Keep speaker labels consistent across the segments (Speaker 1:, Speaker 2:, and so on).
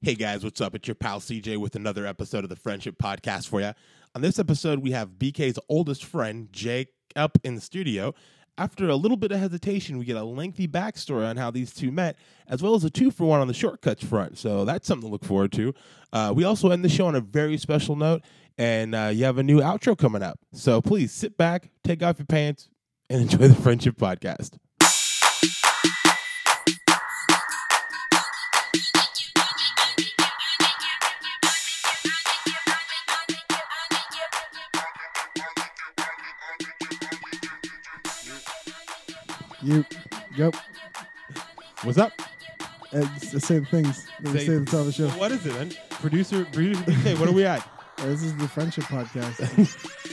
Speaker 1: Hey guys, what's up? It's your pal CJ with another episode of the Friendship Podcast for you. On this episode, we have BK's oldest friend, Jake, up in the studio. After a little bit of hesitation, we get a lengthy backstory on how these two met, as well as a two for one on the shortcuts front. So that's something to look forward to. Uh, we also end the show on a very special note, and uh, you have a new outro coming up. So please sit back, take off your pants, and enjoy the Friendship Podcast.
Speaker 2: You, yep.
Speaker 1: What's up?
Speaker 2: It's the same things that we say at the top of the show.
Speaker 1: What is it, man? Producer, producer BK, what are we at?
Speaker 2: Uh, This is the friendship podcast.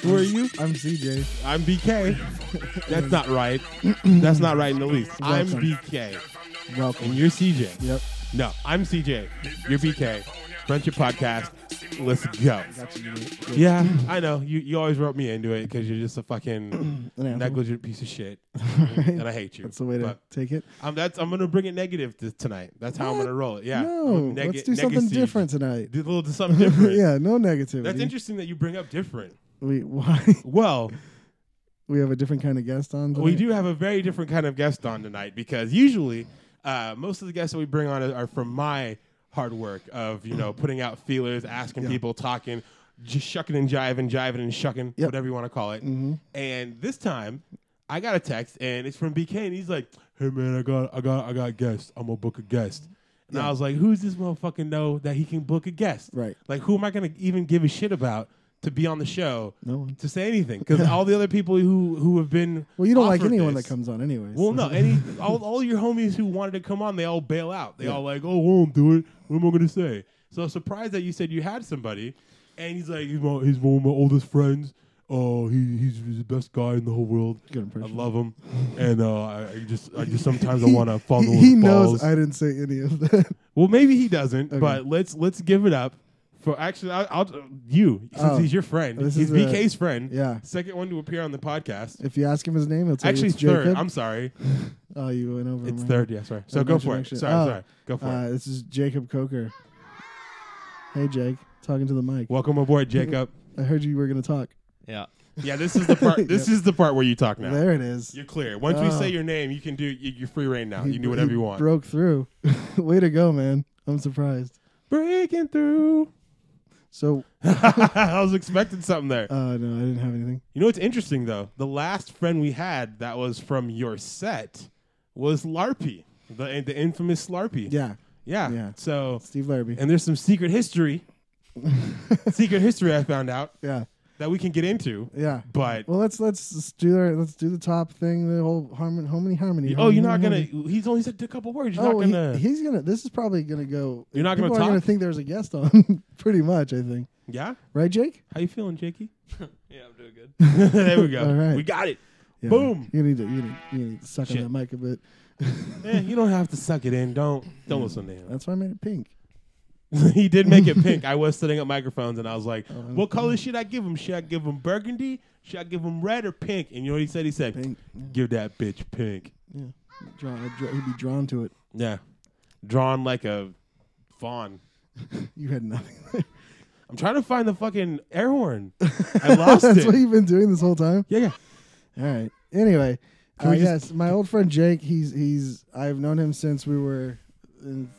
Speaker 1: Who are you?
Speaker 2: I'm CJ.
Speaker 1: I'm BK. That's not right. That's not right in the least. I'm
Speaker 2: Welcome.
Speaker 1: BK and
Speaker 2: Welcome.
Speaker 1: you're CJ.
Speaker 2: Yep.
Speaker 1: No, I'm CJ. You're BK. Friendship podcast. Let's go.
Speaker 2: Got you. mate. Good.
Speaker 1: Yeah, I know. You you always wrote me into it because you're just a fucking
Speaker 2: An asshole.
Speaker 1: negligent piece of shit, and I hate you.
Speaker 2: That's the way to
Speaker 1: But
Speaker 2: take it.
Speaker 1: I'm that's I'm gonna bring it negative to tonight. That's how I'm
Speaker 2: What?
Speaker 1: gonna roll it. Yeah.
Speaker 2: No,
Speaker 1: I'm a neg-
Speaker 2: let's do something
Speaker 1: negative.
Speaker 2: different tonight.
Speaker 1: Do a little something different.
Speaker 2: yeah, no negativity.
Speaker 1: That's interesting that you bring up different.
Speaker 2: We why
Speaker 1: Well,
Speaker 2: we have a different kind of guest on.
Speaker 1: We
Speaker 2: tonight?
Speaker 1: do have a very different kind of guest on tonight because usually uh, most of the guests that we bring on are- are from my hard work of you know putting out feelers, asking
Speaker 2: Yeah.
Speaker 1: people, talking, just shucking and jiving, jiving and shucking,
Speaker 2: Yep. Mm-hmm.
Speaker 1: whatever you want to call it. And this time, I got a text and it's from BK and he's like, "Hey man, I got I got I got guests. I'm gonna book a guest." And I was like, "Who's this motherfucker know that he can book a guest?
Speaker 2: Right.
Speaker 1: Like, who am I gonna even give a shit about?" To be on the show,
Speaker 2: No one.
Speaker 1: to say anything, because all the other people who who have been
Speaker 2: Well, you don't like
Speaker 1: offered
Speaker 2: anyone
Speaker 1: this.
Speaker 2: that comes on, anyways.
Speaker 1: Well, no, any all, all your homies who wanted to come on, they all bail out. They all like, oh, we won't do it. What am I gonna say? So I'm surprised that you said you had somebody, and he's like, he's, my, he's one of my oldest friends. Oh, he, he's, he's the best guy in the whole world.
Speaker 2: Good
Speaker 1: I
Speaker 2: impression.
Speaker 1: love him, and uh, I, I just, I just sometimes I
Speaker 2: He-
Speaker 1: want to fondle
Speaker 2: He, he
Speaker 1: his
Speaker 2: knows
Speaker 1: balls.
Speaker 2: I didn't say any of that.
Speaker 1: well, maybe he doesn't,
Speaker 2: Okay.
Speaker 1: but let's let's give it up for actually, I, I'll you since
Speaker 2: Oh,
Speaker 1: he's your friend,
Speaker 2: this
Speaker 1: he's
Speaker 2: is a-
Speaker 1: BK's friend,
Speaker 2: yeah.
Speaker 1: second one to appear on the podcast.
Speaker 2: If you ask him his name, he'll tell
Speaker 1: Actually,
Speaker 2: you
Speaker 1: it's
Speaker 2: it's
Speaker 1: third.
Speaker 2: Jacob.
Speaker 1: I'm sorry.
Speaker 2: oh, you went over.
Speaker 1: It's
Speaker 2: my-
Speaker 1: third, yeah, sorry. So
Speaker 2: An
Speaker 1: go for it.
Speaker 2: introduction.
Speaker 1: Sorry,
Speaker 2: Oh.
Speaker 1: sorry. Go for
Speaker 2: Uh,
Speaker 1: it.
Speaker 2: this is Jacob Coker. Hey, Jake. Talking to the mic.
Speaker 1: Welcome aboard, Jacob.
Speaker 2: I heard you were going to talk.
Speaker 3: Yeah.
Speaker 1: yeah, this is the part. This is the part where you talk now.
Speaker 2: There it is.
Speaker 1: You're clear. Once we
Speaker 2: Oh.
Speaker 1: say your name, you can do. you- You're free reign now.
Speaker 2: He-
Speaker 1: You can do whatever
Speaker 2: he
Speaker 1: you want.
Speaker 2: Broke through. Way to go, man. I'm surprised.
Speaker 1: Breaking through.
Speaker 2: So,
Speaker 1: I was expecting something there.
Speaker 2: uh, no, I didn't have anything.
Speaker 1: You know what's interesting though? The last friend we had that was from your set was Larpy, the the infamous Larpy.
Speaker 2: Yeah.
Speaker 1: yeah.
Speaker 2: Yeah.
Speaker 1: So,
Speaker 2: Steve Larby.
Speaker 1: and there's some secret history. secret history I found out
Speaker 2: Yeah.
Speaker 1: that we can get into,
Speaker 2: Yeah.
Speaker 1: but
Speaker 2: Well, let's let's just do the let's do the top thing. The whole harmony, harmony, harmony.
Speaker 1: Oh, you're not gonna.
Speaker 2: harmony,
Speaker 1: He's only said a couple words. You're
Speaker 2: harmony.
Speaker 1: not
Speaker 2: Mm. oh, he-
Speaker 1: gonna.
Speaker 2: he's gonna. This is probably gonna go.
Speaker 1: You're not gonna
Speaker 2: people are gonna
Speaker 1: talk?
Speaker 2: think there's a guest on. pretty much, I think.
Speaker 1: yeah.
Speaker 2: Right, Jake?
Speaker 1: How you feeling, Jakey?
Speaker 3: Yeah, I'm doing good.
Speaker 1: there we go.
Speaker 2: All right.
Speaker 1: We got it.
Speaker 2: Yeah.
Speaker 1: Boom.
Speaker 2: You need to you need, you need to suck
Speaker 1: Shit.
Speaker 2: on that mic a bit.
Speaker 1: Eh, you don't have to suck it in. Don't don't listen to him.
Speaker 2: That's why I made it pink.
Speaker 1: he did make it pink. I was setting up microphones and I was like,
Speaker 2: Oh,
Speaker 1: "What color should I give him? Should I give him burgundy? Should I give him red or pink?" And you know what he said? He said,
Speaker 2: Pink.
Speaker 1: "Give that bitch pink."
Speaker 2: Yeah. Draw, I'd draw, he'd be drawn to it.
Speaker 1: Yeah. Drawn like a fawn.
Speaker 2: You had nothing. there.
Speaker 1: I'm trying to find the fucking air horn. I lost
Speaker 2: That's
Speaker 1: it.
Speaker 2: what you've been doing this whole time.
Speaker 1: yeah, yeah.
Speaker 2: All right. Anyway,
Speaker 1: Can
Speaker 2: uh,
Speaker 1: we
Speaker 2: yes,
Speaker 1: just-
Speaker 2: my old friend Jake. He's he's I've known him since we were in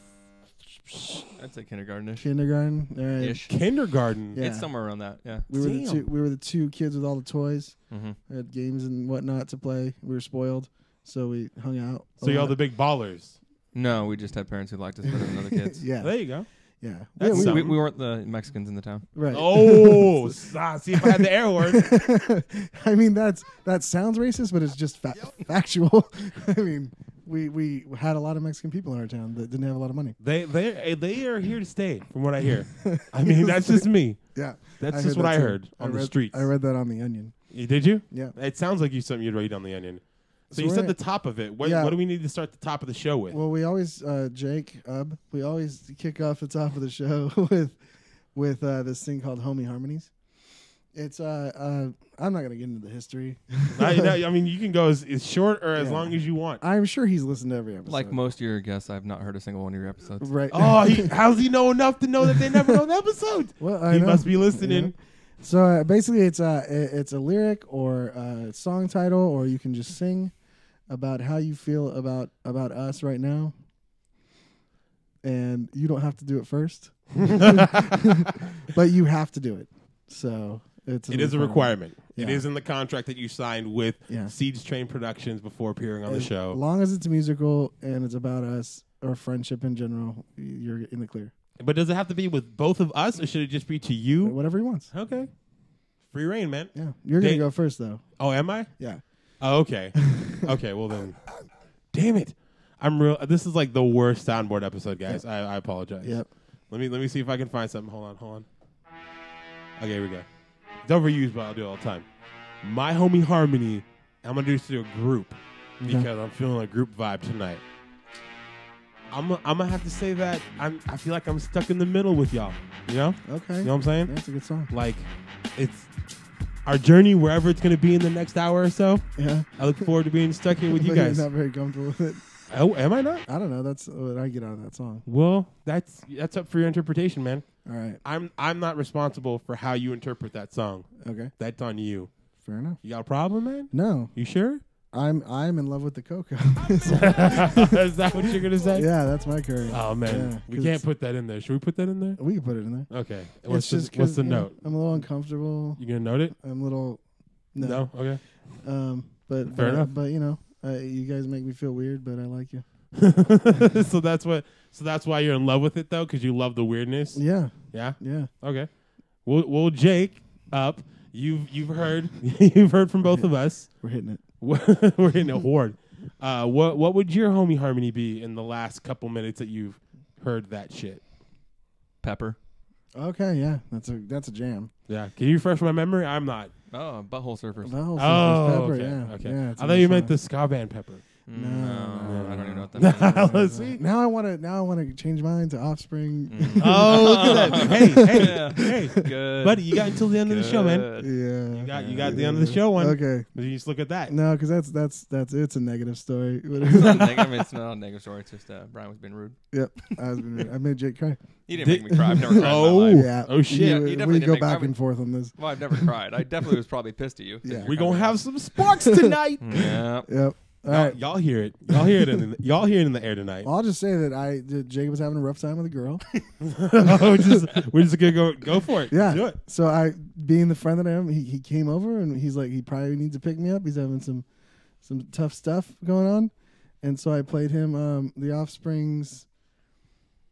Speaker 3: I'd say kindergartenish.
Speaker 2: kindergarten. All right.
Speaker 3: Ish.
Speaker 1: Kindergarten.
Speaker 2: Yeah.
Speaker 3: It's somewhere around that. Yeah.
Speaker 2: We were the
Speaker 1: Damn.
Speaker 2: two. We were the two kids with all the toys.
Speaker 3: Mm-hmm.
Speaker 2: We had games and whatnot to play. We were spoiled, so we hung out. a
Speaker 1: So y'all
Speaker 2: lot.
Speaker 1: the big ballers.
Speaker 3: No, we just had parents who liked us better than other kids.
Speaker 2: yeah,
Speaker 1: There you go.
Speaker 2: yeah,
Speaker 1: That's
Speaker 2: yeah,
Speaker 1: something.
Speaker 3: We, we weren't the Mexicans in the town.
Speaker 2: we, right.
Speaker 1: Oh, ah, see if I had the air horn.
Speaker 2: I mean, that's that sounds racist, but it's just fa- factual. I mean, we we had a lot of Mexican people in our town that didn't have a lot of money.
Speaker 1: They they eh, they are here to stay, from what I hear. I mean, that's just me.
Speaker 2: Yeah,
Speaker 1: That's
Speaker 2: I
Speaker 1: just
Speaker 2: heard
Speaker 1: what
Speaker 2: that
Speaker 1: I
Speaker 2: too.
Speaker 1: heard on
Speaker 2: I
Speaker 1: the
Speaker 2: read-
Speaker 1: streets.
Speaker 2: I read that on the Onion.
Speaker 1: You- Did you?
Speaker 2: Yeah.
Speaker 1: It sounds like you something you'd read on the Onion. So,
Speaker 2: So
Speaker 1: you
Speaker 2: we're
Speaker 1: said the
Speaker 2: at-
Speaker 1: top of it. What,
Speaker 2: Yeah.
Speaker 1: what do we need to start the top of the show with?
Speaker 2: Well, we always uh, Jake Ub, we always kick off the top of the show with with uh, this thing called Homie Harmonies, It's uh, uh I'm not gonna get into the history.
Speaker 1: I, I mean, you can go as, as short or as
Speaker 2: Yeah.
Speaker 1: long as you want.
Speaker 2: I'm sure he's listened to every episode.
Speaker 3: Like most of your guests, I've not heard a single one of your episodes.
Speaker 2: right?
Speaker 1: Oh, he, how's he know enough to know that they never know the episode?
Speaker 2: well, I
Speaker 1: he
Speaker 2: know.
Speaker 1: must be
Speaker 2: Yeah.
Speaker 1: listening.
Speaker 2: So uh, basically, it's a it's a lyric or a song title, or you can just sing about how you feel about about us right now, and you don't have to do it first, but you have to do it. So it's
Speaker 1: It is a requirement. It
Speaker 2: Yeah.
Speaker 1: is in the contract that you signed with
Speaker 2: Yeah.
Speaker 1: Seeds Train Productions before appearing on the
Speaker 2: As
Speaker 1: show.
Speaker 2: long as it's musical and it's about us or friendship in general, y- you're in the clear.
Speaker 1: But does it have to be with both of us, or should it just be to you?
Speaker 2: Whatever he wants.
Speaker 1: Okay, free reign, man.
Speaker 2: Yeah, you're gonna
Speaker 1: Dang.
Speaker 2: go first though.
Speaker 1: Oh, am I?
Speaker 2: Yeah.
Speaker 1: Oh, okay. okay. Well then, damn it. I'm real. This is like the worst soundboard episode, guys. I, I apologize.
Speaker 2: Yep.
Speaker 1: Let me let me see if I can find something. Hold on. Hold on. Okay, here we go. It's overused, but I'll do it all the time. My homie Harmony. I'm gonna do this to a group because I'm feeling a group vibe tonight. I'm I'm gonna have to say that I'm I feel like I'm stuck in the middle with y'all. You know?
Speaker 2: Okay.
Speaker 1: You know what I'm saying?
Speaker 2: That's a good song.
Speaker 1: Like, it's our journey wherever it's gonna be in the next hour or so.
Speaker 2: Yeah.
Speaker 1: I look forward to being stuck here with you
Speaker 2: But you're
Speaker 1: guys.
Speaker 2: not very comfortable with it.
Speaker 1: Oh, am I not?
Speaker 2: I don't know. That's what I get out of that song.
Speaker 1: Well, that's that's up for your interpretation, man.
Speaker 2: All right.
Speaker 1: I'm I'm not responsible for how you interpret that song.
Speaker 2: Okay.
Speaker 1: That's on you.
Speaker 2: Fair enough.
Speaker 1: You got a problem, man?
Speaker 2: No,
Speaker 1: You sure?
Speaker 2: I'm I'm in love with the cocoa.
Speaker 1: Is that what you're gonna say?
Speaker 2: yeah, that's my curry.
Speaker 1: Oh man,
Speaker 2: Yeah,
Speaker 1: we
Speaker 2: 'cause
Speaker 1: can't put that in there. Should we put that in there?
Speaker 2: we can put it in there.
Speaker 1: Okay. What's
Speaker 2: It's
Speaker 1: the,
Speaker 2: just
Speaker 1: what's
Speaker 2: 'cause,
Speaker 1: the
Speaker 2: yeah,
Speaker 1: note?
Speaker 2: I'm a little uncomfortable.
Speaker 1: You gonna note it?
Speaker 2: I'm a little no.
Speaker 1: Okay.
Speaker 2: Um, but
Speaker 1: Fair
Speaker 2: but,
Speaker 1: enough.
Speaker 2: But you know, uh, you guys make me feel weird, but I like you.
Speaker 1: so that's what. So that's why you're in love with it though, because you love the weirdness.
Speaker 2: Yeah,
Speaker 1: Yeah.
Speaker 2: yeah.
Speaker 1: Okay. Well, well, Jake, up. You've you've heard you've heard from both of us.
Speaker 2: We're hitting it.
Speaker 1: We're in a horde. Uh, what what would your homie harmony be in the last couple minutes that you've heard that shit?
Speaker 3: Pepper.
Speaker 2: Okay, yeah. That's a that's a jam.
Speaker 1: Yeah. Can you refresh my memory? I'm not.
Speaker 3: Oh, butthole surfers.
Speaker 2: That whole song is
Speaker 1: Oh,
Speaker 2: pepper,
Speaker 1: okay.
Speaker 2: yeah.
Speaker 1: okay.
Speaker 2: yeah
Speaker 1: I
Speaker 2: it's a
Speaker 1: thought
Speaker 2: good
Speaker 1: you meant
Speaker 2: song.
Speaker 1: the ska band pepper.
Speaker 3: Mm,
Speaker 2: No,
Speaker 3: no,
Speaker 2: no,
Speaker 3: I don't even know what that
Speaker 1: no.
Speaker 3: means.
Speaker 1: Let's see.
Speaker 2: Now I want to now I want to change mine to Offspring.
Speaker 3: Mm.
Speaker 1: Oh, look at that. Hey, hey, hey,
Speaker 3: Good.
Speaker 1: buddy, you got until the end of the show, man.
Speaker 3: Good.
Speaker 2: yeah.
Speaker 1: You got you got the end of the show one.
Speaker 2: Okay.
Speaker 1: You just look at that.
Speaker 2: No, because that's that's that's it's a negative story.
Speaker 3: It's not, a neg- I mean, it's not a negative story. It's just uh, Brian was being rude.
Speaker 2: yep, I was being rude. I made Jake cry.
Speaker 3: He didn't
Speaker 1: Did-
Speaker 3: make me cry. I've never cried
Speaker 1: Oh.
Speaker 3: in my life.
Speaker 2: yeah.
Speaker 1: Oh, shit.
Speaker 2: You-
Speaker 1: Yeah, you
Speaker 2: we
Speaker 3: definitely didn't
Speaker 2: go
Speaker 3: make- I
Speaker 2: back
Speaker 3: would-
Speaker 2: and forth on this.
Speaker 3: Well, I've never cried. I definitely was probably pissed at you.
Speaker 2: Yeah.
Speaker 1: We're gonna have some sparks
Speaker 3: tonight.
Speaker 1: tonight.
Speaker 3: yeah.
Speaker 2: Yep. All
Speaker 1: y'all,
Speaker 2: right.
Speaker 1: y'all hear it. Y'all hear it. In the, y'all hear it in the air tonight.
Speaker 2: Well, I'll just say that I that Jacob was having a rough time with a girl.
Speaker 1: we're just we're just gonna go go for it.
Speaker 2: Yeah.
Speaker 1: do it.
Speaker 2: So I, being the friend that I am, he, he came over and he's like, he probably needs to pick me up. He's having some some tough stuff going on, and so I played him um, the Offspring's.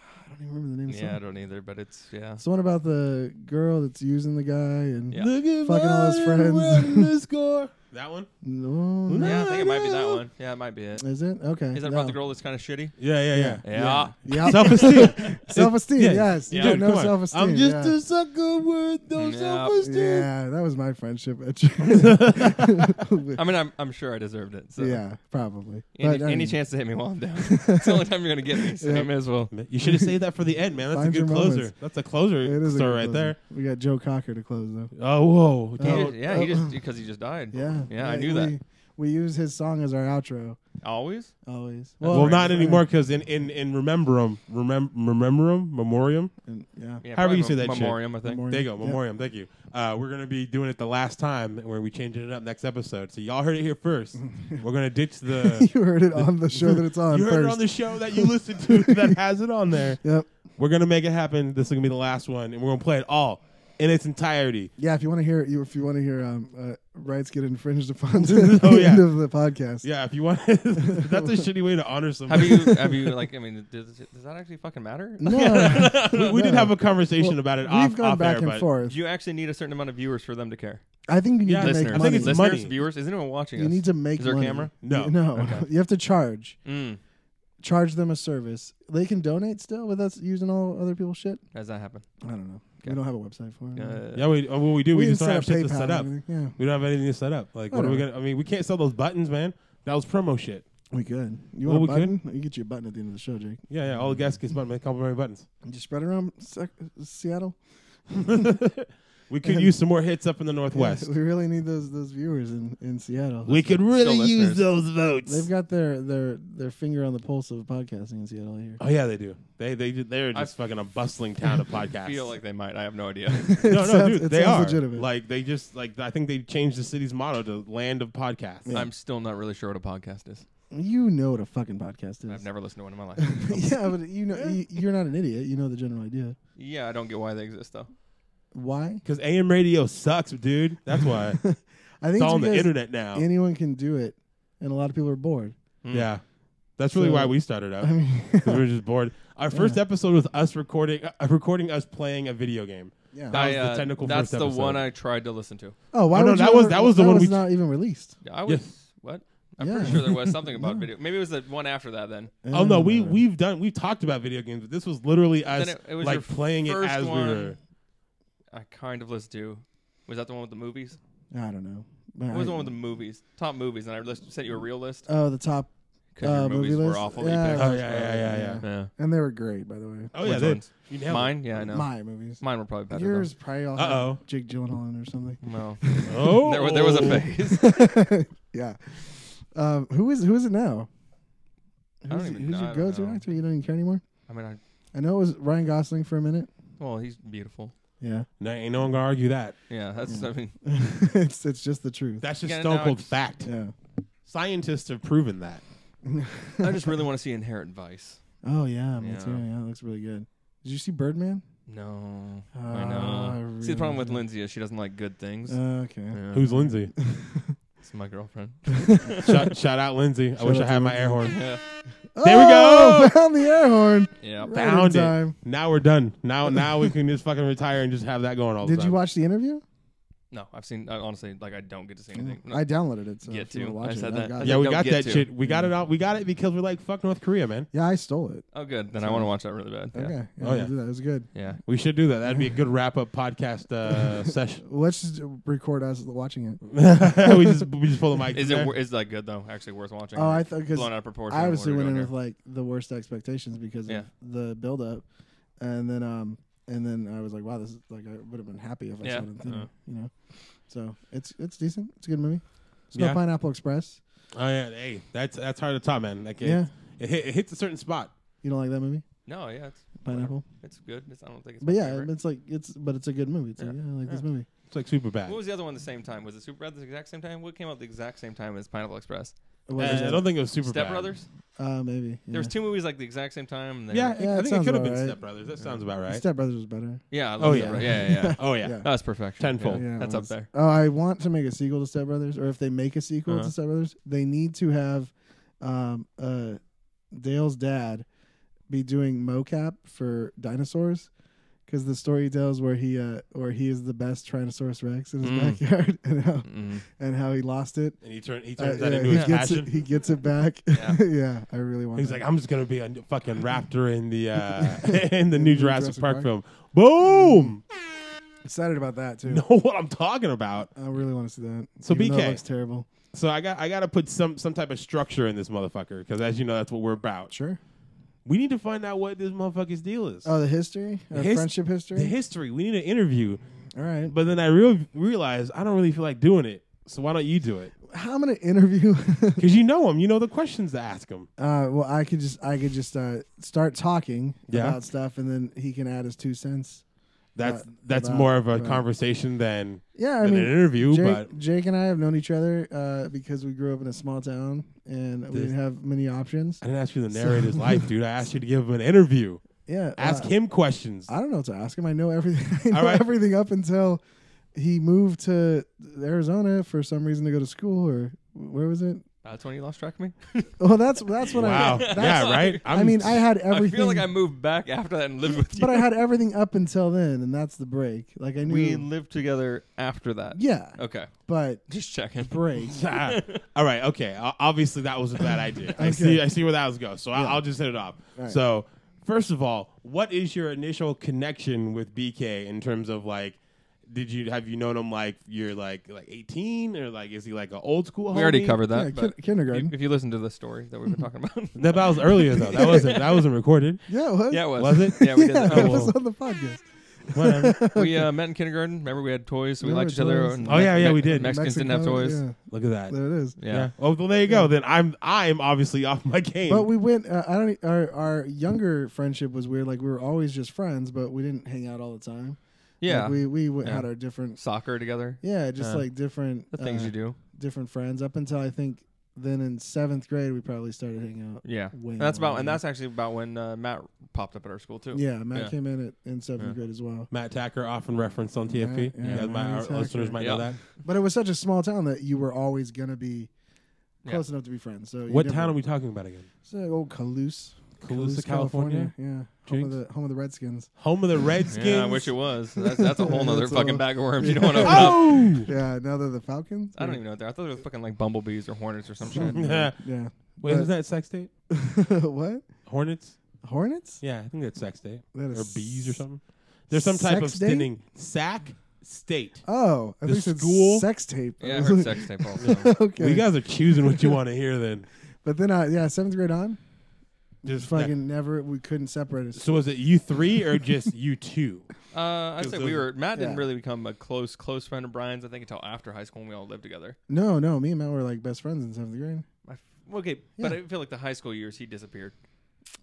Speaker 2: I don't even remember the name.
Speaker 3: Yeah, I
Speaker 2: of the song.
Speaker 3: don't either, but it's yeah.
Speaker 2: It's the one about the girl that's using the guy and
Speaker 3: Yeah.
Speaker 1: Look at
Speaker 2: Fucking all his
Speaker 1: my
Speaker 2: friends.
Speaker 1: running the score. That one.
Speaker 2: no,
Speaker 1: Yeah.
Speaker 3: Yeah, I think it might be that one. Yeah, it might be it.
Speaker 2: Is it okay?
Speaker 3: Is that
Speaker 2: no.
Speaker 3: about the girl that's kind of shitty?
Speaker 1: Yeah, yeah, yeah.
Speaker 3: Yeah.
Speaker 2: Yeah.
Speaker 1: Self esteem.
Speaker 2: self esteem.
Speaker 1: Yeah.
Speaker 2: Yes.
Speaker 3: Yeah.
Speaker 2: You don't
Speaker 1: Dude,
Speaker 2: know
Speaker 1: come on.
Speaker 2: self esteem.
Speaker 1: I'm just
Speaker 2: yeah.
Speaker 1: a sucker with no
Speaker 3: Yeah.
Speaker 1: self esteem.
Speaker 2: Yeah, that was my friendship.
Speaker 3: I mean, I'm, I'm sure I deserved it. So.
Speaker 2: yeah, probably.
Speaker 3: Any,
Speaker 2: But, I
Speaker 3: any
Speaker 2: mean,
Speaker 3: chance to hit me while I'm down. it's the only time you're gonna get me, so
Speaker 2: Yeah.
Speaker 3: you may as well.
Speaker 1: You should have saved that for the end, man. That's
Speaker 2: Find
Speaker 1: a good
Speaker 2: your
Speaker 1: closer.
Speaker 2: moments.
Speaker 1: That's a closer
Speaker 2: It is a
Speaker 1: story
Speaker 2: good
Speaker 1: right
Speaker 2: closer.
Speaker 1: there.
Speaker 2: We got Joe Cocker to close though.
Speaker 1: Oh, whoa.
Speaker 3: He
Speaker 1: dude.
Speaker 3: just- yeah, he
Speaker 2: oh.
Speaker 3: just because he just died.
Speaker 2: Yeah.
Speaker 3: Yeah, I knew that.
Speaker 2: We, we use his song as our outro
Speaker 3: Always.
Speaker 2: always.
Speaker 3: Well,
Speaker 1: Well, not
Speaker 3: right.
Speaker 1: anymore because in, in, in Rememberum, remem, Rememberum, Memoriam.
Speaker 2: And, yeah.
Speaker 3: Yeah,
Speaker 1: However you
Speaker 3: probably
Speaker 1: say that shit.
Speaker 3: Memoriam, I think.
Speaker 2: Memoriam.
Speaker 1: There you go,
Speaker 2: Yeah.
Speaker 1: Memoriam. Thank you. Uh, we're going to be doing it the last time where we changing it up next episode. So y'all heard it here first. we're going to ditch the.
Speaker 2: you heard it on the show that it's on
Speaker 1: you heard it
Speaker 2: first.
Speaker 1: on the show that you listened to that has it on there.
Speaker 2: yep.
Speaker 1: We're going to make it happen. This is going to be the last one, and we're going to play it all in its entirety.
Speaker 2: Yeah, if you want to hear, you if you want to hear, um, uh, rights get infringed upon to the
Speaker 1: Oh, yeah.
Speaker 2: end of the podcast.
Speaker 1: Yeah, if you want, that's a shitty way to honor
Speaker 3: Have
Speaker 1: somebody.
Speaker 3: you have you like I mean does, does that actually fucking matter?
Speaker 2: No,
Speaker 1: we, we did
Speaker 2: No.
Speaker 1: have a conversation
Speaker 2: Well,
Speaker 1: about it.
Speaker 2: we've
Speaker 1: off,
Speaker 2: gone
Speaker 1: off
Speaker 2: back
Speaker 1: air,
Speaker 2: and
Speaker 1: but
Speaker 2: forth.
Speaker 3: You actually need a certain amount of viewers for them to care.
Speaker 2: I think you need
Speaker 1: Yeah,
Speaker 2: to
Speaker 3: Listeners,
Speaker 2: make
Speaker 1: I think
Speaker 2: money.
Speaker 1: it's
Speaker 3: listeners,
Speaker 1: money.
Speaker 3: viewers. Is anyone watching
Speaker 2: you
Speaker 3: us?
Speaker 2: need to make
Speaker 3: Is there a
Speaker 2: money.
Speaker 3: camera?
Speaker 1: No.
Speaker 2: Y- no.
Speaker 1: Okay.
Speaker 2: You have to charge.
Speaker 3: Mm.
Speaker 2: Charge them a service. They can donate still with us using all other people's shit.
Speaker 3: How Does that happen?
Speaker 2: I don't know.
Speaker 3: Okay.
Speaker 2: We don't have a website for it.
Speaker 3: Uh,
Speaker 1: Yeah, we, uh, what we do, we,
Speaker 2: didn't
Speaker 1: just don't
Speaker 2: set
Speaker 1: have
Speaker 2: up
Speaker 1: shit to
Speaker 2: PayPal
Speaker 1: set
Speaker 2: and
Speaker 1: up.
Speaker 2: everything. Yeah,
Speaker 1: We don't have anything to set up. Like, what are we
Speaker 2: Whatever.
Speaker 1: gonna? I mean, we can't sell those buttons, man. That was promo shit.
Speaker 2: we could. You
Speaker 1: Well,
Speaker 2: want
Speaker 1: we
Speaker 2: a button? You get you a button at the end of the show, Jake.
Speaker 1: Yeah, yeah. All the guys get buttons, man. Complimentary buttons.
Speaker 2: And just spread it around Sec- Seattle.
Speaker 1: We could
Speaker 2: And-
Speaker 1: use some more hits up in the
Speaker 2: Yeah,
Speaker 1: Northwest.
Speaker 2: we really need those those viewers in in Seattle.
Speaker 1: we could really use those votes.
Speaker 2: They've got their their their finger on the pulse of podcasting in Seattle here.
Speaker 1: oh yeah, they do. They they do- they're
Speaker 3: I
Speaker 1: just fucking a bustling town of podcasts.
Speaker 3: feel like they might. I have no idea.
Speaker 2: It
Speaker 1: no, no,
Speaker 2: sounds-
Speaker 1: dude,
Speaker 2: it
Speaker 1: they
Speaker 2: sounds
Speaker 1: are
Speaker 2: legitimate.
Speaker 1: like they just like I think they changed the city's motto to "Land of Podcasts."
Speaker 3: I'm still not really sure what a podcast is.
Speaker 2: you know what a fucking podcast is.
Speaker 3: I've never listened to one in my life.
Speaker 2: yeah, but you know you, you're not an idiot. You know the general idea.
Speaker 3: yeah, I don't get why they exist though.
Speaker 2: Why?
Speaker 1: Because AM radio sucks, dude. That's why it's,
Speaker 2: I think
Speaker 1: all on the
Speaker 2: because
Speaker 1: internet now.
Speaker 2: anyone can do it, and a lot of people are bored.
Speaker 3: Hmm.
Speaker 1: yeah, that's really
Speaker 2: So-
Speaker 1: why we started out.
Speaker 2: I mean,
Speaker 1: 'cause we were just bored. Our first episode was us recording, uh, recording us playing a video game.
Speaker 2: yeah.
Speaker 1: That was
Speaker 3: I,
Speaker 1: the
Speaker 3: uh,
Speaker 1: technical
Speaker 3: That's
Speaker 1: first
Speaker 3: the one
Speaker 1: episode.
Speaker 3: I tried to listen to.
Speaker 2: oh, why
Speaker 1: oh, no,
Speaker 2: would you
Speaker 1: that was-
Speaker 2: ever-
Speaker 1: that was the one
Speaker 2: was
Speaker 1: we-
Speaker 2: not even released.
Speaker 3: I was
Speaker 1: Yeah.
Speaker 3: what? I'm
Speaker 2: Yeah.
Speaker 3: pretty sure there was something about video. Maybe it was the one after that. Then
Speaker 1: Oh no, we
Speaker 2: Uh,
Speaker 1: we've done we've talked about video games, but this was literally us
Speaker 3: Then it- it was
Speaker 1: like
Speaker 3: your
Speaker 1: playing it
Speaker 3: first
Speaker 1: as we were.
Speaker 3: one. I kind of listened to. Was that the one with the movies?
Speaker 2: I don't know.
Speaker 3: What was the one with the movies? Top movies, and I list, sent you a real list
Speaker 2: oh the top
Speaker 3: because
Speaker 2: Uh,
Speaker 3: your movies
Speaker 2: movie
Speaker 3: were
Speaker 2: list?
Speaker 3: awful. that you
Speaker 2: Yeah.
Speaker 3: picked.
Speaker 1: Oh yeah, yeah, yeah, yeah.
Speaker 3: yeah.
Speaker 2: and they were great by the way.
Speaker 1: Oh yeah,
Speaker 3: Which
Speaker 1: they-
Speaker 3: ones?
Speaker 1: you nailed it.
Speaker 3: Mine, yeah, I know.
Speaker 2: My movies.
Speaker 3: Mine were probably better.
Speaker 2: Yours probably all had
Speaker 1: Uh-oh.
Speaker 2: Jake Gyllenhaal in or something.
Speaker 3: Though. Well,
Speaker 1: Oh,
Speaker 3: there, wa- there was a phase.
Speaker 2: yeah. Um, who is who is it now? Who's,
Speaker 3: don't even
Speaker 2: who's
Speaker 3: know.
Speaker 2: your
Speaker 3: I don't
Speaker 2: go-to
Speaker 3: know.
Speaker 2: actor? You don't even care anymore.
Speaker 3: I mean, I,
Speaker 2: I know it was Ryan Gosling for a minute.
Speaker 3: well, he's beautiful.
Speaker 2: Yeah,
Speaker 1: No, ain't no one gonna argue that.
Speaker 3: Yeah, that's. I mean,
Speaker 2: it's it's just the truth.
Speaker 1: That's just
Speaker 3: Yeah,
Speaker 1: stone
Speaker 3: no,
Speaker 1: cold
Speaker 3: it's-
Speaker 1: fact.
Speaker 2: yeah.
Speaker 1: Scientists have proven that.
Speaker 3: I just really want to see Inherent Vice.
Speaker 2: Oh yeah, me
Speaker 3: Yeah.
Speaker 2: too. Yeah, it looks really good. Did you see Birdman?
Speaker 3: No,
Speaker 2: Ah,
Speaker 3: I know.
Speaker 2: I
Speaker 3: see, the problem
Speaker 2: really
Speaker 3: with
Speaker 2: do.
Speaker 3: Lindsay is she doesn't like good things.
Speaker 2: Uh, okay.
Speaker 3: Yeah.
Speaker 1: Who's Lindsay?
Speaker 3: It's my girlfriend.
Speaker 1: shout, shout out Lindsay. I
Speaker 2: Shout
Speaker 1: wish
Speaker 2: out
Speaker 1: I had
Speaker 2: to
Speaker 1: my air horn.
Speaker 3: yeah.
Speaker 1: There we
Speaker 2: Oh,
Speaker 1: go!
Speaker 2: Found the air horn.
Speaker 3: Yeah.
Speaker 2: Right in
Speaker 1: Found it.
Speaker 2: time.
Speaker 1: Now we're done. Now now we can just fucking retire and just have that going all the
Speaker 2: Did
Speaker 1: time.
Speaker 2: you watch the interview?
Speaker 3: No, I've seen. I, honestly, like I don't get to see anything. No,
Speaker 2: Mm. I downloaded it. So
Speaker 3: Get
Speaker 2: if you
Speaker 3: to.
Speaker 2: wanna watch
Speaker 3: I
Speaker 2: it,
Speaker 3: said
Speaker 2: I've
Speaker 3: that.
Speaker 2: got
Speaker 3: I
Speaker 2: it.
Speaker 1: yeah,
Speaker 3: don't
Speaker 1: we got
Speaker 3: get
Speaker 1: that
Speaker 3: to.
Speaker 1: shit. We got it out. We got it because we're like fuck North Korea, man.
Speaker 2: Yeah, I stole it.
Speaker 3: Oh, good. Then I want to watch that really bad. Yeah.
Speaker 2: Okay. Yeah,
Speaker 1: Oh,
Speaker 2: we'll
Speaker 1: yeah.
Speaker 2: do that. It was good.
Speaker 3: Yeah.
Speaker 1: We should do that. That'd be a good wrap up podcast uh, session.
Speaker 2: Let's just record us watching it.
Speaker 1: we just we just pull the mic.
Speaker 3: Is
Speaker 1: there.
Speaker 3: it wor- is that good though? Actually worth watching?
Speaker 2: Oh,
Speaker 3: Or
Speaker 2: I thought because
Speaker 3: blown out of proportion.
Speaker 2: I obviously
Speaker 3: What are
Speaker 2: went
Speaker 3: we
Speaker 2: in
Speaker 3: doing
Speaker 2: with like the worst expectations because
Speaker 3: Yeah.
Speaker 2: of the build up, and then um and then I was like, wow, this is like I would have been happy if I
Speaker 3: Yeah.
Speaker 2: saw it in the theater,
Speaker 3: Uh.
Speaker 2: you know. So it's it's decent. It's a good movie. It's
Speaker 1: Yeah.
Speaker 2: no Pineapple Express.
Speaker 1: Oh yeah, hey, that's that's hard to top, man. Like it,
Speaker 2: Yeah,
Speaker 1: it, hit, it hits a certain spot.
Speaker 2: you don't like that movie,
Speaker 3: No, yeah, it's
Speaker 2: Pineapple.
Speaker 3: it's good. It's, I don't think it's.
Speaker 2: But
Speaker 3: my
Speaker 2: yeah,
Speaker 3: favorite.
Speaker 2: it's like it's but it's a good movie. It's like,
Speaker 3: Yeah.
Speaker 2: yeah, I like this
Speaker 3: Yeah.
Speaker 2: movie.
Speaker 1: It's like super bad.
Speaker 3: What was the other one the same time? Was it Super at the exact same time? What came out the exact same time as Pineapple Express?
Speaker 2: What is
Speaker 1: Uh, I
Speaker 2: it?
Speaker 1: don't think it was super
Speaker 3: Step
Speaker 1: bad.
Speaker 3: Brothers.
Speaker 2: Uh, maybe yeah.
Speaker 3: There was two movies like the exact same time. And they
Speaker 1: Yeah,
Speaker 3: were-
Speaker 2: Yeah,
Speaker 1: I
Speaker 2: it
Speaker 1: think it
Speaker 2: sounds
Speaker 1: could have been
Speaker 2: about right.
Speaker 1: Step Brothers. That sounds about right.
Speaker 2: Step Brothers was better.
Speaker 3: yeah. I
Speaker 1: Oh,
Speaker 3: love
Speaker 1: yeah.
Speaker 3: Step Brothers. yeah, yeah, yeah.
Speaker 1: oh yeah.
Speaker 2: Yeah.
Speaker 3: That was perfection.
Speaker 1: Tenfold.
Speaker 3: Yeah,
Speaker 2: it
Speaker 3: that's up
Speaker 2: was.
Speaker 3: there.
Speaker 2: Oh, I want to make a sequel to Step Brothers, or if they make a sequel
Speaker 3: Uh-huh.
Speaker 2: to Step Brothers, they need to have um, uh, Dale's dad be doing mocap for dinosaurs. Because the story he tells where he uh, where he is the best Tyrannosaurus Rex in his
Speaker 1: Mm.
Speaker 2: backyard and how
Speaker 3: Mm.
Speaker 2: and how he lost it.
Speaker 1: And he turned he
Speaker 2: Uh,
Speaker 1: turns that
Speaker 2: yeah,
Speaker 1: into
Speaker 2: he
Speaker 1: his
Speaker 2: gets
Speaker 1: passion.
Speaker 2: it. He gets it back. Yeah,
Speaker 3: Yeah.
Speaker 2: I really want.
Speaker 1: He's
Speaker 2: that.
Speaker 1: like, I'm just gonna be a n- fucking raptor in the uh, in the new
Speaker 2: New
Speaker 1: Jurassic,
Speaker 2: Jurassic
Speaker 1: Park,
Speaker 2: Park.
Speaker 1: film. Boom!
Speaker 2: excited about that too.
Speaker 1: Know what I'm talking about?
Speaker 2: I really want to see that.
Speaker 1: So
Speaker 2: even though it
Speaker 1: BK.
Speaker 2: looks terrible.
Speaker 1: So I got I got to put some some type of structure in this motherfucker because as you know that's what we're about.
Speaker 2: Sure.
Speaker 1: We need to find out what this motherfucker's deal is.
Speaker 2: Oh, the history, Our
Speaker 1: his-
Speaker 2: friendship history.
Speaker 1: the history. We need an interview.
Speaker 2: All right.
Speaker 1: But then I real realized I don't really feel like doing it. So why don't you do it?
Speaker 2: How I'm gonna interview.
Speaker 1: Because you know him. You know the questions to ask him.
Speaker 2: Uh, well, I could just I could just uh, start talking
Speaker 1: Yeah.
Speaker 2: about stuff, and then he can add his two cents.
Speaker 1: That's
Speaker 2: Right,
Speaker 1: that's
Speaker 2: right,
Speaker 1: more of a
Speaker 2: right.
Speaker 1: conversation than,
Speaker 2: Yeah, I
Speaker 1: than
Speaker 2: mean,
Speaker 1: an interview.
Speaker 2: Jake,
Speaker 1: but
Speaker 2: Jake and I have known each other uh, because we grew up in a small town, and we didn't have many options.
Speaker 1: I didn't ask you to narrate his life, dude. I asked you to give him an interview.
Speaker 2: Yeah,
Speaker 1: Ask
Speaker 2: uh,
Speaker 1: him questions.
Speaker 2: I don't know what to ask him. I know everything. I know
Speaker 1: All right.
Speaker 2: everything up until he moved to Arizona for some reason to go to school, or where was it?
Speaker 3: That's when you lost track of me.
Speaker 2: Well, that's that's what
Speaker 1: wow.
Speaker 2: I. That's,
Speaker 1: yeah. Right.
Speaker 2: I mean, I had everything.
Speaker 3: I feel like I moved back after that and lived with you.
Speaker 2: But I had everything up until then, and that's the break. Like I knew.
Speaker 3: we lived together after that.
Speaker 2: yeah,
Speaker 3: Okay.
Speaker 2: but
Speaker 3: Just checking.
Speaker 2: break.
Speaker 1: Ah, all right. Okay. O- Obviously, that was a bad idea. I see. I see where that was going. So I- I'll just hit it off.
Speaker 2: Right.
Speaker 1: So first of all, what is your initial connection with BK in terms of like? Did you have you known him like you're like like 18 or like is he like an old school?
Speaker 3: We already
Speaker 1: homie?
Speaker 3: covered
Speaker 2: Yeah,
Speaker 3: that.
Speaker 2: kin- kindergarten.
Speaker 3: If, if you listen to the story that we've been talking about.
Speaker 1: That, that was earlier though. That wasn't that wasn't recorded.
Speaker 2: yeah, it was.
Speaker 3: yeah, it was.
Speaker 1: Was it?
Speaker 3: Yeah, we did.
Speaker 2: Yeah,
Speaker 3: that.
Speaker 1: Oh,
Speaker 2: it
Speaker 1: well.
Speaker 2: was on the podcast.
Speaker 1: Whatever.
Speaker 3: we uh, met in kindergarten. Remember, we had toys, so we
Speaker 2: We
Speaker 3: liked
Speaker 2: had
Speaker 3: each other.
Speaker 2: toys.
Speaker 3: and
Speaker 1: Oh, yeah, yeah, we did.
Speaker 3: Mexicans
Speaker 2: Mexico,
Speaker 3: didn't have toys. Yeah.
Speaker 2: yeah,
Speaker 1: Look at that.
Speaker 2: there it is.
Speaker 1: Oh, well, there you go. Then I'm I'm obviously off my game.
Speaker 2: But we went. Uh, I don't. Our our younger friendship was weird. Like we were always just friends, but we didn't hang out all the time.
Speaker 3: Yeah.
Speaker 2: Like, we we w-
Speaker 3: Yeah.
Speaker 2: had our different.
Speaker 3: Soccer together.
Speaker 2: Yeah, just
Speaker 3: Uh,
Speaker 2: like different
Speaker 3: The things
Speaker 2: uh,
Speaker 3: you do.
Speaker 2: different friends up until I think then in seventh grade we probably started hanging out.
Speaker 3: Yeah.
Speaker 2: Way
Speaker 3: And that's
Speaker 2: more
Speaker 3: about, and
Speaker 2: than-
Speaker 3: that's actually about when uh, Matt popped up at our school too.
Speaker 2: Yeah, Matt
Speaker 3: Yeah.
Speaker 2: came in at, in seventh
Speaker 3: Yeah.
Speaker 2: grade as well.
Speaker 1: Matt Tacker often referenced on TFP.
Speaker 2: Yeah,
Speaker 1: You guys
Speaker 2: yeah,
Speaker 1: might- our
Speaker 2: Matt Tacker.
Speaker 1: listeners might know
Speaker 3: Yeah.
Speaker 1: that.
Speaker 2: But it was such a small town that you were always gonna be
Speaker 3: Yeah.
Speaker 2: close enough to be friends. So you
Speaker 1: What
Speaker 2: never- "Oh,
Speaker 1: town are we talking about again?
Speaker 2: It's like old Caloose,
Speaker 1: Calusa, California.
Speaker 2: Yeah, home of
Speaker 1: Jinx.
Speaker 2: the home of the Redskins.
Speaker 1: Home of the Redskins.
Speaker 3: Yeah, I wish it was. That's, that's a whole nother
Speaker 2: That's a
Speaker 3: fucking
Speaker 2: whole-
Speaker 3: bag of worms you don't want to open up.
Speaker 1: Oh.
Speaker 2: Yeah, now they're the Falcons.
Speaker 3: I don't even know what they're. I thought they were fucking like bumblebees or hornets or some shit.
Speaker 2: Something like that. Yeah.
Speaker 1: Wait,
Speaker 2: But-
Speaker 1: isn't that sex date?
Speaker 2: what?
Speaker 1: Hornets?
Speaker 2: Hornets?
Speaker 1: Yeah, I think that's sex date.
Speaker 2: That
Speaker 1: Or
Speaker 2: is-
Speaker 1: bees or something. There's some type of
Speaker 2: Sex date?
Speaker 1: stinning. Sack state.
Speaker 2: Oh, I
Speaker 1: The
Speaker 2: think it's
Speaker 1: school?
Speaker 2: sex tape.
Speaker 3: Yeah, I heard sex tape also.
Speaker 2: okay.
Speaker 1: Well, you guys are choosing what you want to hear then.
Speaker 2: but then I yeah, seventh grade on,
Speaker 1: Just
Speaker 2: fucking never. We couldn't separate us.
Speaker 1: So was it you three or just you two?
Speaker 3: Uh, I'd say
Speaker 1: Because
Speaker 3: we
Speaker 1: those-
Speaker 3: were. Matt didn't
Speaker 2: yeah.
Speaker 3: really become a close close friend of Brian's. I think until after high school when we all lived together.
Speaker 2: No, no, me and Matt were like best friends in seventh grade.
Speaker 3: I f- okay, but
Speaker 2: Yeah.
Speaker 3: I feel like the high school years he disappeared.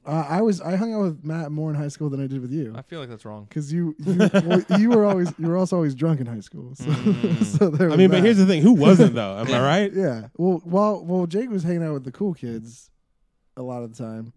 Speaker 2: Uh, I was I hung out with Matt more in high school than I did with you
Speaker 3: I feel like that's wrong.
Speaker 2: because you you, well, you were always you were also always drunk in high school. So,
Speaker 3: Mm.
Speaker 2: so there
Speaker 1: I
Speaker 2: was
Speaker 1: mean, but
Speaker 2: that.
Speaker 1: here's the thing: who wasn't though? Am I right?
Speaker 2: yeah. Well, while well Jake was hanging out with the cool kids a lot of the time,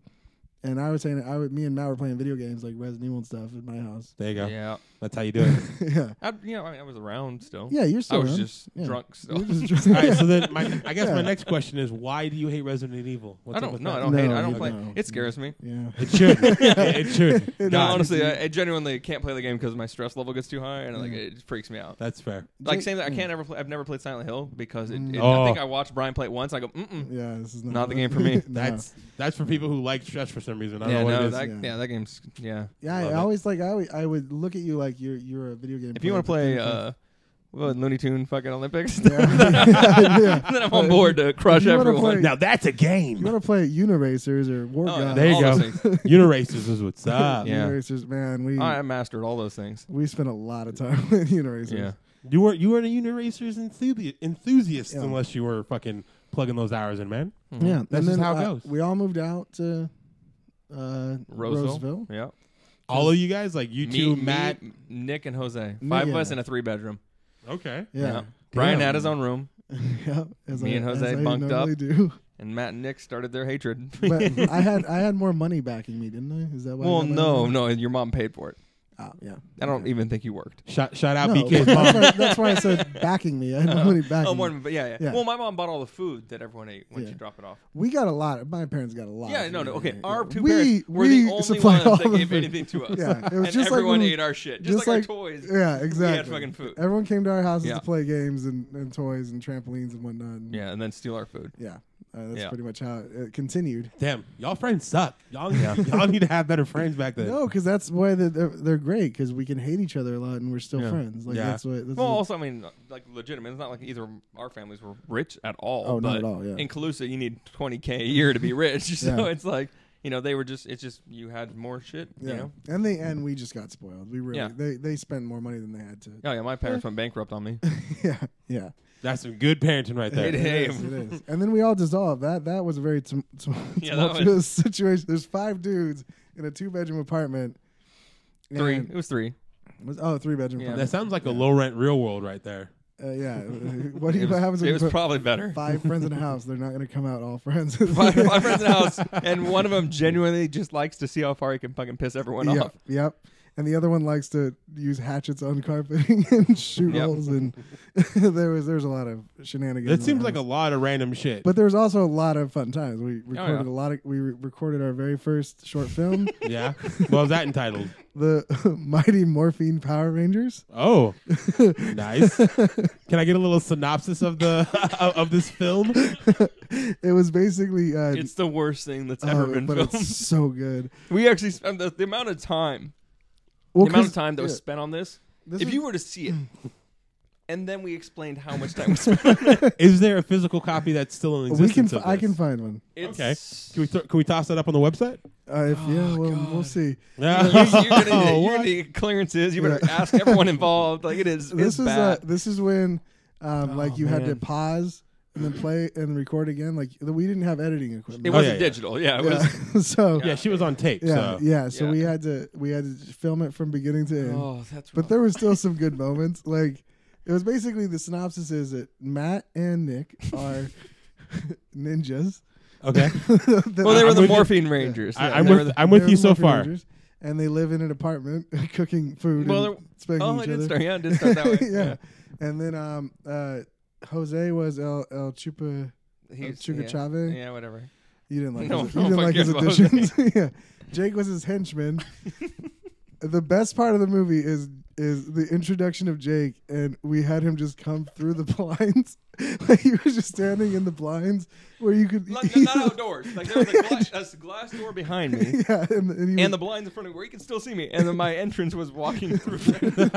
Speaker 2: and I was hanging I would me and Matt were playing video games like Resident Evil and stuff at my house.
Speaker 1: There you go.
Speaker 3: Yeah,
Speaker 1: That's how you do it.
Speaker 2: yeah,
Speaker 3: I, you know, I mean, I was around still.
Speaker 2: yeah, you're
Speaker 3: I
Speaker 2: still
Speaker 3: was
Speaker 2: around.
Speaker 3: just
Speaker 2: Yeah.
Speaker 3: drunk
Speaker 2: You
Speaker 3: still.
Speaker 2: were just drunk.
Speaker 1: All right. So then, my, I guess my
Speaker 2: Yeah.
Speaker 1: next question is: Why do you hate Resident Evil? What's
Speaker 3: I
Speaker 1: up
Speaker 3: don't
Speaker 1: with
Speaker 3: know. I
Speaker 1: that?
Speaker 3: don't hate. it. I
Speaker 2: No,
Speaker 3: don't
Speaker 2: you
Speaker 3: play.
Speaker 2: don't.
Speaker 3: It scares me.
Speaker 2: yeah.
Speaker 1: It should. it should.
Speaker 2: It
Speaker 3: No,
Speaker 1: God.
Speaker 2: does.
Speaker 3: honestly, I, I genuinely can't play the game because my stress level gets too high, and like
Speaker 2: Yeah.
Speaker 3: it freaks me out.
Speaker 1: That's fair.
Speaker 3: Like
Speaker 2: Jake-
Speaker 3: same, thing, I
Speaker 2: yeah.
Speaker 3: can't ever. Play, I've never played Silent Hill because it,
Speaker 2: Mm.
Speaker 3: it, I
Speaker 1: Oh.
Speaker 3: think I watched Brian play it once. I go, mm mm.
Speaker 2: Yeah, this is not,
Speaker 3: Not the game for me.
Speaker 2: No.
Speaker 1: That's that's for people who like stress for some reason. I don't
Speaker 3: yeah,
Speaker 1: know what
Speaker 3: no,
Speaker 1: it is.
Speaker 3: that, yeah.
Speaker 2: Yeah.
Speaker 3: that game's yeah.
Speaker 2: yeah. I
Speaker 3: Love it.
Speaker 2: always like I would, I would look at you like you're you're a video game.
Speaker 3: If you want to
Speaker 2: but then
Speaker 3: play
Speaker 2: if I-
Speaker 3: uh, what, Looney Tune fucking Olympics,
Speaker 2: Yeah. Yeah.
Speaker 3: then I'm on board to crush
Speaker 2: you wanna
Speaker 3: everyone.
Speaker 2: play-
Speaker 1: now that's a
Speaker 2: you
Speaker 1: game.
Speaker 2: want to play Uniracers or War
Speaker 3: Oh, yeah,
Speaker 2: God.
Speaker 1: There you
Speaker 3: all those
Speaker 1: go.
Speaker 3: things.
Speaker 1: Uniracers is what's up.
Speaker 3: Yeah.
Speaker 2: Uniracers, man, we
Speaker 3: I mastered all those things.
Speaker 2: we spent a lot of time playing Uniracers.
Speaker 3: Yeah.
Speaker 1: You weren't you weren't a Uniracers enthusi- enthusiast
Speaker 2: Yeah.
Speaker 1: unless you were fucking plugging those hours in, man.
Speaker 3: Mm-hmm.
Speaker 2: Yeah,
Speaker 1: That's
Speaker 2: and
Speaker 1: just
Speaker 2: then
Speaker 1: how it
Speaker 2: I-
Speaker 1: goes.
Speaker 2: We all moved out to uh,
Speaker 3: Roseville.
Speaker 2: Roseville.
Speaker 3: Yeah.
Speaker 1: All of you guys, like you two,
Speaker 3: me,
Speaker 1: Matt.
Speaker 3: me, Nick, and Jose.
Speaker 2: Me,
Speaker 3: Five of
Speaker 2: yeah.
Speaker 3: us in a three bedroom.
Speaker 1: Okay.
Speaker 2: Yeah,
Speaker 3: Brian
Speaker 1: Damn.
Speaker 3: had his own room,
Speaker 2: yeah. As
Speaker 3: Me
Speaker 2: I,
Speaker 3: and Jose
Speaker 2: as I
Speaker 3: bunked up.
Speaker 2: normally Do.
Speaker 3: and Matt and Nick started their hatred.
Speaker 2: But I had I had more money backing me, didn't I? Is that why? I
Speaker 3: well,
Speaker 2: got my
Speaker 3: no,
Speaker 2: money?
Speaker 3: no, your mom paid for it.
Speaker 2: Oh, yeah.
Speaker 3: I don't
Speaker 2: Okay.
Speaker 3: even think you worked.
Speaker 1: Shout, shout out
Speaker 2: No,
Speaker 1: BK's
Speaker 2: that's,
Speaker 1: mom.
Speaker 2: why, that's why I said backing me. I had my money backing.
Speaker 3: Oh, more
Speaker 2: me.
Speaker 3: than, but yeah, yeah,
Speaker 2: Yeah.
Speaker 3: Well, my mom bought all the food that everyone ate when
Speaker 2: Yeah.
Speaker 3: she dropped it off.
Speaker 2: We got a lot. my parents got a lot.
Speaker 3: Yeah,
Speaker 2: of
Speaker 3: no, no.
Speaker 2: food.
Speaker 3: Okay,
Speaker 2: Yeah.
Speaker 3: our two
Speaker 2: we,
Speaker 3: parents were
Speaker 2: we
Speaker 3: the only
Speaker 2: supplied
Speaker 3: ones
Speaker 2: all
Speaker 3: that
Speaker 2: the
Speaker 3: gave
Speaker 2: food.
Speaker 3: anything to us.
Speaker 2: Yeah, it was
Speaker 3: and
Speaker 2: just
Speaker 3: everyone
Speaker 2: like when-
Speaker 3: ate our shit, just,
Speaker 2: just
Speaker 3: like,
Speaker 2: like-
Speaker 3: our toys.
Speaker 2: Yeah,
Speaker 3: We had
Speaker 2: exactly.
Speaker 3: fucking food.
Speaker 2: Everyone came to our houses
Speaker 3: Yeah.
Speaker 2: to play games and, and toys and trampolines and whatnot. and-
Speaker 3: Yeah, and then steal our food.
Speaker 2: yeah. Uh, that's
Speaker 3: Yeah.
Speaker 2: pretty much how it, it continued.
Speaker 1: Damn, y'all friends suck. Y'all, y'all need to have better friends back then.
Speaker 2: No, because that's why they're, they're, they're great. Because we can hate each other a lot and we're still
Speaker 3: Yeah.
Speaker 2: friends. Like
Speaker 1: Yeah.
Speaker 2: that's what. That's
Speaker 3: Well,
Speaker 2: what-
Speaker 3: also, I mean, like legitimate. It's not like either of our families were rich at all.
Speaker 2: Oh,
Speaker 3: but
Speaker 2: not at all, yeah.
Speaker 3: In Calusa, you need 20k a year to be rich. So
Speaker 2: Yeah.
Speaker 3: it's like you know they were just. It's just you had more shit.
Speaker 2: yeah.
Speaker 3: You know.
Speaker 2: And they and we just got spoiled. We really
Speaker 3: Yeah.
Speaker 2: they they spent more money than they had to.
Speaker 3: Oh yeah, my parents went bankrupt on me.
Speaker 2: Eh. yeah, yeah.
Speaker 1: That's some good parenting right
Speaker 3: It
Speaker 1: there.
Speaker 3: is.
Speaker 2: It is, it is. And then we all dissolved. That that was a very tum- tum-
Speaker 3: Yeah, that
Speaker 2: tumultuous situation. There's five dudes in a two bedroom apartment.
Speaker 3: three.
Speaker 2: And-
Speaker 3: It was three.
Speaker 2: Was, oh, three bedroom.
Speaker 3: Yeah.
Speaker 2: Yeah.
Speaker 1: That sounds like a low rent real world right there.
Speaker 2: Uh, yeah. what do you,
Speaker 3: It was,
Speaker 2: what happens
Speaker 3: it
Speaker 2: when you
Speaker 3: was
Speaker 2: put
Speaker 3: probably better.
Speaker 2: five friends in a house? They're not going to come out all friends.
Speaker 3: Five, five friends in the house, and one of them genuinely just likes to see how far he can fucking piss everyone off.
Speaker 2: Yep. Yep. And the other one likes to use hatchets on carpeting and shoot
Speaker 3: Yep.
Speaker 2: holes. And there was there was a lot of shenanigans.
Speaker 1: That
Speaker 2: in
Speaker 1: seems
Speaker 2: the
Speaker 1: like a
Speaker 2: house.
Speaker 1: lot of random shit.
Speaker 2: But there was also a lot of fun times. We
Speaker 3: Oh, yeah.
Speaker 2: recorded a lot of. We re- recorded our very first short film,
Speaker 1: yeah. What was that entitled?
Speaker 2: the Mighty Morphine Power Rangers.
Speaker 1: Oh, nice. Can I get a little synopsis of the of, of this film?
Speaker 2: It was basically. Uh,
Speaker 3: It's the worst thing that's
Speaker 2: oh,
Speaker 3: ever been
Speaker 2: but
Speaker 3: filmed.
Speaker 2: it's so good.
Speaker 3: We actually spent the, the amount of time,
Speaker 2: Well,
Speaker 3: the amount
Speaker 2: 'cause-
Speaker 3: of time that was
Speaker 2: yeah,
Speaker 3: spent on this.
Speaker 2: this
Speaker 3: if
Speaker 2: is-
Speaker 3: you were to see it, and then we explained how much time we spent. on it.
Speaker 1: Is there a physical copy that's still in
Speaker 2: we can.
Speaker 1: existence?
Speaker 2: Fi-
Speaker 1: of
Speaker 2: I can
Speaker 1: this?
Speaker 2: find one.
Speaker 1: Okay.
Speaker 3: It's-
Speaker 1: Can we th- can we toss that up on the website?
Speaker 2: Uh, if
Speaker 3: Oh,
Speaker 2: yeah, well, we'll see.
Speaker 3: you,
Speaker 1: No.
Speaker 3: you're gonna need, you're
Speaker 1: What?
Speaker 3: gonna need clearances. You better ask everyone involved. Like it is.
Speaker 2: This
Speaker 3: it's
Speaker 2: is uh,
Speaker 3: bad. Oh,
Speaker 2: this is when, um, like you had to
Speaker 3: man.
Speaker 2: pause and then play and record again. Like we didn't have editing equipment.
Speaker 3: it wasn't
Speaker 1: Oh, yeah.
Speaker 3: digital. Yeah. It
Speaker 2: Oh, Yeah.
Speaker 3: was.
Speaker 2: so
Speaker 1: yeah, she was on tape.
Speaker 2: yeah,
Speaker 1: so.
Speaker 2: yeah. So
Speaker 3: Yeah.
Speaker 2: we had to we had to film it from beginning to end.
Speaker 3: Oh, that's.
Speaker 2: But there were still some good moments. Like it was basically the synopsis is that Matt and Nick are ninjas.
Speaker 1: Okay.
Speaker 2: That-
Speaker 3: well, they were
Speaker 1: I'm
Speaker 3: the
Speaker 1: with you.
Speaker 3: morphine rangers.
Speaker 1: I,
Speaker 3: Yeah,
Speaker 1: I'm
Speaker 3: they were
Speaker 1: with
Speaker 3: the-
Speaker 1: I'm with
Speaker 2: they're
Speaker 1: you so
Speaker 2: Muppet
Speaker 1: far.
Speaker 2: Rangers, and they live in an apartment cooking food
Speaker 3: Well,
Speaker 2: and
Speaker 3: they're-
Speaker 2: spanking
Speaker 3: oh,
Speaker 2: each
Speaker 3: I did
Speaker 2: other.
Speaker 3: start. Yeah, I did start that way.
Speaker 2: yeah. And then um uh Jose was El El Chupa El
Speaker 3: He's-
Speaker 2: Chupa
Speaker 3: yeah.
Speaker 2: Chave.
Speaker 3: Yeah, whatever.
Speaker 2: You didn't like
Speaker 3: No,
Speaker 2: his,
Speaker 3: no
Speaker 2: you didn't
Speaker 3: one
Speaker 2: like his
Speaker 3: cares about Jose.
Speaker 2: additions. yeah. Jake was his henchman. the best part of the movie is is the introduction of Jake and we had him just come through the blinds. like he was just standing in the blinds where you could
Speaker 3: Not, not outdoors. Like there was a glass, a glass door behind me.
Speaker 2: Yeah, and, and, he
Speaker 3: And the
Speaker 2: was,
Speaker 3: blinds in front of me, where you can still see me, and then my entrance was walking through. There.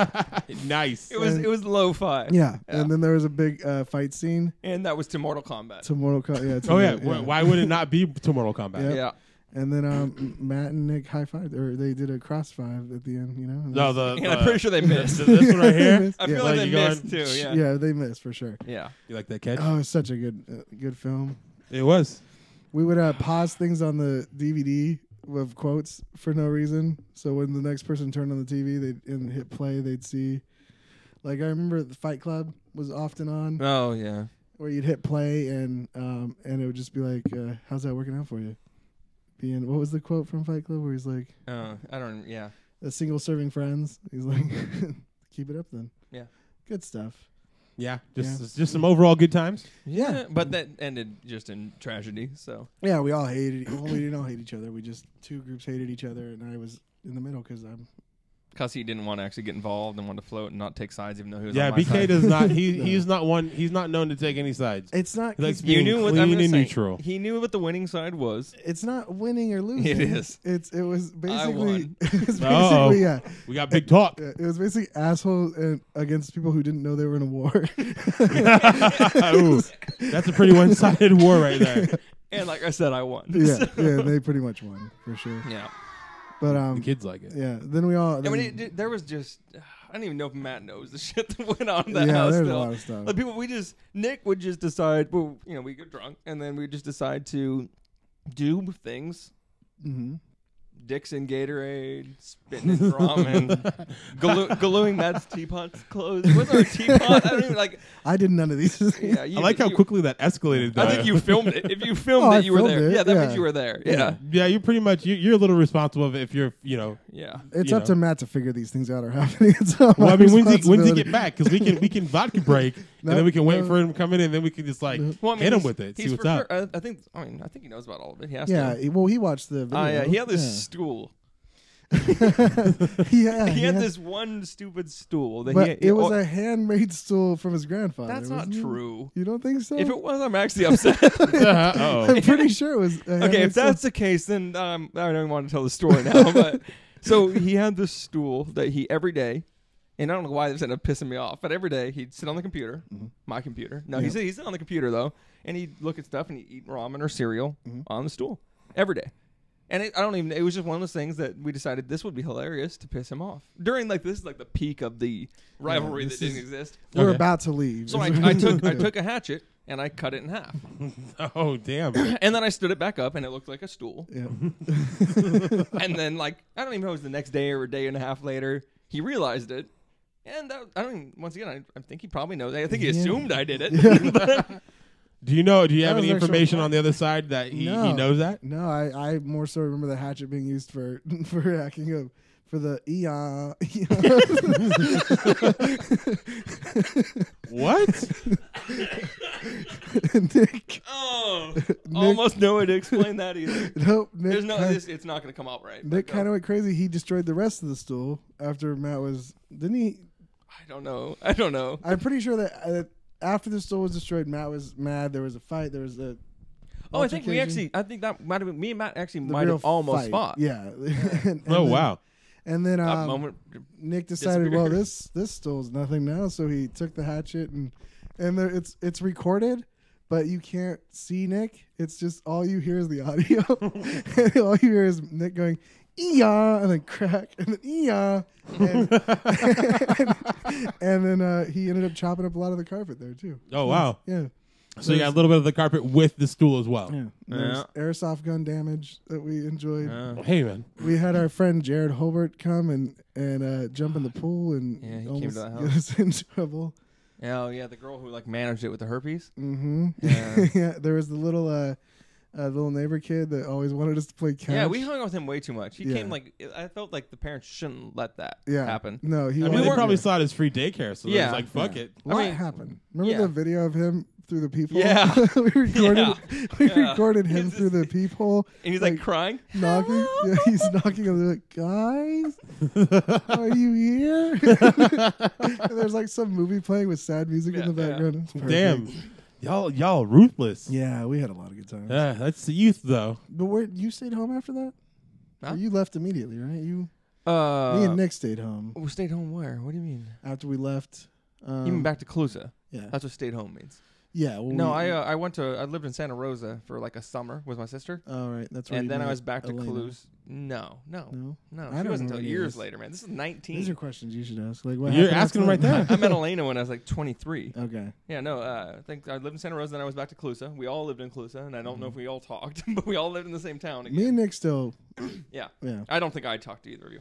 Speaker 1: nice.
Speaker 3: It was it was lo-fi.
Speaker 2: yeah.
Speaker 3: Yeah.
Speaker 2: and then there was a big uh, fight scene
Speaker 3: and that was to Mortal Kombat.
Speaker 2: to Mortal Kombat. Yeah, to
Speaker 1: Oh yeah.
Speaker 2: Mortal-
Speaker 1: wh- Why would it not be to Mortal Kombat?
Speaker 2: Yeah.
Speaker 3: Yeah,
Speaker 2: And then um, Matt and Nick high fived, or they did a cross five at the end. You know.
Speaker 1: No, the
Speaker 3: and
Speaker 1: the-
Speaker 3: I'm pretty sure they
Speaker 1: this,
Speaker 3: missed.
Speaker 1: this one right here.
Speaker 3: I
Speaker 2: Yeah.
Speaker 3: feel like
Speaker 1: Like,
Speaker 3: they
Speaker 1: you go
Speaker 3: missed
Speaker 1: on-
Speaker 3: too.
Speaker 2: yeah.
Speaker 3: Yeah,
Speaker 2: they missed for sure.
Speaker 3: yeah.
Speaker 1: You like that catch?
Speaker 2: Oh, it's such a good, uh, good film.
Speaker 1: It was.
Speaker 2: We would uh, pause things on the DVD with quotes for no reason. So when the next person turned on the TV, they and hit play, they'd see. Like I remember, the Fight Club was often on,
Speaker 3: Oh yeah.
Speaker 2: where you'd hit play and um and it would just be like, uh, "How's that working out for you?" Being what was the quote from Fight Club where he's like,
Speaker 3: Uh, I don't. Yeah.
Speaker 2: a single serving friends. He's like, keep it up then.
Speaker 3: Yeah.
Speaker 2: Good stuff.
Speaker 1: Yeah. Just just some overall good times.
Speaker 2: Yeah.
Speaker 3: Eh, but that ended just in tragedy. So
Speaker 2: Yeah, we all hated. e-, Well, we didn't all hate each other. We just two groups hated each other, and I was in the middle because I'm.
Speaker 3: because he didn't want to actually get involved and wanted to float and not take sides, even though he was.
Speaker 1: Yeah.
Speaker 3: on my
Speaker 1: BK
Speaker 3: side.
Speaker 1: does not. He
Speaker 2: No.
Speaker 1: he's not one. He's not known to take any sides.
Speaker 2: It's not.
Speaker 1: He likes
Speaker 2: it's-
Speaker 1: being
Speaker 3: You knew what
Speaker 1: clean
Speaker 3: I'm gonna
Speaker 1: and
Speaker 3: say,
Speaker 1: neutral.
Speaker 3: He knew what the winning side was.
Speaker 2: it's not winning or losing.
Speaker 3: is.
Speaker 2: It's it was basically.
Speaker 3: won.
Speaker 2: It's
Speaker 1: Uh-oh.
Speaker 2: basically yeah.
Speaker 1: We got big talk.
Speaker 2: Yeah, It was basically assholes and against people who didn't know they were in a war.
Speaker 1: Ooh, that's a pretty one-sided war right there.
Speaker 3: And like I said, I won.
Speaker 2: yeah,
Speaker 3: So-
Speaker 2: yeah, they pretty much won for sure.
Speaker 3: yeah.
Speaker 2: But
Speaker 1: The
Speaker 2: um,
Speaker 1: kids like it.
Speaker 2: yeah. Then we all.
Speaker 3: I mean,
Speaker 2: then-
Speaker 3: it, it- there was just I don't even know if Matt knows the shit that went on in
Speaker 2: yeah,
Speaker 3: that house.
Speaker 2: there's
Speaker 3: still.
Speaker 2: a lot of stuff.
Speaker 3: Like people, we just Nick would just decide. Well, you know, we get drunk and then we just decide to do things.
Speaker 2: mm-hmm.
Speaker 3: Dixon Gatorade, spitting in ramen, glue, gluing Matt's teapot's closed. Was our teapot? I don't even like.
Speaker 2: I did none of these.
Speaker 3: Yeah, you,
Speaker 1: I like how
Speaker 3: you-
Speaker 1: quickly that escalated. Though.
Speaker 3: I think you filmed it. If you filmed
Speaker 2: Oh, I
Speaker 3: it, you were
Speaker 2: filmed
Speaker 3: there.
Speaker 2: it,
Speaker 3: Yeah, that
Speaker 2: yeah.
Speaker 3: means you were there. Yeah,
Speaker 1: Yeah, you're pretty much you, you're a little responsible of it if you're you know.
Speaker 3: yeah.
Speaker 2: It's
Speaker 1: you
Speaker 2: up
Speaker 1: know.
Speaker 2: to Matt to figure these things out are happening. It's not
Speaker 1: Well,
Speaker 2: my
Speaker 1: I mean, when's he when's he
Speaker 2: responsibility.
Speaker 1: get back? Because we can we can vodka break
Speaker 2: No,
Speaker 1: and then we can wait
Speaker 2: no.
Speaker 1: for him to come in and then we can just like
Speaker 3: Well, I mean,
Speaker 1: hit him
Speaker 3: he's-
Speaker 1: with it. See
Speaker 3: he's
Speaker 1: what's
Speaker 3: for
Speaker 1: up.
Speaker 3: sure- I, I think. I mean, I think he knows about all of it. He has
Speaker 2: Yeah,
Speaker 3: to.
Speaker 2: he- well, he watched the video.
Speaker 3: Uh, yeah, he had this stool.
Speaker 2: yeah,
Speaker 3: He had this one stupid stool that
Speaker 2: But
Speaker 3: he.
Speaker 2: it was
Speaker 3: oh,
Speaker 2: a handmade stool from his grandfather.
Speaker 3: that's not
Speaker 2: wasn't it?
Speaker 3: true.
Speaker 2: You don't think so?
Speaker 3: If it was, I'm actually upset.
Speaker 1: Uh-oh.
Speaker 2: I'm pretty sure it was. A
Speaker 3: okay,
Speaker 2: handmade
Speaker 3: if that's the case, then um, I don't even want to tell the story now. But so he had this stool that he every day, and I don't know why this ended up pissing me off, but every day he'd sit on the computer, my computer. No, he's
Speaker 2: Mm-hmm. Yeah.
Speaker 3: he's on the computer though, and he'd look at stuff and he'd eat ramen or cereal
Speaker 2: Mhm.
Speaker 3: on the stool every day. And it, I don't even. It was just one of those things that we decided this would be hilarious to piss him off during like this is like the peak of the rivalry that
Speaker 2: this
Speaker 3: didn't
Speaker 2: is-
Speaker 3: exist.
Speaker 2: We're
Speaker 1: Okay.
Speaker 2: about to leave.
Speaker 3: So I, I took I took a hatchet and I cut it in half,
Speaker 1: oh damn.
Speaker 3: and then I stood it back up and it looked like a stool.
Speaker 2: Yeah.
Speaker 3: and then like I don't even know it was the next day or a day and a half later he realized it. And that, I don't. Even, once again, I, I think he probably knows. I think he
Speaker 2: Yeah.
Speaker 3: assumed I did it.
Speaker 1: Do you know? Do you have
Speaker 2: That
Speaker 1: any
Speaker 2: was actually
Speaker 1: information
Speaker 2: fun.
Speaker 1: on the other side that he, he
Speaker 2: No.
Speaker 1: knows that?
Speaker 2: No, I, I more so remember the hatchet being used for for hacking up for the eon.
Speaker 1: What?
Speaker 2: Nick,
Speaker 3: oh, almost no way to explain that either.
Speaker 2: nope. Nick
Speaker 3: There's no.
Speaker 2: had-
Speaker 3: This, it's not going to come out right.
Speaker 2: Nick
Speaker 3: But,
Speaker 2: kind of
Speaker 3: uh,
Speaker 2: went crazy. He destroyed the rest of the stool after Matt was. Didn't he?
Speaker 3: I don't know. I don't know.
Speaker 2: I'm pretty sure that uh, after the stool was destroyed, Matt was mad. There was a fight. There was a.
Speaker 3: Oh, I think
Speaker 2: altercation.
Speaker 3: we actually. I think that might have been me and Matt actually
Speaker 2: The
Speaker 3: might
Speaker 2: real
Speaker 3: have almost
Speaker 2: fight.
Speaker 3: fought.
Speaker 2: Yeah. And- and
Speaker 1: oh
Speaker 2: then-
Speaker 1: wow.
Speaker 2: And then
Speaker 3: That
Speaker 2: um,
Speaker 3: moment.
Speaker 2: Nick decided, well,
Speaker 3: disappeared.
Speaker 2: this this stool's nothing now, so he took the hatchet and and there, it's it's recorded, but you can't see Nick. It's just all you hear is the audio. and all you hear is Nick going, "Yeah," and then crack, and then "Yeah," and, and then uh, he ended up chopping up a lot of the carpet there too.
Speaker 1: Oh wow!
Speaker 2: Yeah.
Speaker 1: So you got a little bit of the carpet with the stool as well.
Speaker 2: Yeah. There's airsoft gun damage that we enjoyed.
Speaker 3: Uh,
Speaker 1: Hey man,
Speaker 2: We had our friend Jared Holbert come and and uh, jump in the pool and
Speaker 3: Yeah, he came
Speaker 2: almost
Speaker 3: to the
Speaker 2: get
Speaker 3: house.
Speaker 2: us in trouble.
Speaker 3: oh yeah, the girl who like managed it with the herpes.
Speaker 2: Mm-hmm.
Speaker 3: Yeah.
Speaker 2: Yeah. there was the little uh, uh, little neighbor kid that always wanted us to play catch.
Speaker 3: Yeah, we hung out with him way too much. He
Speaker 2: Yeah.
Speaker 3: came like I felt like the parents shouldn't let that
Speaker 2: yeah.
Speaker 3: happen.
Speaker 2: No, he.
Speaker 1: I mean,
Speaker 2: wanted
Speaker 1: they
Speaker 2: to-
Speaker 1: probably saw it as free daycare, so yeah.
Speaker 3: Yeah.
Speaker 1: they was like, "Fuck it."
Speaker 2: What
Speaker 3: I mean-
Speaker 2: happened? Remember
Speaker 3: Yeah.
Speaker 2: the video of him through the peephole?
Speaker 3: Yeah.
Speaker 2: we recorded.
Speaker 3: Yeah.
Speaker 2: We
Speaker 3: Yeah.
Speaker 2: recorded him
Speaker 3: He's
Speaker 2: through the peephole.
Speaker 3: And he's like,
Speaker 2: Like,
Speaker 3: crying.
Speaker 2: Knocking, yeah, he's knocking on the like, guys, are you here? and there's like some movie playing with sad music
Speaker 3: Yeah,
Speaker 2: in the
Speaker 3: yeah.
Speaker 2: background. It's perfect.
Speaker 1: Damn, y'all, y'all ruthless. Yeah.
Speaker 2: Yeah, we had a lot of good times.
Speaker 1: that's the youth though.
Speaker 2: But where you stayed home after that?
Speaker 3: Huh?
Speaker 2: Or you left immediately, right? You
Speaker 3: Uh,
Speaker 2: me and Nick stayed home
Speaker 3: We stayed home. Where? What do you mean?
Speaker 2: after we left. Um,
Speaker 3: Even back to Calusa.
Speaker 2: Yeah.
Speaker 3: That's what stayed home means.
Speaker 2: Yeah. Well,
Speaker 3: No,
Speaker 2: we-
Speaker 3: I uh, I went to I lived in Santa Rosa for like a summer with my sister,
Speaker 2: All right. That's right.
Speaker 3: and then I was back to
Speaker 2: Elena.
Speaker 3: Calusa. No, no,
Speaker 2: No.
Speaker 3: no.
Speaker 2: I
Speaker 3: She
Speaker 2: don't
Speaker 3: wasn't
Speaker 2: know
Speaker 3: until
Speaker 2: any of
Speaker 3: years
Speaker 2: this.
Speaker 3: later, man. This is
Speaker 2: These
Speaker 3: 19.
Speaker 2: are questions you should ask. Like, what
Speaker 1: You're
Speaker 2: happened
Speaker 1: asking them right
Speaker 2: after
Speaker 1: there.
Speaker 2: that?
Speaker 3: I met Elena when I was like 23.
Speaker 2: okay.
Speaker 3: Yeah, no. Uh, I think I lived in Santa Rosa, then I was back to Calusa. We all lived in Calusa, and I don't know if we all talked, but we all lived in the same town. Again.
Speaker 2: Mm. Me and Nick still.
Speaker 3: Yeah.
Speaker 2: Yeah.
Speaker 3: I don't think I talked to either of you.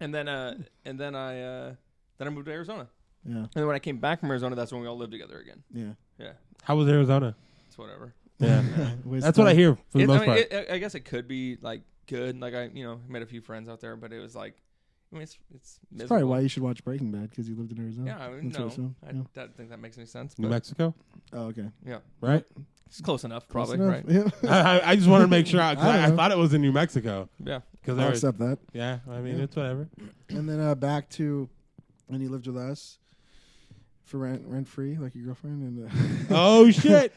Speaker 3: And then uh, and then I uh, then I moved to Arizona, and
Speaker 2: Yeah.
Speaker 3: then when I came back from Arizona, that's when we all lived together again.
Speaker 2: Yeah.
Speaker 3: Yeah,
Speaker 1: How was Arizona?
Speaker 3: it's whatever.
Speaker 1: Yeah,
Speaker 2: Waste
Speaker 1: that's what I
Speaker 2: time.
Speaker 1: hear for the
Speaker 3: It-
Speaker 1: most
Speaker 3: I, mean,
Speaker 1: part.
Speaker 3: it- I guess it could be like good. Like I, you know, made a few friends out there, but it was like, I mean, it's it's,
Speaker 2: That's probably
Speaker 3: miserable.
Speaker 2: why you should watch Breaking Bad because you lived in Arizona.
Speaker 3: Yeah, I mean,
Speaker 2: That's what
Speaker 3: no,
Speaker 2: it sounds-
Speaker 3: I
Speaker 2: yeah.
Speaker 3: don't think that makes any sense.
Speaker 1: New
Speaker 3: But
Speaker 1: Mexico,
Speaker 2: Oh, okay.
Speaker 1: right?
Speaker 3: it's close enough,
Speaker 2: Close
Speaker 3: probably.
Speaker 2: enough.
Speaker 3: Right?
Speaker 2: Yeah.
Speaker 1: I, I- I just wanted to make sure I, 'cause
Speaker 2: I don't
Speaker 1: I, I
Speaker 2: know.
Speaker 1: thought it was in New Mexico
Speaker 3: Yeah.
Speaker 1: because
Speaker 2: I'll
Speaker 1: there was.
Speaker 2: accept that.
Speaker 1: Yeah, I mean
Speaker 2: Yeah.
Speaker 1: it's whatever.
Speaker 2: And then uh, back to when you lived with us for rent rent free, like your girlfriend. And uh,
Speaker 1: Oh shit!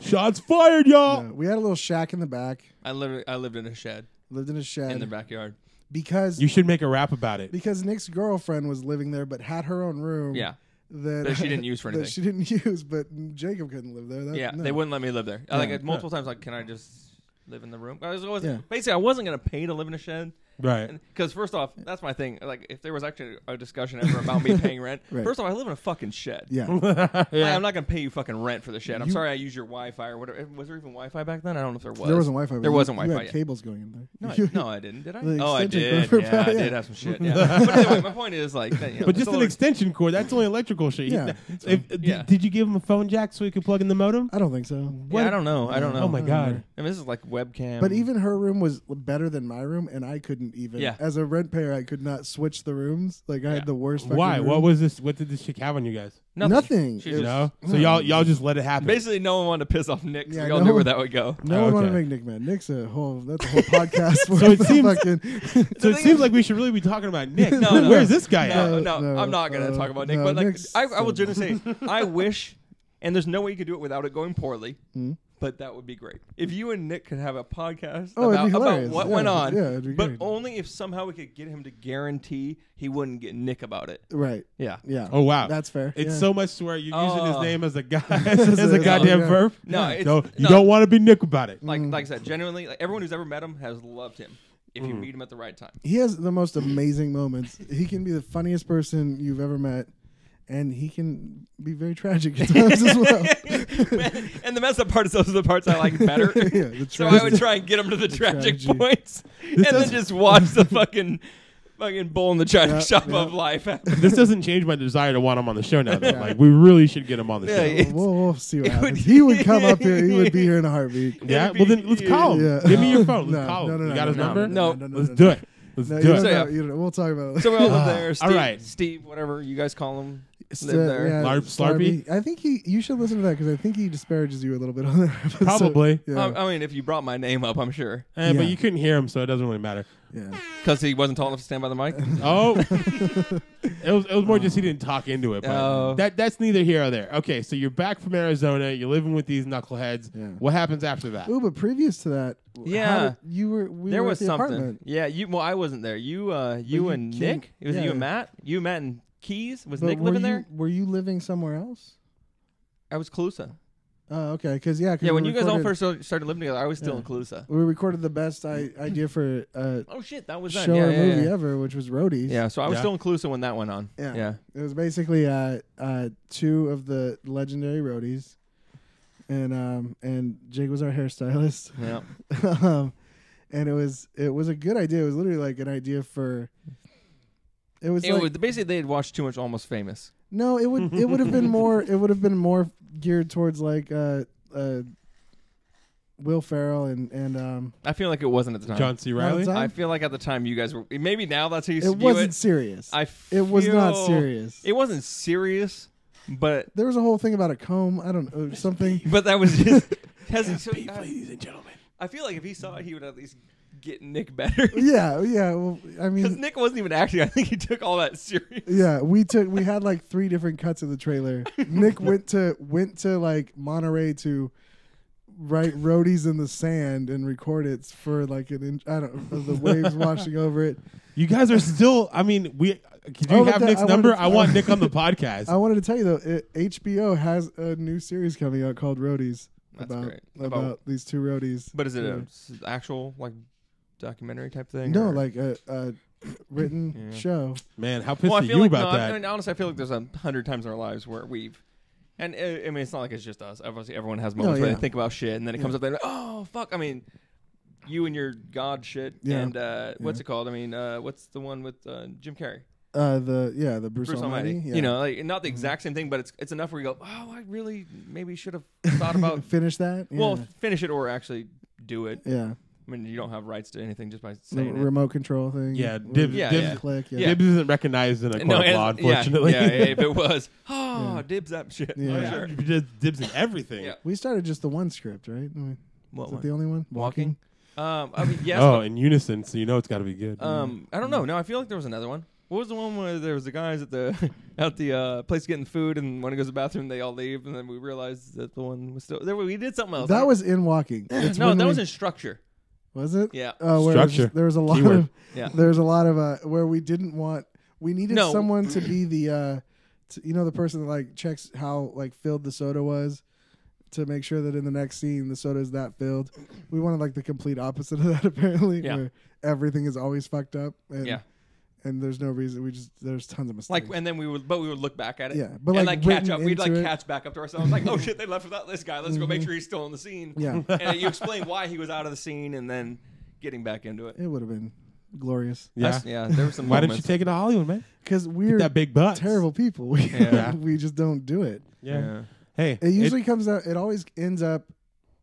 Speaker 1: Shots fired, y'all.
Speaker 2: no, we had a little shack in the back.
Speaker 3: I lived I lived in a shed
Speaker 2: Lived in a shed
Speaker 3: in the backyard.
Speaker 2: because
Speaker 1: You should make a rap about it.
Speaker 2: because Nick's girlfriend was living there, but had her own room.
Speaker 3: Yeah,
Speaker 2: that,
Speaker 3: That she didn't use for
Speaker 2: that
Speaker 3: anything.
Speaker 2: she didn't use, but Jacob couldn't live there. That,
Speaker 3: yeah.
Speaker 2: no.
Speaker 3: They wouldn't let me live there. I,
Speaker 2: Yeah.
Speaker 3: like multiple times, like, can I just live in the room? I was always,
Speaker 2: Yeah.
Speaker 3: basically I wasn't gonna pay to live in a shed.
Speaker 1: Right.
Speaker 3: Because first off, that's my thing. Like, if there was actually a discussion ever about me paying rent,
Speaker 2: Right.
Speaker 3: first off, I live in a fucking shed.
Speaker 2: Yeah,
Speaker 3: Like, I'm not gonna pay you fucking rent for the shed. I'm
Speaker 2: You-
Speaker 3: sorry I use your Wi-Fi or whatever. Was there even Wi-Fi back then? I don't know if there was.
Speaker 2: there wasn't Wi-Fi. but
Speaker 3: There
Speaker 2: you-
Speaker 3: wasn't
Speaker 2: You
Speaker 3: Wi-Fi
Speaker 2: had
Speaker 3: yet.
Speaker 2: cables going in there.
Speaker 3: No,
Speaker 2: You-
Speaker 3: I, no, I didn't. Did I?
Speaker 2: The
Speaker 3: Oh, I
Speaker 2: extension
Speaker 3: did.
Speaker 2: cord
Speaker 3: Yeah, I
Speaker 2: for-
Speaker 3: did
Speaker 2: yeah.
Speaker 3: have some shit. Yeah. but anyway, my point is like, that, you know,
Speaker 1: But
Speaker 3: it's
Speaker 1: just
Speaker 3: all
Speaker 1: an
Speaker 3: over-
Speaker 1: extension cord. That's only electrical shit. You-
Speaker 2: Yeah,
Speaker 1: if, d-
Speaker 3: Yeah.
Speaker 1: Did you give him a phone jack so he could plug in the modem?
Speaker 2: I don't think so.
Speaker 3: Yeah, I don't know. I don't know.
Speaker 1: Oh my god.
Speaker 3: I mean, this is like webcam.
Speaker 2: But even her room was better than my room, and I couldn't even.
Speaker 3: Yeah.
Speaker 2: As a rent payer, I could not switch the rooms. Like I
Speaker 3: Yeah.
Speaker 2: had the worst. fucking
Speaker 1: Why?
Speaker 2: Room.
Speaker 1: What was this? What did this chick have on you guys?
Speaker 3: nothing.
Speaker 2: nothing.
Speaker 3: She
Speaker 2: It
Speaker 3: just-
Speaker 1: No. So y'all y'all just let it happen.
Speaker 3: Basically, no one wanted to piss off Nick. 'cause
Speaker 2: Yeah,
Speaker 3: we all
Speaker 2: no
Speaker 3: knew where
Speaker 2: one-
Speaker 3: that would go.
Speaker 2: No
Speaker 1: Oh,
Speaker 2: one wanted to
Speaker 1: okay.
Speaker 2: make Nick mad. Nick's a whole that's a whole podcast. worth
Speaker 1: it
Speaker 2: of
Speaker 1: seems-
Speaker 2: fucking,
Speaker 1: so
Speaker 3: The
Speaker 1: it
Speaker 3: thing
Speaker 1: seems
Speaker 3: is-
Speaker 1: like we should really be talking about Nick.
Speaker 3: No, no.
Speaker 1: Where's this guy
Speaker 3: No,
Speaker 1: at?
Speaker 3: no,
Speaker 2: no,
Speaker 3: I'm not gonna
Speaker 2: uh,
Speaker 3: talk about Nick.
Speaker 2: no,
Speaker 3: but like,
Speaker 2: Nick's
Speaker 3: I, I will
Speaker 2: so-
Speaker 3: just say, I wish, and there's no way you could do it without it going poorly.
Speaker 2: Mm.
Speaker 3: But that would be great if you and Nick could have a podcast
Speaker 2: Oh, it'd
Speaker 3: about,
Speaker 2: be
Speaker 3: about
Speaker 2: hilarious.
Speaker 3: what
Speaker 2: Yeah,
Speaker 3: went on.
Speaker 2: yeah, it'd be
Speaker 3: but
Speaker 2: great.
Speaker 3: only if somehow we could get him to guarantee he wouldn't get Nick about it.
Speaker 2: right.
Speaker 3: Yeah.
Speaker 2: Yeah.
Speaker 1: Oh wow.
Speaker 2: That's fair.
Speaker 1: It's
Speaker 2: Yeah.
Speaker 1: so much to where you're using his
Speaker 3: Oh.
Speaker 1: name as a guy as
Speaker 2: a-
Speaker 1: a goddamn
Speaker 2: yeah.
Speaker 1: verb.
Speaker 3: No, it's-
Speaker 1: Don't- you
Speaker 3: no.
Speaker 1: don't want to be Nick about it.
Speaker 2: Mm.
Speaker 3: Like like I said, genuinely, like everyone who's ever met him has loved him. If you meet him at the right time.
Speaker 2: he has the most amazing moments. He can be the funniest person you've ever met, and he can be very tragic at times as well.
Speaker 3: and the messed up part is those are the parts I like better.
Speaker 2: Yeah, the
Speaker 3: so I would
Speaker 2: tragedy.
Speaker 3: try and get them to the, tragic
Speaker 2: tragedy.
Speaker 3: points, and then
Speaker 1: doesn't-
Speaker 3: just watch the fucking fucking bowl in the china
Speaker 2: Yeah,
Speaker 3: shop
Speaker 2: yeah.
Speaker 3: of life. happen.
Speaker 1: This doesn't change my desire to want him on the show now. Though. Like we really should get him on the
Speaker 3: Yeah,
Speaker 1: show.
Speaker 3: yeah.
Speaker 1: Yeah.
Speaker 2: We'll, we'll see what
Speaker 3: It would-
Speaker 2: happens. he would come up here. He would be here in a heartbeat.
Speaker 3: It'd
Speaker 1: Well then let's
Speaker 3: be-
Speaker 1: call him.
Speaker 2: Yeah.
Speaker 1: Give me
Speaker 2: No,
Speaker 1: your phone. Let's
Speaker 2: no,
Speaker 1: call him.
Speaker 2: no, no,
Speaker 1: you
Speaker 2: no,
Speaker 1: got his
Speaker 2: no,
Speaker 1: number?
Speaker 3: no,
Speaker 2: no, no,
Speaker 1: Let's
Speaker 2: no,
Speaker 1: do
Speaker 2: no.
Speaker 1: it. Let's
Speaker 2: No, you
Speaker 1: do
Speaker 2: don't
Speaker 1: it.
Speaker 3: So, yeah.
Speaker 2: know, you don't know. We'll talk about it.
Speaker 3: so we're all live
Speaker 2: Ah,
Speaker 3: there. Steve,
Speaker 1: right.
Speaker 3: Steve, whatever you guys call him,
Speaker 2: It's
Speaker 3: live
Speaker 2: the-
Speaker 3: there.
Speaker 2: yeah,
Speaker 1: Larp- Slarpy?
Speaker 2: I think he. You should listen to that because I think he disparages you a little bit on that episode.
Speaker 1: Probably.
Speaker 2: Yeah.
Speaker 3: Um, I, I mean, if you brought my name up, I'm sure.
Speaker 1: Eh,
Speaker 2: Yeah.
Speaker 1: But you couldn't hear him, so it doesn't really matter.
Speaker 2: Yeah.
Speaker 3: because he wasn't tall enough to stand by the mic.
Speaker 1: Oh, it was it was more just he didn't talk into it. But
Speaker 3: Oh.
Speaker 1: that that's neither here or there. Okay, so you're back from Arizona. You're living with these knuckleheads.
Speaker 2: Yeah.
Speaker 1: What happens after that?
Speaker 2: Ooh, but previous to that, how
Speaker 3: Yeah.
Speaker 2: did- you were. We
Speaker 3: there
Speaker 2: were at
Speaker 3: was
Speaker 2: the
Speaker 3: something.
Speaker 2: Apartment.
Speaker 3: Yeah, you. Well, I wasn't there. You, uh, you,
Speaker 2: you
Speaker 3: and
Speaker 2: came-
Speaker 3: Nick. It was
Speaker 2: yeah.
Speaker 3: you and Matt. You, Matt, and Keys. Was
Speaker 2: But
Speaker 3: Nick
Speaker 2: were
Speaker 3: living
Speaker 2: you,
Speaker 3: there?
Speaker 2: Were you living somewhere else?
Speaker 3: I was Calusa.
Speaker 2: Oh, okay. Because yeah, 'cause
Speaker 3: Yeah,
Speaker 2: we
Speaker 3: when you guys all
Speaker 2: recorded-
Speaker 3: first started started living together, I was still in Calusa.
Speaker 2: we recorded the best I, idea for a
Speaker 3: Oh shit, that was
Speaker 2: show
Speaker 3: done. Yeah,
Speaker 2: or
Speaker 3: yeah,
Speaker 2: movie
Speaker 3: yeah.
Speaker 2: ever, which was Roadies.
Speaker 3: Yeah, so I was
Speaker 1: Yeah.
Speaker 3: still in Calusa when that went on.
Speaker 2: Yeah.
Speaker 3: yeah.
Speaker 2: It was basically uh, uh, two of the legendary roadies, and um, and Jake was our hairstylist.
Speaker 3: yeah.
Speaker 2: um, and it was it was a good idea. It was literally like an idea for. It was
Speaker 3: It
Speaker 2: like
Speaker 3: was, basically they had watched too much Almost Famous.
Speaker 2: no. It would it would have been more. It would have been more geared towards like uh, uh, Will Ferrell and and um.
Speaker 3: I feel like it wasn't at the time.
Speaker 1: John C.
Speaker 2: Not
Speaker 1: Riley.
Speaker 2: inside?
Speaker 3: I feel like at the time you guys were maybe now that's how you
Speaker 2: It
Speaker 3: view
Speaker 2: wasn't
Speaker 3: it.
Speaker 2: serious.
Speaker 3: I
Speaker 2: it was not
Speaker 3: feel-
Speaker 2: serious.
Speaker 3: It wasn't serious, but
Speaker 2: there was a whole thing about a comb. I don't know something.
Speaker 3: but that was just. has he- so-
Speaker 1: Beef,
Speaker 3: I,
Speaker 1: ladies and gentlemen.
Speaker 3: I feel like if he saw it, he would at least get Nick better.
Speaker 2: yeah, yeah. Well, I
Speaker 3: Because
Speaker 2: mean,
Speaker 3: Nick wasn't even acting. I think he took all that serious.
Speaker 2: Yeah, we took we had like three different cuts of the trailer. Nick went to went to like Monterey to write roadies in the sand and record it for like an in, I don't know the waves washing over it.
Speaker 1: You guys are still. I mean, we. Do
Speaker 2: Oh,
Speaker 1: you
Speaker 2: but
Speaker 1: have
Speaker 2: that-
Speaker 1: Nick's
Speaker 2: I wanted
Speaker 1: number?
Speaker 2: to- Oh.
Speaker 1: I want Nick on the podcast.
Speaker 2: I wanted to tell you though, it, HBO has a new series coming out called Roadies
Speaker 3: That's
Speaker 2: about
Speaker 3: great.
Speaker 2: about,
Speaker 3: About-
Speaker 2: these two roadies.
Speaker 3: But is it
Speaker 2: Yeah.
Speaker 3: a s- actual like documentary type thing?
Speaker 2: no
Speaker 3: or-
Speaker 2: like a, a written
Speaker 3: Yeah.
Speaker 2: show?
Speaker 1: Man, how pissed
Speaker 3: Well, I
Speaker 1: are
Speaker 3: feel
Speaker 1: you
Speaker 3: like
Speaker 1: about
Speaker 3: no,
Speaker 1: that?
Speaker 3: I mean, honestly, I feel like there's a hundred times in our lives where we've, and uh, I mean, it's not like it's just us. Obviously, everyone has moments where
Speaker 2: yeah.
Speaker 3: they think about shit, and then it comes up there. Like, oh fuck! I mean, you and your god shit,
Speaker 2: Yeah.
Speaker 3: and uh, what's
Speaker 2: Yeah.
Speaker 3: it called? I mean, uh, what's the one with uh, Jim Carrey?
Speaker 2: Uh, the yeah the Bruce,
Speaker 3: Bruce
Speaker 2: Almighty.
Speaker 3: Almighty.
Speaker 2: Yeah. Mm-hmm.
Speaker 3: You know, like, not the exact same thing, but it's it's enough where you go, oh, I really maybe should have thought about.
Speaker 2: finish that. Yeah.
Speaker 3: Well, finish it or actually do it.
Speaker 2: yeah,
Speaker 3: I mean, you don't have rights to anything just by
Speaker 2: the
Speaker 3: saying it.
Speaker 2: remote control thing.
Speaker 1: Yeah,
Speaker 2: Where
Speaker 1: Div-
Speaker 2: you
Speaker 3: Yeah,
Speaker 1: Div-
Speaker 3: yeah.
Speaker 2: click.
Speaker 3: Yeah.
Speaker 1: Gibbs isn't recognized in a court of
Speaker 3: and-
Speaker 1: law,
Speaker 3: yeah,
Speaker 1: unfortunately.
Speaker 3: Yeah, if it was, oh,
Speaker 2: Yeah.
Speaker 3: dibs that shit.
Speaker 2: Yeah.
Speaker 3: for
Speaker 1: Yeah.
Speaker 3: sure.
Speaker 1: You just dibs in everything.
Speaker 3: Yeah.
Speaker 2: We started just the one script, right? Is
Speaker 3: What
Speaker 2: that
Speaker 3: one?
Speaker 2: the only one?
Speaker 3: Walking? Um, I mean, yes.
Speaker 1: oh, in unison, so you know it's got to be good.
Speaker 3: but, um, I don't know. No, I feel like there was another one. What was the one where there was the guys at the at the uh, place getting food, and when it goes to the bathroom, they all leave, and then we realized that the one was still there. We did something else.
Speaker 2: That was in Walking. It's
Speaker 3: no,
Speaker 2: when
Speaker 3: that
Speaker 2: we-
Speaker 3: was in structure.
Speaker 2: was it?
Speaker 3: Yeah.
Speaker 2: Oh, where it was just-
Speaker 1: Structure.
Speaker 2: there was a lot
Speaker 1: Keyword.
Speaker 2: of
Speaker 3: Yeah.
Speaker 2: there was a lot of uh, where we didn't want. We needed
Speaker 3: No.
Speaker 2: someone to be the, uh, to, you know, the person that like checks how like filled the soda was, to make sure that in the next scene the soda is that filled. We wanted like the complete opposite of that apparently,
Speaker 3: Yeah.
Speaker 2: where everything is always fucked up and
Speaker 3: Yeah.
Speaker 2: and there's no reason. We just there's tons of mistakes.
Speaker 3: Like, and then we would, but we would look back at it.
Speaker 2: Yeah, but,
Speaker 3: and
Speaker 2: like,
Speaker 3: like catch
Speaker 2: written
Speaker 3: up. We'd like
Speaker 2: into it- Mm-hmm.
Speaker 3: catch back up to ourselves. Like, oh shit, they left without this guy. Let's go make sure he's still on the scene.
Speaker 2: Yeah.
Speaker 3: and you explain why he was out of the scene, and then getting back into it.
Speaker 2: it would have been glorious
Speaker 1: yeah.
Speaker 3: That's- yeah. There were some.
Speaker 1: Why didn't
Speaker 3: moments.
Speaker 1: you take it to Hollywood, man?
Speaker 2: because
Speaker 1: Get
Speaker 2: we're
Speaker 1: that big butt.
Speaker 2: terrible people. We
Speaker 1: Yeah.
Speaker 2: we just don't do it.
Speaker 1: Yeah. Hey,
Speaker 2: It usually comes out. It always ends up.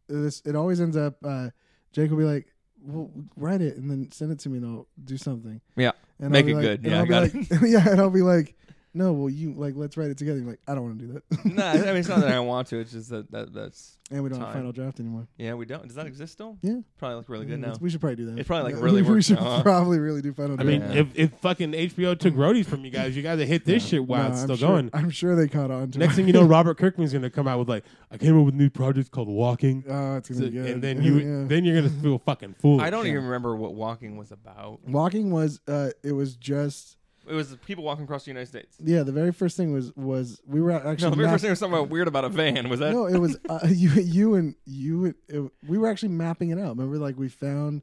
Speaker 2: This it always ends up. Uh, Jake will be like, "Well, write it and then send it to me, and I'll do something."
Speaker 3: Yeah.
Speaker 2: and
Speaker 3: Make
Speaker 2: be
Speaker 3: it
Speaker 2: like-
Speaker 3: good.
Speaker 2: and
Speaker 3: Yeah,
Speaker 2: I'll be
Speaker 3: I got
Speaker 2: like, yeah, and I'll be like, "No, well, you like let's write it together." You're like, "I don't want to do that,"
Speaker 3: no, I mean it's not that I want to. It's just that, that that's
Speaker 2: and we don't have
Speaker 3: Time.
Speaker 2: final draft anymore.
Speaker 3: yeah. We don't. Does that exist still?
Speaker 2: Yeah,
Speaker 3: Probably look really
Speaker 2: Yeah,
Speaker 3: good now.
Speaker 2: Mm, it's- We should probably do that.
Speaker 3: It's probably, like,
Speaker 2: Yeah,
Speaker 3: really
Speaker 2: we, we
Speaker 3: works
Speaker 2: should
Speaker 3: now, huh?
Speaker 2: probably really do final
Speaker 1: I
Speaker 2: draft.
Speaker 1: mean,
Speaker 3: Yeah.
Speaker 1: if, if fucking HBO took roadies from you guys, you guys have hit this shit while
Speaker 2: No,
Speaker 1: it's
Speaker 2: I'm
Speaker 1: still
Speaker 2: sure-
Speaker 1: going.
Speaker 2: I'm sure they caught on. To
Speaker 1: Next
Speaker 2: it.
Speaker 1: thing you know, Robert Kirkman's gonna come out with like, I came up with a new project called Walking,
Speaker 2: oh, it's gonna be good.
Speaker 1: and then you,
Speaker 2: Yeah.
Speaker 1: then you're gonna feel fucking foolish.
Speaker 3: I don't even remember what walking was about.
Speaker 2: walking was uh, it was just
Speaker 3: It was people walking across the United States.
Speaker 2: yeah. The very first thing was was we were
Speaker 3: No,
Speaker 2: actually
Speaker 3: the very
Speaker 2: not-
Speaker 3: first thing was something about weird about a van. Was that?
Speaker 2: No, it was uh, you, you and you. and- It, we were actually mapping it out. Remember, like we found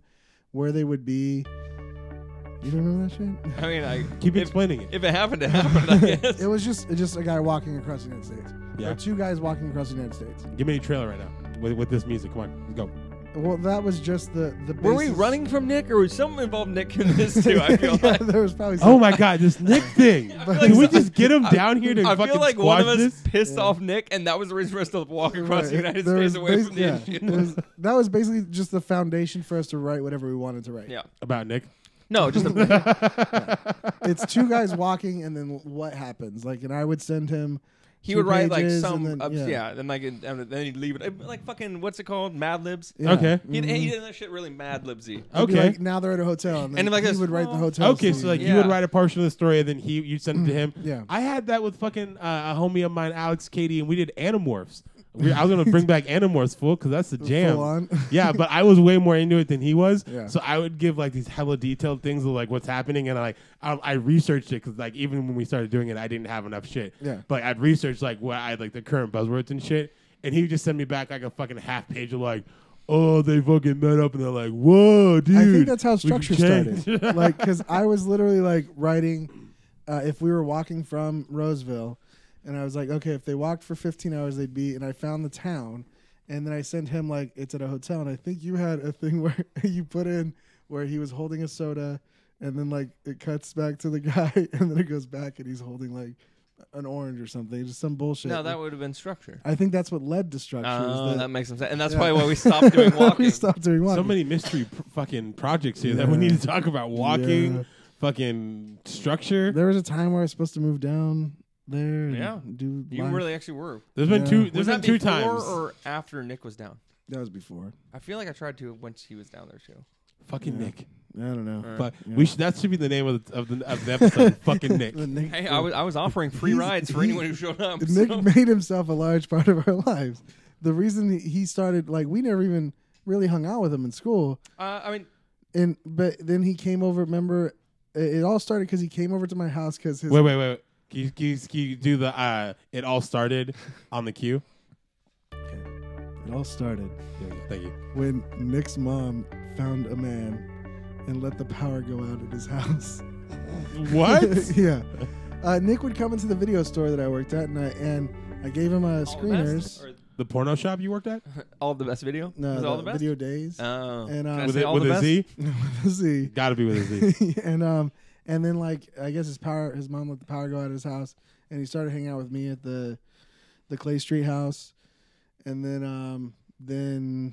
Speaker 2: where they would be. You don't remember that
Speaker 3: I mean, I
Speaker 1: keep
Speaker 3: if,
Speaker 1: explaining it.
Speaker 3: If it happened, it happened. I guess.
Speaker 2: shit? It was just it's just a guy walking across the United States.
Speaker 1: Yeah.
Speaker 2: Or two guys walking across the United States.
Speaker 1: Give me a trailer right now with, with this music. Come on, go.
Speaker 2: Well, that was just the the.
Speaker 3: Were we
Speaker 2: basis-
Speaker 3: running from Nick, or was something involved Nick in this too? I feel
Speaker 2: yeah,
Speaker 3: like.
Speaker 2: there was probably. Some,
Speaker 1: Oh my god, this Nick thing.
Speaker 3: feel
Speaker 1: Can we
Speaker 3: like so-
Speaker 1: just get him
Speaker 3: I-
Speaker 1: down here to
Speaker 3: I
Speaker 1: fucking
Speaker 3: feel like
Speaker 1: squash
Speaker 3: one of us
Speaker 1: this?
Speaker 3: pissed off Nick, and that was the reason for us to walk across the
Speaker 2: Right,
Speaker 3: United
Speaker 2: there was
Speaker 3: States away
Speaker 2: bas-
Speaker 3: from the
Speaker 2: yeah,
Speaker 3: issue.
Speaker 2: it was- That was basically just the foundation for us to write whatever we wanted to write.
Speaker 3: Yeah.
Speaker 1: About Nick.
Speaker 3: No, just a,
Speaker 2: It's two guys walking, and then what happens? Like, and I would send him
Speaker 3: He
Speaker 2: Two
Speaker 3: would write like
Speaker 2: pages
Speaker 3: some,
Speaker 2: and then-
Speaker 3: ups,
Speaker 2: yeah.
Speaker 3: yeah. and like and and then he'd leave it like fucking what's it called, Mad Libs.
Speaker 2: Yeah.
Speaker 1: Okay.
Speaker 3: He, he did that shit really Mad Libsy.
Speaker 2: It'd be
Speaker 1: Okay.
Speaker 2: like, now they're at a hotel, and, then
Speaker 3: And like
Speaker 2: he
Speaker 3: this-
Speaker 2: would write the
Speaker 3: oh.
Speaker 2: hotel.
Speaker 1: Okay, so
Speaker 2: story.
Speaker 1: like you
Speaker 3: Yeah.
Speaker 1: would write a portion of the story, and then he you'd send it to him.
Speaker 2: Yeah.
Speaker 1: I had that with fucking uh, a homie of mine, Alex Katie, and we did Animorphs. We, I was gonna bring back Animorphs, fool, because that's the jam.
Speaker 2: Full on.
Speaker 1: yeah, but I was way more into it than he was.
Speaker 2: Yeah.
Speaker 1: So I would give like these hella detailed things of like what's happening, and like I, I researched it because like even when we started doing it, I didn't have enough shit.
Speaker 2: Yeah.
Speaker 1: But I'd research like what I like the current buzzwords and shit, and he would just send me back like a fucking half page of like. Oh, they fucking met up and they're like, "Whoa, dude!"
Speaker 2: I think that's how
Speaker 1: we've
Speaker 2: structure
Speaker 1: changed."
Speaker 2: started. like, because I was literally like writing, uh, if we were walking from Roseville, and I was like, okay, if they walked for 15 hours, they'd be, and I found the town, and then I sent him like it's at a hotel, and I think you had a thing where you put in where he was holding a soda, and then like it cuts back to the guy, and then it goes back, and he's holding like an orange or something, just some bullshit.
Speaker 3: No, that would have been structure.
Speaker 2: I think that's what led to structure. is
Speaker 3: Oh,
Speaker 2: that-
Speaker 3: that, makes some sense, and that's
Speaker 2: yeah.
Speaker 3: probably why we stopped doing walking.
Speaker 2: we stopped doing
Speaker 1: so
Speaker 2: walking.
Speaker 1: many mystery pr- fucking projects here that we
Speaker 2: Yeah.
Speaker 1: need to talk about walking
Speaker 2: Yeah.
Speaker 1: fucking structure
Speaker 2: There was a time where I was supposed to move down there. and
Speaker 3: Yeah.
Speaker 2: do
Speaker 3: You
Speaker 2: live.
Speaker 3: really actually were.
Speaker 1: there's been
Speaker 2: Yeah.
Speaker 1: two
Speaker 3: Was
Speaker 1: there's been
Speaker 3: that
Speaker 1: two
Speaker 3: before
Speaker 1: times
Speaker 3: or after Nick was down?
Speaker 2: That was before.
Speaker 3: I feel like I tried to once he was down there too.
Speaker 1: fucking
Speaker 2: Yeah.
Speaker 1: nick
Speaker 2: I don't know.
Speaker 3: Alright.
Speaker 1: but
Speaker 2: Yeah.
Speaker 1: we should, that should be the name of the, of the, of the episode fucking nick
Speaker 2: The Nick,
Speaker 3: Hey, I was I was offering free
Speaker 2: He's-
Speaker 3: rides for
Speaker 2: he-
Speaker 3: anyone who showed up.
Speaker 2: Nick
Speaker 3: so-
Speaker 2: made himself a large part of our lives. The reason he- he started, like, we never even really hung out with him in school,
Speaker 3: Uh, I mean,
Speaker 2: and but then he came over. Remember, it, it all started because he came over to my house because his
Speaker 1: wait wait wait can you, can you, can you do the uh it all started on the queue
Speaker 2: it all started
Speaker 1: There you go. thank you
Speaker 2: when Nick's mom found a man and let the power go out at his house.
Speaker 1: what
Speaker 2: yeah. Uh, Nick would come into the video store that I worked at, and I and I gave him uh,
Speaker 3: all the best,
Speaker 2: screeners.
Speaker 3: or
Speaker 1: the porno shop you worked at
Speaker 3: all the best video.
Speaker 2: No,
Speaker 3: was it all the
Speaker 2: the
Speaker 3: best.
Speaker 2: video days.
Speaker 3: Oh,
Speaker 2: And,
Speaker 3: Can I
Speaker 2: uh,
Speaker 1: with
Speaker 3: say
Speaker 1: it
Speaker 3: all
Speaker 1: with
Speaker 3: the
Speaker 1: a
Speaker 3: best?
Speaker 1: Z?
Speaker 2: Let's see.
Speaker 1: gotta be with a z
Speaker 2: and um, and then like I guess his power, his mom let the power go out of his house, and he started hanging out with me at the, the Clay Street house, and then um, then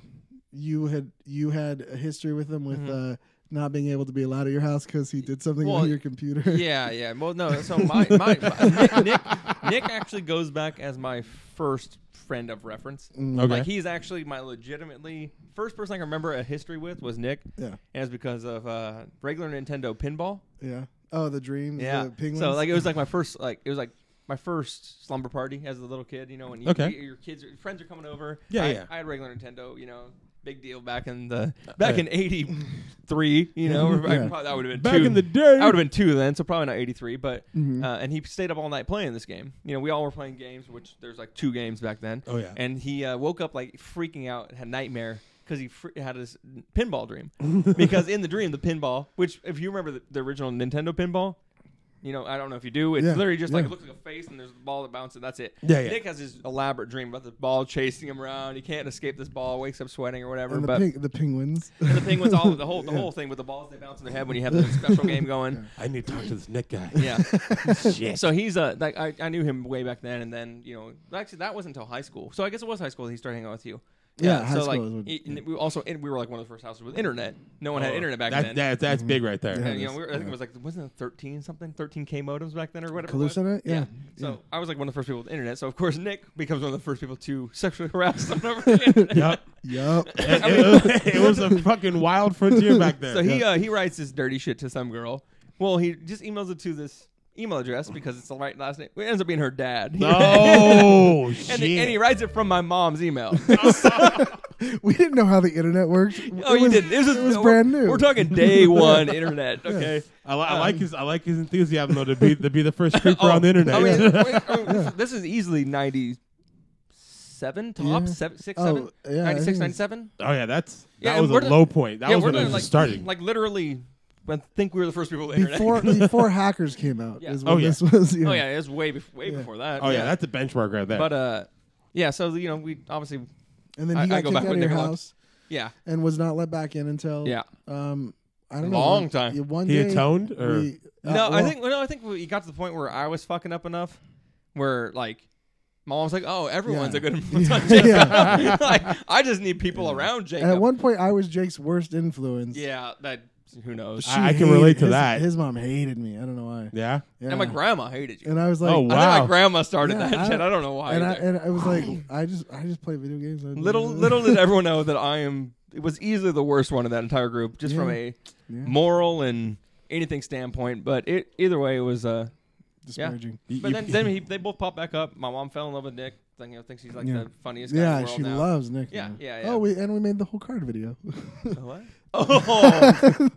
Speaker 2: you had you had a history with him with uh, not being able to be allowed at your house because he did something
Speaker 3: Mm-hmm. Well,
Speaker 2: on your computer.
Speaker 3: Yeah, yeah. Well, no. So my, my, Nick, Nick Nick actually goes back as my first friend of reference.
Speaker 2: Mm,
Speaker 1: okay
Speaker 3: Like he's actually my legitimately first person I can remember a history with was Nick, and
Speaker 2: yeah,
Speaker 3: it's because of uh, regular Nintendo pinball.
Speaker 2: yeah. Oh, the dreams.
Speaker 3: Yeah.
Speaker 2: the penguins.
Speaker 3: So like it was like my first like it was like my first slumber party as a little kid. You know when you,
Speaker 1: Okay.
Speaker 3: you- your kids your friends are coming over.
Speaker 1: Yeah,
Speaker 3: I,
Speaker 1: yeah. Uh,
Speaker 3: I had regular Nintendo. You know, big deal back in the back
Speaker 1: yeah.
Speaker 3: in eighty three. You know, or
Speaker 2: Yeah.
Speaker 3: probably, that would have been
Speaker 1: back
Speaker 3: two.
Speaker 1: in the day Mm-hmm.
Speaker 3: I would have been two then, so probably not eighty three. But
Speaker 2: Mhm.
Speaker 3: uh, and he stayed up all night playing this game. You know, we all were playing games, which there's like two games back then.
Speaker 1: oh yeah
Speaker 3: And he uh, woke up like freaking out, and had nightmare because he fr- had his pinball dream. because in the dream, the pinball, which if you remember the, the original Nintendo pinball, you know I don't know if you do. It's
Speaker 2: Yeah,
Speaker 3: literally just like
Speaker 2: yeah.
Speaker 3: it looks like a face, and there's a ball that bounces. and That's it.
Speaker 1: Yeah, yeah.
Speaker 3: Nick has his elaborate dream about the ball chasing him around. He can't escape this ball. Wakes up sweating or whatever.
Speaker 2: and the,
Speaker 3: but
Speaker 2: ping- the penguins.
Speaker 3: and the penguins, all the whole the whole thing with the balls they bounce in their head when you have the special game going.
Speaker 1: i need to talk to this nick guy
Speaker 3: Yeah.
Speaker 1: shit
Speaker 3: So he's uh, like I, I knew him way back then, and then you know actually that wasn't until high school. So I guess it was high school that he started hanging out with you.
Speaker 2: Yeah, high
Speaker 3: so
Speaker 2: school
Speaker 3: like
Speaker 2: is when-
Speaker 3: it- and we also and we were like one of the first houses with internet. No one had
Speaker 1: Oh,
Speaker 3: internet back
Speaker 1: that-
Speaker 3: then.
Speaker 1: that- that's big right there
Speaker 2: Yeah.
Speaker 3: and, you know,
Speaker 2: it
Speaker 3: we were, I think it was like wasn't it thirteen something, thirteen k modems back then or whatever. it was?
Speaker 2: Calusa, yeah. yeah.
Speaker 3: So I was like one of the first people with internet. So of course Nick becomes one of the first people to sexually harass them over the internet.
Speaker 1: yep
Speaker 2: Yup.
Speaker 1: it, it- it was a fucking wild frontier back then.
Speaker 3: So he uh, he writes this dirty shit to some girl. Well, he just emails it to this email address because it's the right last name. It ends up being her dad.
Speaker 1: oh shit!
Speaker 3: uh, and, the- and he writes it from my mom's email.
Speaker 2: we didn't know how the internet worked.
Speaker 3: oh,
Speaker 2: It
Speaker 3: you
Speaker 2: was-
Speaker 3: didn't. This is
Speaker 2: it was
Speaker 3: we're-
Speaker 2: brand new.
Speaker 3: We're talking day one internet. Okay. Um,
Speaker 1: I, li- I like his I like his enthusiasm though to be to be the first creeper
Speaker 3: Oh,
Speaker 1: on the internet.
Speaker 3: I mean,
Speaker 1: Yeah.
Speaker 3: wait, I mean, this is- this is easily ninety seven top
Speaker 2: Yeah.
Speaker 3: seven, six,
Speaker 2: Oh,
Speaker 3: seven,
Speaker 2: yeah, I think
Speaker 3: 96,
Speaker 2: it's-
Speaker 3: 97.
Speaker 1: oh yeah, that's
Speaker 3: Yeah,
Speaker 1: that
Speaker 3: and
Speaker 1: was a
Speaker 3: we're the-
Speaker 1: low point. That
Speaker 3: yeah,
Speaker 1: was
Speaker 3: we're
Speaker 1: when it
Speaker 3: doing,
Speaker 1: was
Speaker 3: like,
Speaker 1: starting.
Speaker 3: Like literally, I think we were the first people with internet.
Speaker 2: before before hackers came out.
Speaker 3: Yeah.
Speaker 2: Is
Speaker 1: Oh,
Speaker 2: when
Speaker 1: yeah.
Speaker 2: this was.
Speaker 3: oh yeah, it was way bef- way
Speaker 2: Yeah.
Speaker 3: before that.
Speaker 1: oh yeah, that's a benchmark right there.
Speaker 3: but uh, yeah. So you know, we obviously
Speaker 2: And then he
Speaker 3: I-
Speaker 2: got
Speaker 3: I go
Speaker 2: kicked
Speaker 3: back
Speaker 2: out
Speaker 3: with
Speaker 2: of your
Speaker 3: Nick a lot.
Speaker 2: house
Speaker 3: yeah.
Speaker 2: and was not let back in until
Speaker 3: Yeah.
Speaker 2: Um, I don't know.
Speaker 3: Long
Speaker 2: one-
Speaker 3: time.
Speaker 2: yeah, One
Speaker 1: he
Speaker 2: day
Speaker 1: atoned, or
Speaker 2: we- uh,
Speaker 3: No, I
Speaker 2: well,
Speaker 3: think well, no, I think we got to the point where I was fucking up enough, where like my mom's like, "Oh, everyone's
Speaker 2: Yeah.
Speaker 3: a good influence on
Speaker 2: Yeah.
Speaker 3: Jacob." like, I just need people around Jacob.
Speaker 2: At one point, I was Jake's worst influence.
Speaker 3: yeah, that who knows?
Speaker 1: I- I can relate to
Speaker 2: his-
Speaker 1: that.
Speaker 2: His mom hated me. I don't know why.
Speaker 1: Yeah.
Speaker 2: Yeah.
Speaker 3: And my grandma hated you.
Speaker 2: And I was like,
Speaker 1: Oh,
Speaker 3: I think
Speaker 1: Wow.
Speaker 3: my grandma started
Speaker 2: Yeah,
Speaker 3: that
Speaker 2: I-
Speaker 3: shit. I don't know why.
Speaker 2: and I
Speaker 3: either.
Speaker 2: and I was like, I just I just play video games. I don't
Speaker 3: little
Speaker 2: know.
Speaker 3: little did everyone know that I am it was easily the worst one in that entire group, just from
Speaker 2: Yeah.
Speaker 3: a
Speaker 2: Yeah.
Speaker 3: moral and anything standpoint. But it either way it was uh
Speaker 2: disparaging.
Speaker 1: You-
Speaker 3: but
Speaker 1: you-
Speaker 3: then, then he, they both popped back up. My mom fell in love with Nick. Thinking, thinks he's like
Speaker 2: Yeah.
Speaker 3: the funniest guy
Speaker 2: Yeah,
Speaker 3: in the world
Speaker 2: she
Speaker 3: now.
Speaker 2: loves Nick.
Speaker 3: Yeah,
Speaker 2: now.
Speaker 3: yeah, yeah.
Speaker 2: Oh, we and we made the whole card video.
Speaker 3: What? Oh,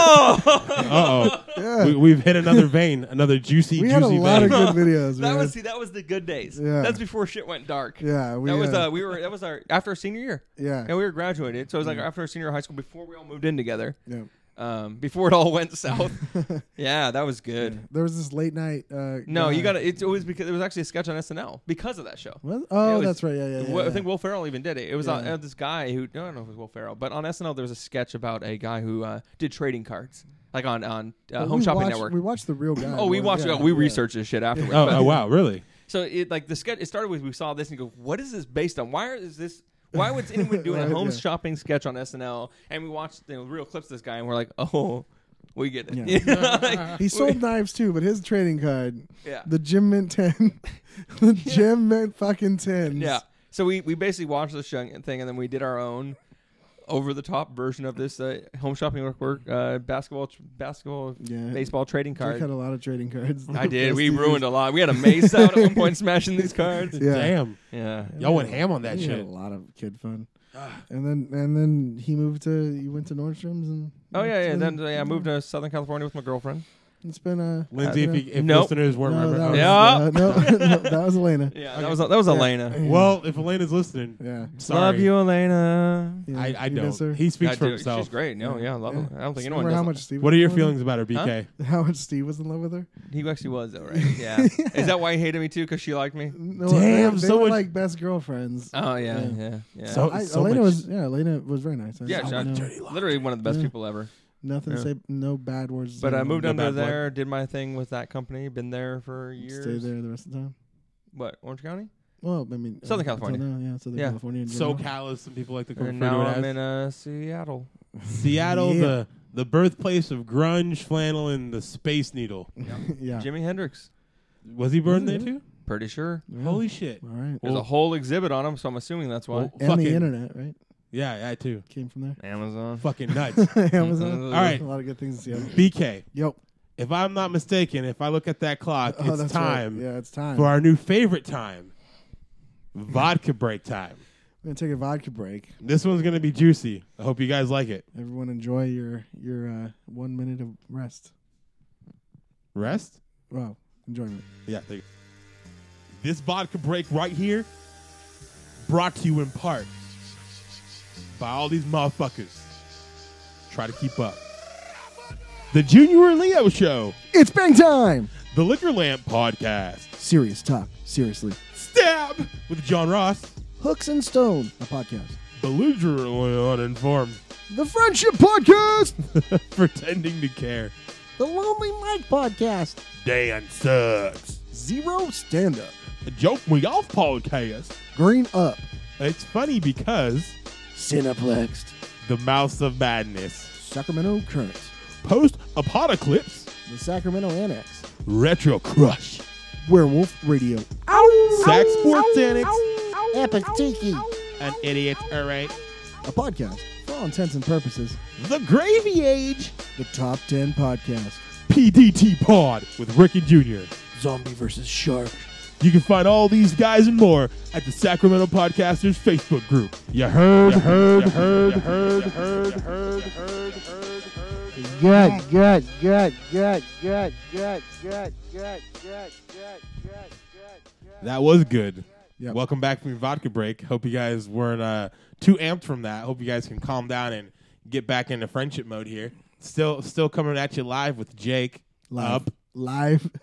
Speaker 3: oh!
Speaker 1: Uh-oh.
Speaker 2: yeah,
Speaker 1: we, we've hit another vein, another juicy,
Speaker 2: we
Speaker 1: juicy
Speaker 2: had a lot
Speaker 1: vein.
Speaker 2: of good videos.
Speaker 3: that
Speaker 2: man.
Speaker 3: was see, that was the good days.
Speaker 2: Yeah.
Speaker 3: That's before shit went dark.
Speaker 2: yeah. We,
Speaker 3: that was
Speaker 2: uh,
Speaker 3: uh, we were that was our after our senior year.
Speaker 2: yeah,
Speaker 3: Yeah, we were graduated, so it was like after our senior high school before we all moved in together.
Speaker 2: yeah.
Speaker 3: Um, before it all went south. yeah, that was good.
Speaker 2: There was this late night. Uh,
Speaker 3: No,
Speaker 2: guy.
Speaker 3: you got to. It's always because it was actually a sketch on SNL because of that show.
Speaker 2: What? Oh,
Speaker 3: was-
Speaker 2: that's right. Yeah, yeah. yeah,
Speaker 3: Well,
Speaker 2: yeah.
Speaker 3: I think uh, Will Ferrell even did it. It was on,
Speaker 2: Yeah.
Speaker 3: uh, this guy who I don't know if it was Will Ferrell, but on SNL there was a sketch about a guy who uh, did trading cards, like on on uh,
Speaker 2: But
Speaker 3: Home
Speaker 2: we
Speaker 3: Shopping
Speaker 2: watched-
Speaker 3: Network.
Speaker 2: We watched the real guy.
Speaker 3: oh, we
Speaker 2: more-
Speaker 3: watched.
Speaker 2: yeah,
Speaker 3: it. we
Speaker 2: yeah.
Speaker 3: researched this shit afterwards.
Speaker 1: Oh,
Speaker 3: but-
Speaker 1: oh, wow, really?
Speaker 3: So it like the sketch. It started with we saw this and you go, what is this based on? Why is this? Why would anyone doing
Speaker 2: Right,
Speaker 3: a home
Speaker 2: yeah.
Speaker 3: shopping sketch on SNL? And we watched the real clips of this guy and we're like, oh, we get it.
Speaker 2: Yeah.
Speaker 3: You know, like,
Speaker 2: He sold knives too, but his trading card,
Speaker 3: yeah.
Speaker 2: the Jim Mint ten, the Jim Mint fucking tens.
Speaker 3: Yeah. So we, we basically watched the show and thing, and then we did our own over the top version of this uh, home shopping network uh, basketball tr- basketball
Speaker 2: Yeah.
Speaker 3: baseball trading
Speaker 2: Jake had
Speaker 3: card.
Speaker 2: a lot of trading cards.
Speaker 3: I did. We ruined a lot. We had a mace out at one point smashing these cards.
Speaker 2: Yeah.
Speaker 1: Damn.
Speaker 3: Yeah.
Speaker 1: Y'all went ham on that
Speaker 2: We had a
Speaker 1: shit.
Speaker 2: lot of kid fun. And then and then he moved to you went to Nordstrom's and
Speaker 3: Oh yeah, yeah. Then yeah, I moved to Southern California with my girlfriend.
Speaker 2: It's been uh, a
Speaker 1: Lindsay, if, you, if
Speaker 3: Nope.
Speaker 1: listeners weren't
Speaker 2: no, that was,
Speaker 1: remembering.
Speaker 3: Yeah.
Speaker 2: uh, no, no, that was Elena.
Speaker 3: Yeah, that was that was Elena.
Speaker 1: Well, if Elena's listening,
Speaker 2: Yeah.
Speaker 1: sorry.
Speaker 3: Love you, Elena.
Speaker 2: Yeah,
Speaker 1: I, I
Speaker 2: you miss
Speaker 1: don't.
Speaker 2: her?
Speaker 1: He speaks
Speaker 3: I
Speaker 1: for
Speaker 3: do.
Speaker 1: himself.
Speaker 3: She's great. No, yeah, I love her. I don't think anyone
Speaker 2: Remember
Speaker 3: does.
Speaker 2: how
Speaker 3: that.
Speaker 2: much Steve
Speaker 1: What
Speaker 2: was
Speaker 1: are your
Speaker 2: in love with her?
Speaker 1: feelings about her, BK?
Speaker 2: How much Steve was in love with her?
Speaker 3: He actually was though, right? Yeah. Is that why he hated me too? Because she liked me.
Speaker 2: No,
Speaker 1: Damn,
Speaker 2: they, they
Speaker 1: so
Speaker 2: were
Speaker 1: much-
Speaker 2: like best girlfriends.
Speaker 3: Oh yeah,
Speaker 2: Yeah.
Speaker 3: yeah, yeah.
Speaker 1: So-
Speaker 2: I,
Speaker 1: so
Speaker 2: Elena
Speaker 1: much-
Speaker 2: was yeah, Elena was very nice. I
Speaker 3: Yeah,
Speaker 2: just-
Speaker 3: she-
Speaker 2: no,
Speaker 1: Dirty laundry.
Speaker 3: Literally one of the best
Speaker 2: Yeah.
Speaker 3: people ever.
Speaker 2: nothing
Speaker 3: Yeah.
Speaker 2: say no bad words.
Speaker 3: But I moved
Speaker 1: No
Speaker 3: under
Speaker 1: bad blood.
Speaker 3: there, did my thing with that company, been there for years.
Speaker 2: Stay there the rest of the time.
Speaker 3: What, Orange County?
Speaker 2: Well, I mean,
Speaker 3: Southern
Speaker 2: up until
Speaker 3: California.
Speaker 2: now, yeah, Southern
Speaker 3: Yeah.
Speaker 2: California. In general.
Speaker 1: SoCal, as some people like to refer
Speaker 3: And now
Speaker 1: to it as.
Speaker 3: I'm in uh, Seattle.
Speaker 1: Seattle,
Speaker 2: Yeah.
Speaker 1: the the birthplace of grunge, flannel, and the space needle. Ah.
Speaker 2: yeah.
Speaker 3: Jimi Hendrix.
Speaker 1: Was he burned
Speaker 2: Is
Speaker 1: there
Speaker 2: it
Speaker 1: too?
Speaker 3: Pretty sure.
Speaker 2: Yeah.
Speaker 1: Holy shit!
Speaker 2: All right.
Speaker 3: There's
Speaker 1: Well-
Speaker 3: a whole exhibit on him, so I'm assuming that's why.
Speaker 1: Well,
Speaker 2: and
Speaker 1: fucking,
Speaker 2: the internet, right?
Speaker 1: Yeah, that too.
Speaker 2: Came from there.
Speaker 3: Amazon.
Speaker 1: Fucking nuts.
Speaker 2: Amazon.
Speaker 3: All
Speaker 1: right.
Speaker 2: A lot of good things to see. out.
Speaker 1: BK,
Speaker 2: Yo.
Speaker 1: if I'm not mistaken, if I look at that clock,
Speaker 2: Oh,
Speaker 1: it's
Speaker 2: that's
Speaker 1: time
Speaker 2: Right. Yeah, it's time.
Speaker 1: for our new favorite time, vodka break time.
Speaker 2: We're gonna take a vodka break.
Speaker 1: This one's gonna be juicy. I hope you guys like it.
Speaker 2: Everyone enjoy your your uh, one minute of rest.
Speaker 1: Rest.
Speaker 2: Wow, enjoyment.
Speaker 1: Yeah. There you go. This vodka break right here, brought to you in part by all these motherfuckers. Try to keep up. The Junior and Leo Show,
Speaker 2: It's bang time.
Speaker 1: the Liquor Lamp Podcast,
Speaker 2: Serious talk. Seriously.
Speaker 1: Stab with John Ross,
Speaker 2: Hooks and Stone, a podcast.
Speaker 1: belligerently uninformed,
Speaker 2: The Friendship Podcast.
Speaker 1: pretending to care.
Speaker 2: The Lonely Mike Podcast.
Speaker 1: Dan sucks.
Speaker 2: Zero Stand Up.
Speaker 1: A joke we off podcast.
Speaker 2: Green Up.
Speaker 1: It's funny because
Speaker 2: Cineplexed.
Speaker 1: the mouse of madness,
Speaker 2: Sacramento Current.
Speaker 1: post apodoclips,
Speaker 2: The Sacramento Annex.
Speaker 1: retro crush,
Speaker 2: Werewolf Radio.
Speaker 1: sax sports annex,
Speaker 2: Epic Tiki.
Speaker 1: an idiot, alright.
Speaker 2: A podcast, for all intents and purposes,
Speaker 1: The gravy age,
Speaker 2: the Top 10 Podcast.
Speaker 1: PDT pod with Ricky Jr.
Speaker 2: Zombie versus Shark.
Speaker 1: You can find all these guys and more at the Sacramento Podcasters Facebook group. You heard, heard, heard, heard, heard, heard, heard, heard, heard.
Speaker 4: Gut, gut, gut, gut, gut, gut, gut, gut, gut, gut, gut, gut, gut.
Speaker 1: That was good.
Speaker 2: Yep.
Speaker 1: Welcome back from your vodka break. Hope you guys weren't uh, too amped from that. Hope you guys can calm down and get back into friendship mode here. Still, still coming at you live with Jake.
Speaker 2: Live.
Speaker 1: Up.
Speaker 2: Live.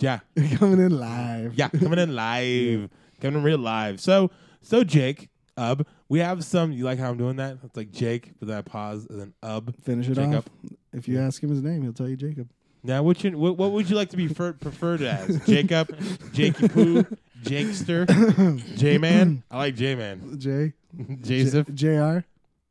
Speaker 1: Yeah,
Speaker 2: Coming in live.
Speaker 1: yeah, coming in live, coming in real live. So, so Jake, Ub, we have some. You like how I'm doing that? It's like Jake, but then I pause and then Ub.
Speaker 2: Finish it
Speaker 1: Jacob.
Speaker 2: off. If you ask him his name, he'll tell you Jacob.
Speaker 1: Now, what, you, what, what would you like to be fer- preferred as? Jacob, Jakey Poo, Jakester, J Man. I like J Man,
Speaker 2: J.
Speaker 1: Joseph.
Speaker 2: J- JR.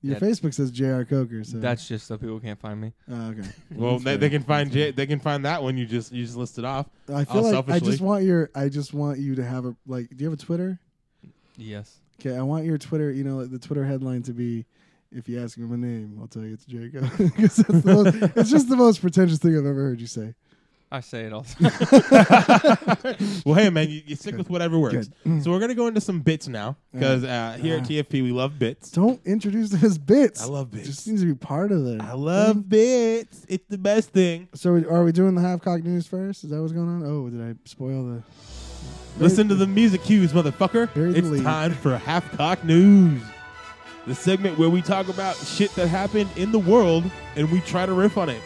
Speaker 2: Your
Speaker 3: Yeah.
Speaker 2: Facebook says J.R. Coker. So
Speaker 3: That's just so people can't find me.
Speaker 2: oh, okay.
Speaker 1: Well, they,
Speaker 2: fair.
Speaker 1: they can find J- they can find that one you just you just listed off.
Speaker 2: I
Speaker 1: I'll
Speaker 2: feel like I just
Speaker 1: selfishly-
Speaker 2: want your. I just want you to have a like. Do you have a Twitter?
Speaker 3: Yes.
Speaker 2: Okay, I want your Twitter. You know, like the Twitter headline to be. If you ask him a name, I'll tell you it's Jacob. 'Cause that's the most- it's just the most pretentious thing I've ever heard you say.
Speaker 3: I say it all the time.
Speaker 1: well, hey man, you, you stick with whatever works. So we're gonna go into some bits now because uh, here at
Speaker 2: Ah.
Speaker 1: TFP we love bits.
Speaker 2: Don't introduce them as bits.
Speaker 1: I love
Speaker 2: It just
Speaker 1: bits.
Speaker 2: needs to be part of it.
Speaker 1: I love bits. It's the best thing.
Speaker 2: So are we doing the half cock news first? Is that what's going on? Oh, did I spoil the?
Speaker 1: Listen to the music cues, motherfucker.
Speaker 2: Bury the
Speaker 1: It's
Speaker 2: lead.
Speaker 1: time for half cock news. The segment where we talk about shit that happened in the world and we try to riff on it.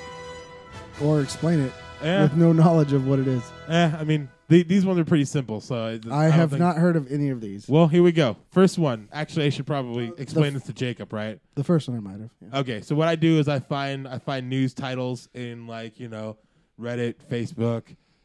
Speaker 2: or explain it
Speaker 1: Eh,
Speaker 2: with no knowledge of what it is.
Speaker 1: eh, I mean, the- these ones are pretty simple, so it-
Speaker 2: I,
Speaker 1: don't
Speaker 2: have
Speaker 1: think-
Speaker 2: not heard of any of these.
Speaker 1: Well, here we go. First one. Actually, I should probably
Speaker 2: Uh, the
Speaker 1: explain
Speaker 2: f-
Speaker 1: this to Jacob, right?
Speaker 2: The first one I might have. Yeah.
Speaker 1: Okay, so what I do is I find I find news titles in like you know Reddit, Facebook,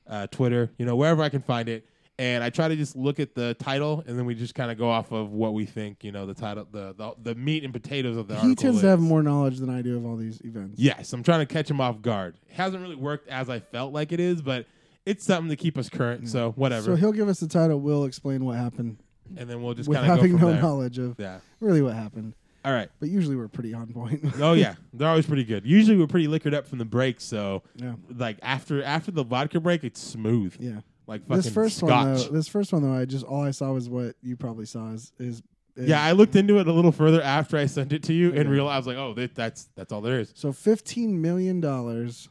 Speaker 1: uh, Twitter, you know wherever I can find it, and I try to just look at the title, and then we just kind of go off of what we think you know the title, the the, the meat and potatoes of the
Speaker 2: he
Speaker 1: article.
Speaker 2: tends to have
Speaker 1: is.
Speaker 2: more knowledge than I do of all these events.
Speaker 1: Yes, I'm trying to catch him off guard. It hasn't really worked as I felt like it is, but it's something to keep us current. So
Speaker 2: Mm. So
Speaker 1: whatever,
Speaker 2: he'll give us the title. We'll explain what happened
Speaker 1: and then we'll just
Speaker 2: with
Speaker 1: kind of go
Speaker 2: having
Speaker 1: from
Speaker 2: no
Speaker 1: there.
Speaker 2: knowledge of
Speaker 1: Yeah.
Speaker 2: really what happened.
Speaker 1: All right.
Speaker 2: But usually we're pretty on point.
Speaker 1: Oh yeah, they're always pretty good. Usually we're pretty liquored up from the break, so
Speaker 2: yeah.
Speaker 1: like after after the vodka break, it's smooth.
Speaker 2: Yeah.
Speaker 1: Like fucking
Speaker 2: This first one
Speaker 1: scotch.
Speaker 2: though. This first one though. I just all I saw was what you probably saw is is. is
Speaker 1: yeah, I looked into it a little further after I sent it to you and
Speaker 2: Okay.
Speaker 1: realized like, oh, that, that's that's all there is.
Speaker 2: So fifteen million dollars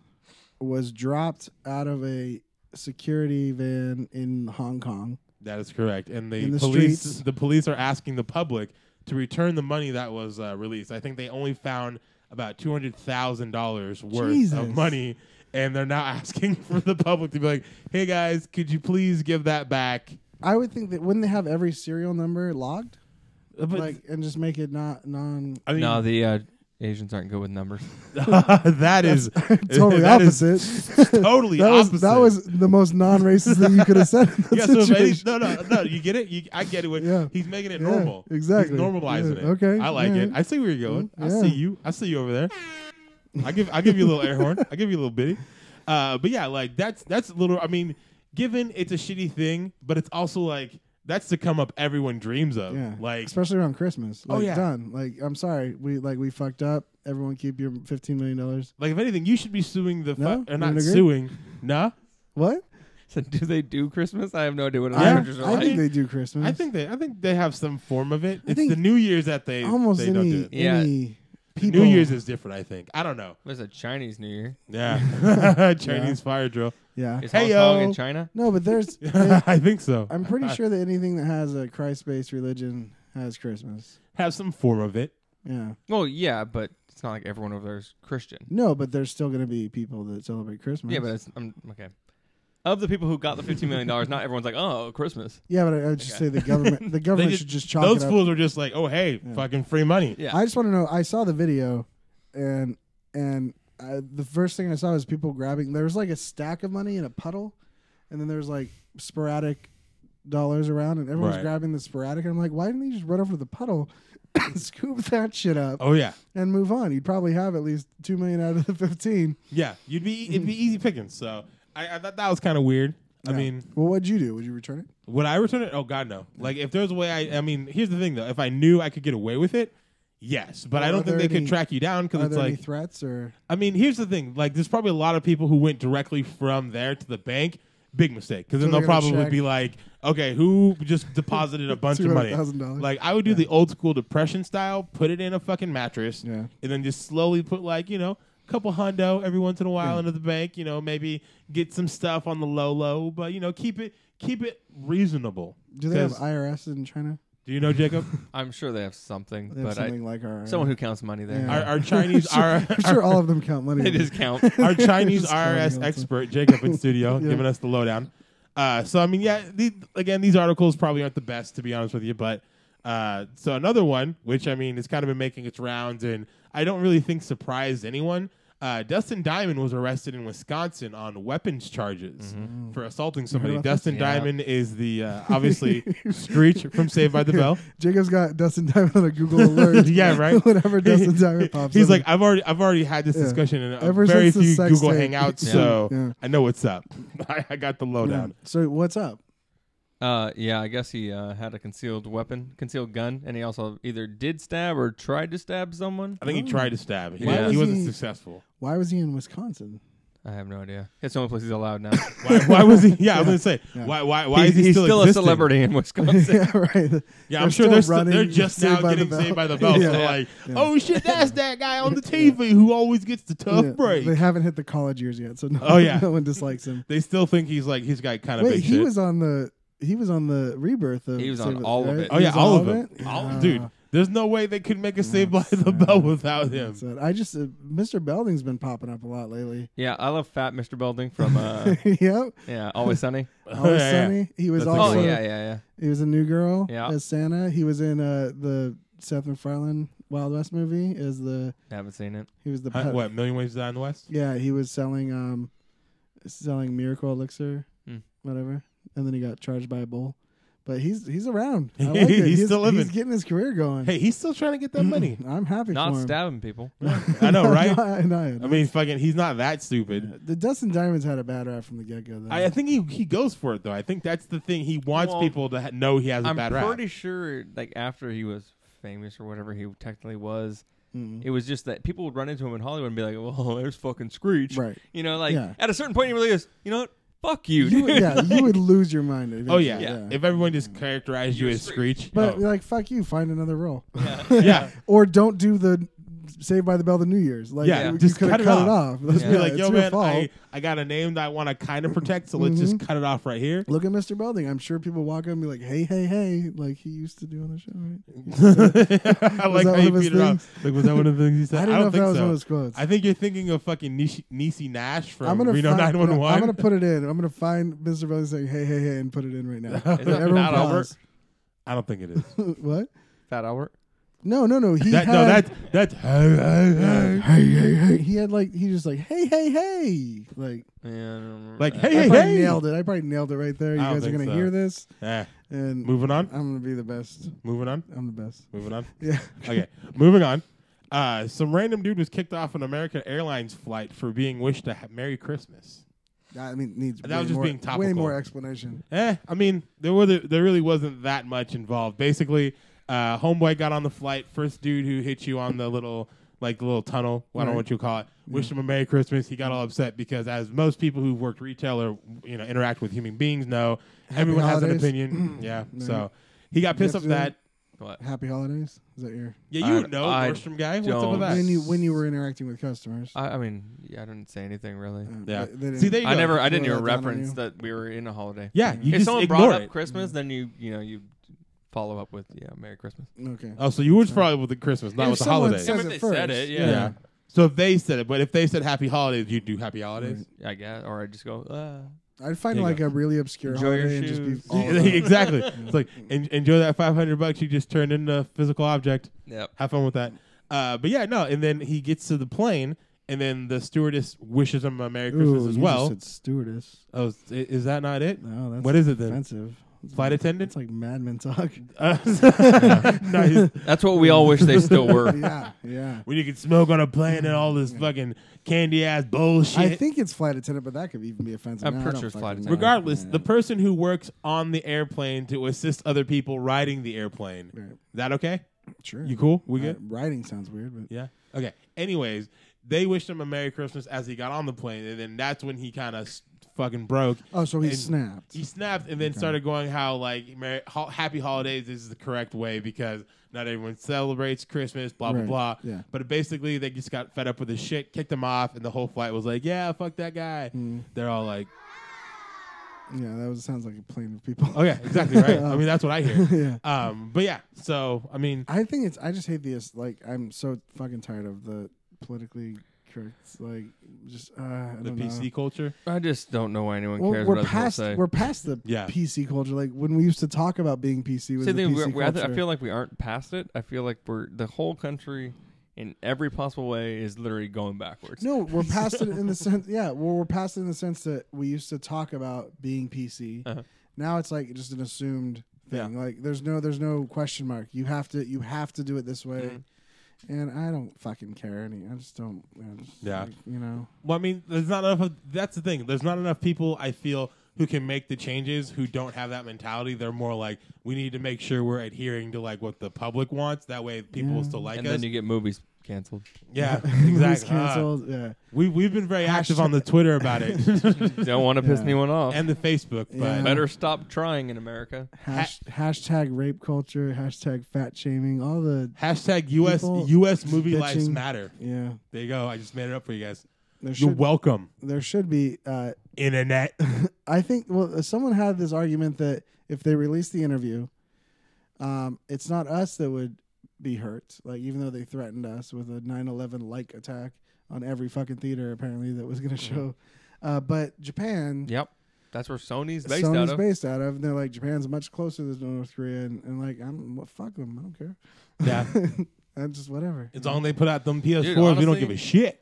Speaker 2: was dropped out of a security van in Hong Kong.
Speaker 1: That is correct. And the,
Speaker 2: In the
Speaker 1: police
Speaker 2: streets.
Speaker 1: the police are asking the public to return the money that was uh, released. I think they only found about two hundred thousand dollars worth
Speaker 2: Jesus.
Speaker 1: of money, and they're now asking for the public to be like, hey guys, could you please give that back?
Speaker 2: I would think that wouldn't they have every serial number logged,
Speaker 1: Uh, But
Speaker 2: like, and just make it not non.
Speaker 1: I mean,
Speaker 3: no, the uh, Asians aren't good with numbers.
Speaker 1: that is
Speaker 2: Totally
Speaker 1: that is
Speaker 2: opposite.
Speaker 1: totally
Speaker 2: that was
Speaker 1: opposite.
Speaker 2: that was the most non-racist thing you could have said. In that
Speaker 1: yeah, so if any,
Speaker 2: situation.
Speaker 1: no, no, no. You get it. You, I get it. What,
Speaker 2: Yeah.
Speaker 1: He's making it
Speaker 2: Yeah,
Speaker 1: normal. He's
Speaker 2: exactly.
Speaker 1: normalizing
Speaker 2: Yeah,
Speaker 1: it.
Speaker 2: okay,
Speaker 1: I like
Speaker 2: yeah.
Speaker 1: it. I see where you're going. I
Speaker 2: Yeah.
Speaker 1: see you. I see you over there. I give. I give you a little air horn. I give you a little bitty. Uh, but yeah, like that's that's a little. I mean, given it's a shitty thing, but it's also like that's the come up everyone dreams of.
Speaker 2: yeah,
Speaker 1: Like
Speaker 2: especially around Christmas.
Speaker 1: Oh,
Speaker 2: Like,
Speaker 1: yeah.
Speaker 2: done. Like I'm sorry, we like we fucked up. Everyone, keep your fifteen million dollars.
Speaker 1: like if anything, you should be suing the
Speaker 2: No?
Speaker 1: fuck or
Speaker 2: You
Speaker 1: not
Speaker 2: don't agree?
Speaker 1: suing. Nah,
Speaker 2: What?
Speaker 3: So do they do Christmas? I have no idea what
Speaker 1: Yeah.
Speaker 3: Avengers are
Speaker 2: I, I
Speaker 3: like.
Speaker 2: think they do Christmas.
Speaker 1: I think they. I think they have some form of it.
Speaker 2: I
Speaker 1: It's
Speaker 2: think
Speaker 1: the New Year's that they
Speaker 2: almost
Speaker 1: they
Speaker 2: any,
Speaker 1: don't do it.
Speaker 3: Yeah.
Speaker 2: any people.
Speaker 1: New Year's is different. I think. I don't know.
Speaker 3: There's a Chinese New Year.
Speaker 1: Yeah, Chinese fire drill.
Speaker 2: yeah.
Speaker 3: Is
Speaker 1: Hey,
Speaker 3: Hong Kong
Speaker 1: yo.
Speaker 3: in China?
Speaker 2: No, but there's.
Speaker 1: I think so.
Speaker 2: I'm pretty sure that anything that has a Christ-based religion has Christmas.
Speaker 1: have some form of it.
Speaker 2: Yeah.
Speaker 3: Well, yeah, but it's not like everyone over there is Christian.
Speaker 2: No, but there's still going to be people that celebrate Christmas.
Speaker 3: Yeah, but it's, I'm okay. Of the people who got the fifteen million dollars, not everyone's like, oh, Christmas.
Speaker 2: yeah, but I, I would just
Speaker 3: Okay.
Speaker 2: say the government. The
Speaker 1: They
Speaker 2: government
Speaker 1: just-
Speaker 2: should just chalk
Speaker 1: Those
Speaker 2: it up.
Speaker 1: fools are just like, oh hey,
Speaker 2: Yeah.
Speaker 1: fucking free money.
Speaker 3: Yeah,
Speaker 2: I just want to know. I saw the video, and and I, the first thing I saw was people grabbing. There was like a stack of money in a puddle, and then there was like sporadic dollars around, and everyone's
Speaker 1: Right.
Speaker 2: grabbing the sporadic. And I'm like, why didn't he just run over to the puddle, scoop that shit up,
Speaker 1: Oh yeah,
Speaker 2: and move on? He'd probably have at least two million out of the fifteen.
Speaker 1: yeah. You'd be it'd be easy pickings. So I, I thought that was kind of weird. I
Speaker 2: Yeah.
Speaker 1: mean,
Speaker 2: well, what'd you do? Would you return it?
Speaker 1: would I return it? Oh God, no. Like if there was a way, I I mean, here's the thing though. If I knew I could get away with it, yes. But I
Speaker 2: Are
Speaker 1: don't think
Speaker 2: there
Speaker 1: they could
Speaker 2: any-
Speaker 1: track you down
Speaker 2: Are
Speaker 1: because it's
Speaker 2: there any
Speaker 1: like
Speaker 2: threats or?
Speaker 1: I mean, here's the thing. Like, there's probably a lot of people who went directly from there to the bank. Big mistake. Because then
Speaker 2: So
Speaker 1: they'll
Speaker 2: they're gonna
Speaker 1: probably
Speaker 2: check.
Speaker 1: be like, okay, who just deposited a bunch of money?
Speaker 2: $200,000?
Speaker 1: Like, I would do the old school depression style, put it in a fucking mattress,
Speaker 2: Yeah.
Speaker 1: and then just slowly put, like, you know, a couple hundo every once in a while into the bank. You know, maybe get some stuff on the low low, but, you know, keep it keep it reasonable.
Speaker 2: Do they have
Speaker 1: 'Cause-
Speaker 2: IRS in China?
Speaker 1: do you know, Jacob?
Speaker 3: I'm sure they have something,
Speaker 2: They have
Speaker 3: but
Speaker 2: something
Speaker 3: I,
Speaker 2: like our
Speaker 3: someone who counts money there.
Speaker 2: Yeah.
Speaker 1: our, our Chinese, our,
Speaker 2: I'm sure all of them count money.
Speaker 3: They just count.
Speaker 1: our Chinese
Speaker 2: Just calling
Speaker 1: IRS
Speaker 2: out.
Speaker 1: expert Jacob in studio
Speaker 2: Yeah.
Speaker 1: giving us the lowdown. Uh, so I mean, yeah, the, again, these articles probably aren't the best to be honest with you, but uh, so another one, which I mean, has kind of been making its rounds, and I don't really think surprised anyone. Uh, Dustin Diamond was arrested in Wisconsin on weapons charges for assaulting somebody.
Speaker 2: about this?
Speaker 1: Dustin
Speaker 3: Yeah.
Speaker 1: Diamond is the uh, obviously Screech from Saved by the Bell.
Speaker 2: Jacob's got Dustin Diamond on a Google alert.
Speaker 1: Yeah, right?
Speaker 2: Whenever Dustin Diamond pops,
Speaker 1: He's
Speaker 2: up.
Speaker 1: like, I've already, I've already had this
Speaker 2: Yeah.
Speaker 1: discussion in a
Speaker 2: Ever
Speaker 1: very
Speaker 2: since the
Speaker 1: few
Speaker 2: sex
Speaker 1: Google
Speaker 2: tape.
Speaker 1: Hangouts,
Speaker 3: Yeah.
Speaker 1: so
Speaker 2: Yeah.
Speaker 1: I know what's up. I, I got the
Speaker 2: Yeah.
Speaker 1: lowdown.
Speaker 2: So what's up?
Speaker 3: Uh, yeah, I guess he uh, had a concealed weapon, concealed gun, and he also either did stab or tried to stab someone.
Speaker 1: I think
Speaker 2: Oh.
Speaker 1: he tried to stab. He,
Speaker 3: Why
Speaker 1: was,
Speaker 3: was
Speaker 1: he wasn't
Speaker 2: he-
Speaker 1: successful.
Speaker 2: Why was he in Wisconsin?
Speaker 3: I have no idea. It's the only place he's allowed now.
Speaker 1: Why, why was he? Yeah, I was gonna say.
Speaker 2: Yeah.
Speaker 1: Why? Why? Why
Speaker 3: he's,
Speaker 1: is he
Speaker 3: he's
Speaker 1: still,
Speaker 3: still a
Speaker 1: existing?
Speaker 3: celebrity in Wisconsin.
Speaker 2: yeah, right.
Speaker 1: Yeah,
Speaker 2: They're
Speaker 1: I'm sure
Speaker 2: still
Speaker 1: they're still,
Speaker 2: running
Speaker 1: they're just now
Speaker 2: Saved by the
Speaker 1: getting
Speaker 2: Bell.
Speaker 1: saved by the bell. So
Speaker 2: Yeah.
Speaker 1: like,
Speaker 2: Yeah.
Speaker 1: oh shit, that's that guy on the TV who always gets the tough
Speaker 2: Yeah.
Speaker 1: oh, break.
Speaker 2: They haven't hit the college years yet, so no,
Speaker 1: Oh, yeah.
Speaker 2: no one dislikes him.
Speaker 1: They still think he's like he's got kind of
Speaker 2: Wait,
Speaker 1: big
Speaker 2: he
Speaker 1: shit.
Speaker 2: was on the he was on the rebirth of
Speaker 3: He was on
Speaker 2: Save It,
Speaker 3: all of
Speaker 2: right?
Speaker 3: it.
Speaker 1: oh
Speaker 2: He
Speaker 1: yeah,
Speaker 2: was on Ah,
Speaker 1: all of them. All,
Speaker 2: Yeah.
Speaker 1: dude, there's no way they could make a save by
Speaker 2: That's
Speaker 1: the bell
Speaker 2: sad.
Speaker 1: without him.
Speaker 2: That's it. I just uh, Mr. Belding's been popping up a lot lately.
Speaker 3: yeah, I love Fat Mr. Belding from uh,
Speaker 2: yep,
Speaker 3: yeah, Always Sunny.
Speaker 2: always
Speaker 1: Oh, Yeah, yeah.
Speaker 2: sunny. He was
Speaker 1: That's a good
Speaker 3: Oh
Speaker 2: also
Speaker 1: one.
Speaker 3: yeah, yeah, yeah.
Speaker 2: he was a new girl
Speaker 3: Yeah.
Speaker 2: as Santa. He was in uh, the Seth MacFarlane Wild West movie as the
Speaker 3: I haven't seen it.
Speaker 2: he was the
Speaker 1: Huh,
Speaker 2: pet-
Speaker 1: what Million Ways to Die in the West?
Speaker 2: Yeah, he was selling um selling miracle elixir,
Speaker 3: Hmm.
Speaker 2: whatever, and then he got charged by a bull. But he's he's around. I
Speaker 1: He's
Speaker 2: like it. he's
Speaker 1: still living.
Speaker 2: He's getting his career going. Hmm.
Speaker 1: Hey, he's still trying to get that money.
Speaker 2: I'm happy
Speaker 3: Not
Speaker 2: for him.
Speaker 3: stabbing people.
Speaker 1: I know, right?
Speaker 2: I know. I
Speaker 1: I
Speaker 2: know.
Speaker 1: mean, fucking, he's not that stupid.
Speaker 2: the Dustin Diamonds had a bad rap from the get go.
Speaker 1: I, I think he, he goes for it though. I think that's the thing. He wants
Speaker 3: Well,
Speaker 1: people to ha- know he has a
Speaker 3: I'm
Speaker 1: bad rap.
Speaker 3: pretty sure, like after he was famous or whatever he technically was,
Speaker 1: Mm-hmm.
Speaker 3: it was just that people would run into him in Hollywood and be like, "Well, there's fucking Screech."
Speaker 2: Right.
Speaker 3: You know, like
Speaker 2: Yeah.
Speaker 3: at a certain point, he really is. You know what? Fuck you.
Speaker 2: You, would-
Speaker 3: dude."
Speaker 2: yeah, you would lose your mind.
Speaker 1: Oh
Speaker 2: eventually,
Speaker 1: yeah.
Speaker 3: Yeah.
Speaker 1: If everyone just characterized you
Speaker 3: You're
Speaker 1: as
Speaker 3: Screech.
Speaker 1: Screech,
Speaker 2: But
Speaker 1: oh.
Speaker 2: like, fuck you. Find another role,
Speaker 1: yeah,
Speaker 2: or don't do the Saved by the Bell the New Year's. Like,
Speaker 1: Yeah,
Speaker 2: you,
Speaker 1: just
Speaker 2: could
Speaker 1: cut
Speaker 2: have
Speaker 1: it
Speaker 2: cut it
Speaker 1: off.
Speaker 2: off.
Speaker 1: just be
Speaker 2: Yeah,
Speaker 1: like,
Speaker 2: it's
Speaker 1: yo
Speaker 2: your
Speaker 1: man,
Speaker 2: fault. Mm-hmm.
Speaker 1: I, I got a name that I want to kind of protect, so let's just cut it off right here.
Speaker 2: Look at Mr. Belding. I'm sure people walk up and be like, "Hey, hey, hey!" Like he used to do on the show, right?
Speaker 1: I like
Speaker 2: that
Speaker 1: how you
Speaker 2: one of his
Speaker 1: beat it off. Like, was that one of the things he said?
Speaker 2: I don't know if that
Speaker 1: think
Speaker 2: was
Speaker 1: so.
Speaker 2: one of his quotes.
Speaker 1: I think you're thinking of fucking Nishi, Nisi Nash from
Speaker 2: I'm gonna
Speaker 1: Reno
Speaker 2: find,
Speaker 1: 911.
Speaker 2: no, I'm gonna put it in. I'm gonna find Mr. Belding saying, "Hey, hey, hey," and put it in right now.
Speaker 1: that
Speaker 2: Everyone
Speaker 3: Fat Albert.
Speaker 2: pause.
Speaker 1: I don't think it is.
Speaker 2: what?
Speaker 3: Fat Albert.
Speaker 2: No, no, no. He
Speaker 1: That,
Speaker 2: had,
Speaker 1: no, that that's hey, hey, hey.
Speaker 2: hey, hey, hey. He had like he just like, "Hey, hey, hey!" Like
Speaker 3: Yeah. I don't remember
Speaker 1: like
Speaker 3: that.
Speaker 1: hey
Speaker 2: I
Speaker 1: hey
Speaker 2: probably
Speaker 1: hey.
Speaker 2: nailed it. I probably nailed it right there. You
Speaker 1: I don't
Speaker 2: guys are
Speaker 1: think
Speaker 2: gonna
Speaker 1: so.
Speaker 2: hear this,
Speaker 1: Eh,
Speaker 2: and
Speaker 1: moving on,
Speaker 2: I'm gonna be the best.
Speaker 1: moving on,
Speaker 2: I'm the best.
Speaker 1: moving on.
Speaker 2: Yeah.
Speaker 1: Okay, moving on. Uh, some random dude was kicked off an American Airlines flight for being wished a ha- Merry Christmas.
Speaker 2: I mean, needs
Speaker 1: That
Speaker 2: way
Speaker 1: was just
Speaker 2: more,
Speaker 1: being
Speaker 2: way
Speaker 1: topical.
Speaker 2: more explanation.
Speaker 1: Eh, I mean, there were there really wasn't that much involved. Basically, uh, homeboy got on the flight. First dude who hit you on the little like the little tunnel. I don't know
Speaker 2: Right.
Speaker 1: what you call it. Wished him a Merry Christmas. He got all upset because, as most people who've worked retail or you know interact with human beings know, everyone has an
Speaker 2: holidays.
Speaker 1: opinion. yeah,
Speaker 2: Right.
Speaker 1: so he got pissed
Speaker 2: have
Speaker 1: up
Speaker 2: to do
Speaker 1: that.
Speaker 3: What?
Speaker 2: Happy holidays. Is that your
Speaker 1: Yeah, you
Speaker 3: I-
Speaker 1: know,
Speaker 3: I
Speaker 1: Nordstrom guy. What's up
Speaker 3: don't.
Speaker 1: with that?
Speaker 2: when you when you were interacting with customers? Uh,
Speaker 3: I, I mean, yeah, I didn't say anything really.
Speaker 1: Uh, Yeah.
Speaker 2: They- they
Speaker 1: See, there
Speaker 2: didn't-
Speaker 1: Mm. you
Speaker 3: I
Speaker 1: go.
Speaker 3: never. I didn't
Speaker 2: Throw
Speaker 3: even
Speaker 2: that down on
Speaker 3: reference
Speaker 2: you.
Speaker 3: that we were in a holiday.
Speaker 1: Yeah, you
Speaker 3: if
Speaker 1: just
Speaker 3: someone
Speaker 1: ignore
Speaker 3: brought
Speaker 1: it. Mm.
Speaker 3: up Christmas, then you you know you follow up with yeah, Merry Christmas.
Speaker 2: okay.
Speaker 1: Oh, so you was probably with the Christmas, not
Speaker 2: If
Speaker 1: with the
Speaker 2: someone
Speaker 1: holidays.
Speaker 2: says
Speaker 3: but
Speaker 2: it
Speaker 3: they
Speaker 2: first,
Speaker 3: said it,
Speaker 1: yeah.
Speaker 3: yeah.
Speaker 1: So if they said it, but if they said happy holidays, you'd do happy holidays.
Speaker 3: I guess, or I just go. Uh,
Speaker 2: I'd find
Speaker 1: There you
Speaker 2: like
Speaker 1: go.
Speaker 2: a really obscure
Speaker 3: Enjoy your
Speaker 2: holiday and just be
Speaker 3: shoes.
Speaker 2: all about it.
Speaker 1: exactly. It's like en- enjoy that 500 bucks you just turned into a physical object.
Speaker 3: yep.
Speaker 1: Have fun with that. Uh, but yeah, no. And then he gets to the plane, and then the stewardess wishes him a Merry Christmas
Speaker 2: Ooh,
Speaker 1: as
Speaker 2: you
Speaker 1: well.
Speaker 2: just said stewardess.
Speaker 1: oh, is, is that not it?
Speaker 2: No, that's
Speaker 1: What is it then?
Speaker 2: offensive. It's
Speaker 1: Flight
Speaker 2: like-
Speaker 1: attendant?
Speaker 2: It's like madman talk.
Speaker 1: Uh, nice.
Speaker 3: That's what we all wish they still were.
Speaker 2: yeah, yeah.
Speaker 1: When you can smoke on a plane and all this fucking candy ass bullshit.
Speaker 2: I think it's flight attendant, but that could even be offensive.
Speaker 3: I'm
Speaker 2: Nah, I
Speaker 3: pretty
Speaker 2: don't
Speaker 3: sure it's
Speaker 2: fucking
Speaker 3: flight
Speaker 2: know.
Speaker 3: attendant.
Speaker 1: Regardless, the person who works on the airplane to assist other people riding the airplane.
Speaker 2: Right.
Speaker 1: That okay?
Speaker 2: Sure.
Speaker 1: You cool? We
Speaker 2: Uh,
Speaker 1: good?
Speaker 2: writing sounds weird, but
Speaker 1: Yeah. Okay. Anyways, they wished him a Merry Christmas as he got on the plane, and then that's when he kind of fucking broke.
Speaker 2: oh, so he
Speaker 1: And
Speaker 2: snapped.
Speaker 1: He snapped and then started going how like Merry, ho- Happy Holidays is the correct way because not everyone celebrates Christmas, blah
Speaker 2: Right.
Speaker 1: blah blah.
Speaker 2: Yeah.
Speaker 1: But basically, they just got fed up with his shit, kicked him off, and the whole flight was like, "Yeah, fuck that guy."
Speaker 2: Hmm.
Speaker 1: They're all like,
Speaker 2: yeah, that was sounds like a plane of people.
Speaker 1: "Oh yeah, exactly right." I
Speaker 2: Um,
Speaker 1: mean, that's what I hear.
Speaker 2: Yeah.
Speaker 1: Um, but yeah, so I mean,
Speaker 2: I think it's. I just hate this. Like, I'm so fucking tired of the politically correct. Like, just uh, I
Speaker 1: the
Speaker 2: don't know.
Speaker 1: PC culture.
Speaker 3: I just don't know why anyone
Speaker 2: Well,
Speaker 3: cares
Speaker 2: we're
Speaker 3: what I was
Speaker 2: past.
Speaker 3: gonna say.
Speaker 2: We're past the
Speaker 1: Yeah.
Speaker 2: PC culture. Like when we used to talk about being PC was
Speaker 3: See,
Speaker 2: the
Speaker 3: the thing,
Speaker 2: PC
Speaker 3: we're- we're- I,
Speaker 2: culture.
Speaker 3: th- I feel like we aren't past it. I feel like we're the whole country in every possible way is literally going backwards.
Speaker 2: No, we're past it in the sense. Yeah, well, we're past it in the sense that we used to talk about being PC.
Speaker 3: Uh-huh.
Speaker 2: Now it's like just an assumed thing. Like there's no there's no question mark. You have to you have to do it this way. And I don't fucking care any. I just don't. I just,
Speaker 1: Mm-hmm. Yeah.
Speaker 2: like, you know.
Speaker 1: Well, I mean, there's not enough. Of, that's the thing. There's not enough people I feel who can make the changes who don't have that mentality. They're more like we need to make sure we're adhering to like what the public wants. That way, people will
Speaker 2: Yeah.
Speaker 1: still like
Speaker 3: and
Speaker 1: us.
Speaker 3: then you get movies canceled.
Speaker 1: yeah,
Speaker 2: It was
Speaker 1: exactly. Ah,
Speaker 2: canceled. yeah.
Speaker 1: we we've been very active on the Twitter about it
Speaker 3: Don't want to piss
Speaker 2: Yeah. uh,
Speaker 3: anyone off.
Speaker 1: and the Facebook, but
Speaker 2: Yeah.
Speaker 3: Better stop trying in America.
Speaker 2: Hash, hashtag rape culture. Hashtag fat shaming. All the
Speaker 1: hashtag US
Speaker 2: People
Speaker 1: US movie
Speaker 2: bitching.
Speaker 1: lives matter.
Speaker 2: yeah.
Speaker 1: There you go. I just made it up for you guys.
Speaker 2: There
Speaker 1: You're
Speaker 2: should
Speaker 1: welcome,
Speaker 2: there should be uh,
Speaker 1: internet.
Speaker 2: I think well, uh, someone had this argument that if they release the interview, um, it's not us that would be hurt. Like even though they threatened us with a 9/11 like attack on every fucking theater apparently that was going to show, uh, but Japan,
Speaker 3: Yep. That's where Sony's based
Speaker 2: Sony's
Speaker 3: out of.
Speaker 2: based out of, and they're like Japan's much closer than North Korea, and, and like I'm well, fuck them, I don't care.
Speaker 1: yeah,
Speaker 2: I'm just whatever.
Speaker 1: it's on. They put out them PS4s.
Speaker 3: Dude,
Speaker 1: we don't
Speaker 3: honestly-
Speaker 1: give a shit.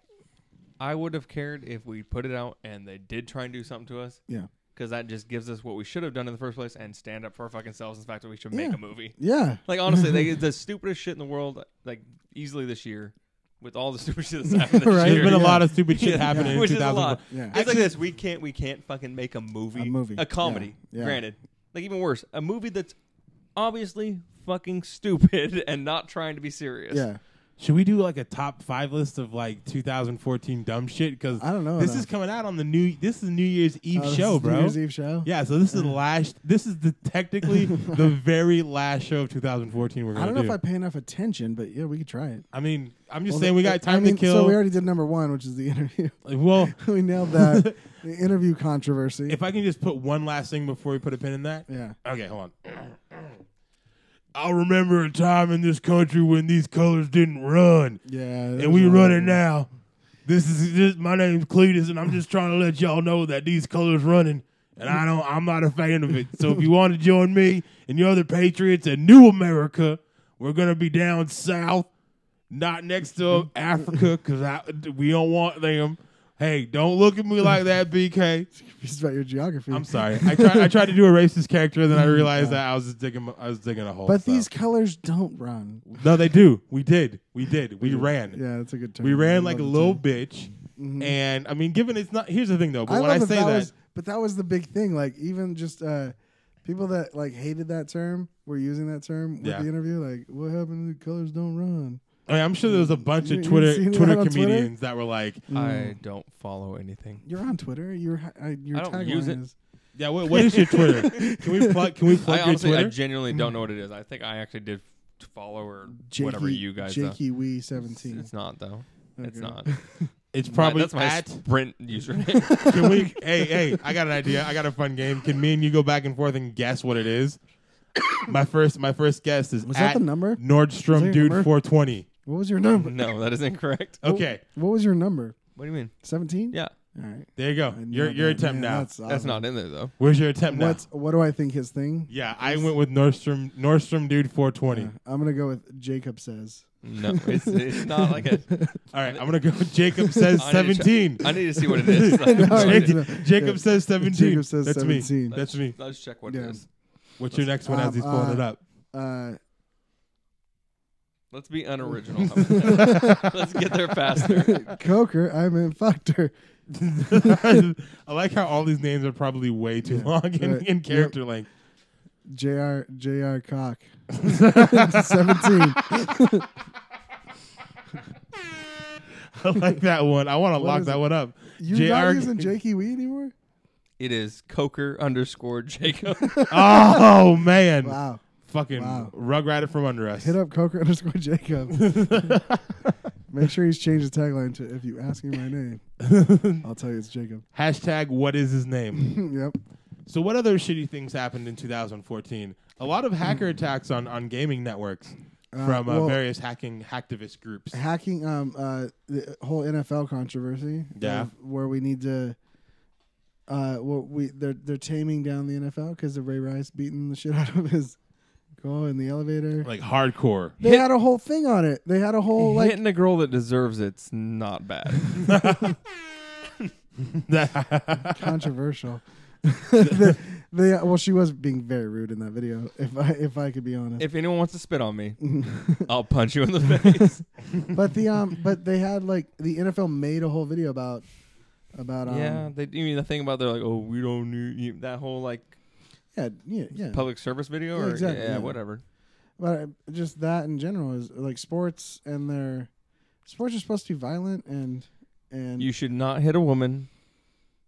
Speaker 3: I would have cared if we put it out and they did try and do something to us.
Speaker 2: Yeah.
Speaker 3: Because that just gives us what we should have done in the first place and stand up for our fucking selves and the fact that we should make
Speaker 2: Yeah.
Speaker 3: a movie.
Speaker 2: yeah.
Speaker 3: Like, honestly, they did the stupidest shit in the world, like, easily this year with all the stupid shit that's happened this
Speaker 2: Right.
Speaker 1: There's
Speaker 3: year.
Speaker 1: been a
Speaker 2: Yeah.
Speaker 1: lot of stupid shit happening in
Speaker 3: Which is a
Speaker 1: 2000.
Speaker 3: lot.
Speaker 2: Yeah.
Speaker 3: It's like this. We can't. We can't fucking make a movie.
Speaker 2: A movie.
Speaker 3: A comedy.
Speaker 2: Yeah. Yeah.
Speaker 3: Granted. Like even worse, a movie that's obviously fucking stupid and not trying to be serious.
Speaker 2: Yeah.
Speaker 1: Should we do like a top five list of like 2014 dumb shit? Because
Speaker 2: I don't know
Speaker 1: This
Speaker 2: enough.
Speaker 1: is coming out on the new. This is New Year's Eve
Speaker 2: Oh, this
Speaker 1: show,
Speaker 2: is
Speaker 1: bro.
Speaker 2: New Year's Eve show.
Speaker 1: Yeah, so this is the last. This is the technically the very last show of 2014. We're gonna
Speaker 2: I don't know
Speaker 1: do.
Speaker 2: if I pay enough attention, but yeah, we could try it.
Speaker 1: I mean, I'm just
Speaker 2: Well,
Speaker 1: saying we
Speaker 2: I
Speaker 1: got time
Speaker 2: mean,
Speaker 1: to kill.
Speaker 2: So we already did number one, which is the interview.
Speaker 1: well,
Speaker 2: we nailed that. the interview controversy.
Speaker 1: if I can just put one last thing before we put a pin in that.
Speaker 2: yeah.
Speaker 1: Okay, hold on. I'll remember a time in this country when these colors didn't run.
Speaker 2: Yeah.
Speaker 1: and we run it now. This is just my name's Cletus, and I'm just trying to let y'all know that these colors running, and I don't, I'm not a fan of it. So if you want to join me and your other patriots at New America, we're gonna be down south, not next to Africa, because we don't want them. Hey, don't look at me like that, BK.
Speaker 2: It's about your geography.
Speaker 1: I'm sorry. I tried, I tried to do a racist character, then I realized that I was just digging, I was digging a hole.
Speaker 2: But
Speaker 1: so.
Speaker 2: these colors don't run.
Speaker 1: no, they do. We did. We did. We ran.
Speaker 2: Yeah, that's a good term.
Speaker 1: We ran
Speaker 2: I
Speaker 1: like a
Speaker 2: Mm-hmm. love the
Speaker 1: little
Speaker 2: term.
Speaker 1: bitch. And I mean, given it's not, here's the thing though. But
Speaker 2: I
Speaker 1: when I
Speaker 2: love
Speaker 1: say
Speaker 2: that
Speaker 1: that,
Speaker 2: that was- but that was the big thing. Like even just uh, people that like hated that term were using that term with
Speaker 1: Yeah.
Speaker 2: the interview. Like, what happened? to The colors don't run.
Speaker 1: I mean, I'm sure there was a bunch
Speaker 2: You-
Speaker 1: of
Speaker 2: you
Speaker 1: Twitter
Speaker 2: seen that
Speaker 1: Twitter
Speaker 2: on Twitter?
Speaker 1: comedians that were like,
Speaker 3: I
Speaker 2: Mm.
Speaker 3: don't follow anything.
Speaker 2: You're on Twitter. Your ha- uh, your
Speaker 3: I don't
Speaker 2: tagline
Speaker 3: use it.
Speaker 2: is
Speaker 1: "Yeah, what, what is your Twitter? can we plug? Can we plug
Speaker 3: I
Speaker 1: your
Speaker 3: honestly, I
Speaker 1: Twitter? Mm.
Speaker 3: genuinely don't know what it is. I think I actually did t- follow or
Speaker 2: Jakey,
Speaker 3: whatever you guys. though.
Speaker 2: Jakey Wee
Speaker 3: It's,
Speaker 2: seventeen.
Speaker 3: it's not though. It's
Speaker 2: Okay.
Speaker 3: not.
Speaker 1: it's probably
Speaker 3: that's my
Speaker 1: at.
Speaker 3: Sprint username.
Speaker 1: Can we? hey, hey, I got an idea. I got a fun game. Can me and you go back and forth and guess what it is? my first, my first guess is
Speaker 2: Was
Speaker 1: at
Speaker 2: that the number? Was that
Speaker 1: Nordstrom
Speaker 2: your
Speaker 1: Dude
Speaker 2: number?
Speaker 1: 420.
Speaker 2: What was your number?
Speaker 3: no, that is incorrect.
Speaker 2: Oh.
Speaker 1: Okay,
Speaker 2: What was your number?
Speaker 3: What do you mean?
Speaker 2: Seventeen.
Speaker 3: Yeah,
Speaker 2: All right.
Speaker 1: there you go.
Speaker 2: I know
Speaker 1: Your your
Speaker 2: that.
Speaker 1: attempt
Speaker 2: Man,
Speaker 1: now.
Speaker 2: That's,
Speaker 3: that's
Speaker 2: awesome.
Speaker 3: not in there though.
Speaker 1: Where's your attempt now?
Speaker 2: What's what do I think his thing?
Speaker 1: Yeah, I went with Nordstrom Nordstrom Dude 420.
Speaker 2: Uh, I'm gonna go with Jacob says.
Speaker 3: No, it's, it's not like a.
Speaker 1: All right, I'm gonna go. with Jacob says
Speaker 3: I need to
Speaker 1: seventeen.
Speaker 3: I need to see what it is.
Speaker 2: No, I
Speaker 1: Jacob,
Speaker 2: didn't know.
Speaker 1: Jacob
Speaker 2: Yeah.
Speaker 1: says seventeen.
Speaker 2: Jacob says
Speaker 1: That's me.
Speaker 2: 17.
Speaker 1: That's me.
Speaker 3: Let's check what
Speaker 2: Yeah.
Speaker 3: it is.
Speaker 1: What's your next one as
Speaker 2: Um,
Speaker 1: he's pulling
Speaker 2: uh,
Speaker 1: it up?
Speaker 2: Uh,
Speaker 3: Let's be unoriginal. how about that? Let's get there faster.
Speaker 2: Coker, I meant fucked her.
Speaker 1: I like how all these names are probably way too
Speaker 2: Yeah,
Speaker 1: long in,
Speaker 2: right.
Speaker 1: in character length.
Speaker 2: Jr. Jr. Cock. Seventeen.
Speaker 1: I like that one. I want to
Speaker 2: What
Speaker 1: lock
Speaker 2: is
Speaker 1: that
Speaker 2: it?
Speaker 1: one up.
Speaker 2: You
Speaker 1: JR
Speaker 2: not using Jakey Wee anymore?
Speaker 3: It is Coker underscore Jacob.
Speaker 1: Oh man,
Speaker 2: Wow.
Speaker 1: fucking
Speaker 2: Wow.
Speaker 1: rug right from under us.
Speaker 2: Hit up Coker underscore Jacob. Make sure he's changed the tagline to "If you ask me my name, I'll tell you it's Jacob."
Speaker 1: Hashtag what is his name?
Speaker 2: yep.
Speaker 1: so what other shitty things happened in 2014? A lot of hacker attacks on on gaming networks
Speaker 2: Uh,
Speaker 1: from uh,
Speaker 2: well-
Speaker 1: various hacking hacktivist groups.
Speaker 2: hacking um uh the whole NFL controversy.
Speaker 1: Yeah.
Speaker 2: of where we need to uh well we they're they're taming down the NFL because of Ray Rice beating the shit out of his Go in the elevator.
Speaker 1: like hardcore.
Speaker 2: They
Speaker 3: Hit-
Speaker 2: had a whole thing on it. They had a whole like
Speaker 3: Hitting a girl that deserves it's not bad.
Speaker 2: controversial. they, they- well, she was being very rude in that video. If I if I could be honest,
Speaker 3: if anyone wants to spit on me, I'll punch you in the face.
Speaker 2: but the um, but they had like the NFL made a whole video about about um,
Speaker 3: yeah, they you mean the thing about they're like, oh, we don't need you, that whole like
Speaker 2: yeah, yeah, yeah.
Speaker 3: public service video
Speaker 2: Yeah,
Speaker 3: or
Speaker 2: exactly,
Speaker 3: yeah,
Speaker 2: yeah.
Speaker 3: whatever.
Speaker 2: But uh, just that in general is like sports and their sports are supposed to be violent and and
Speaker 3: You should not hit a woman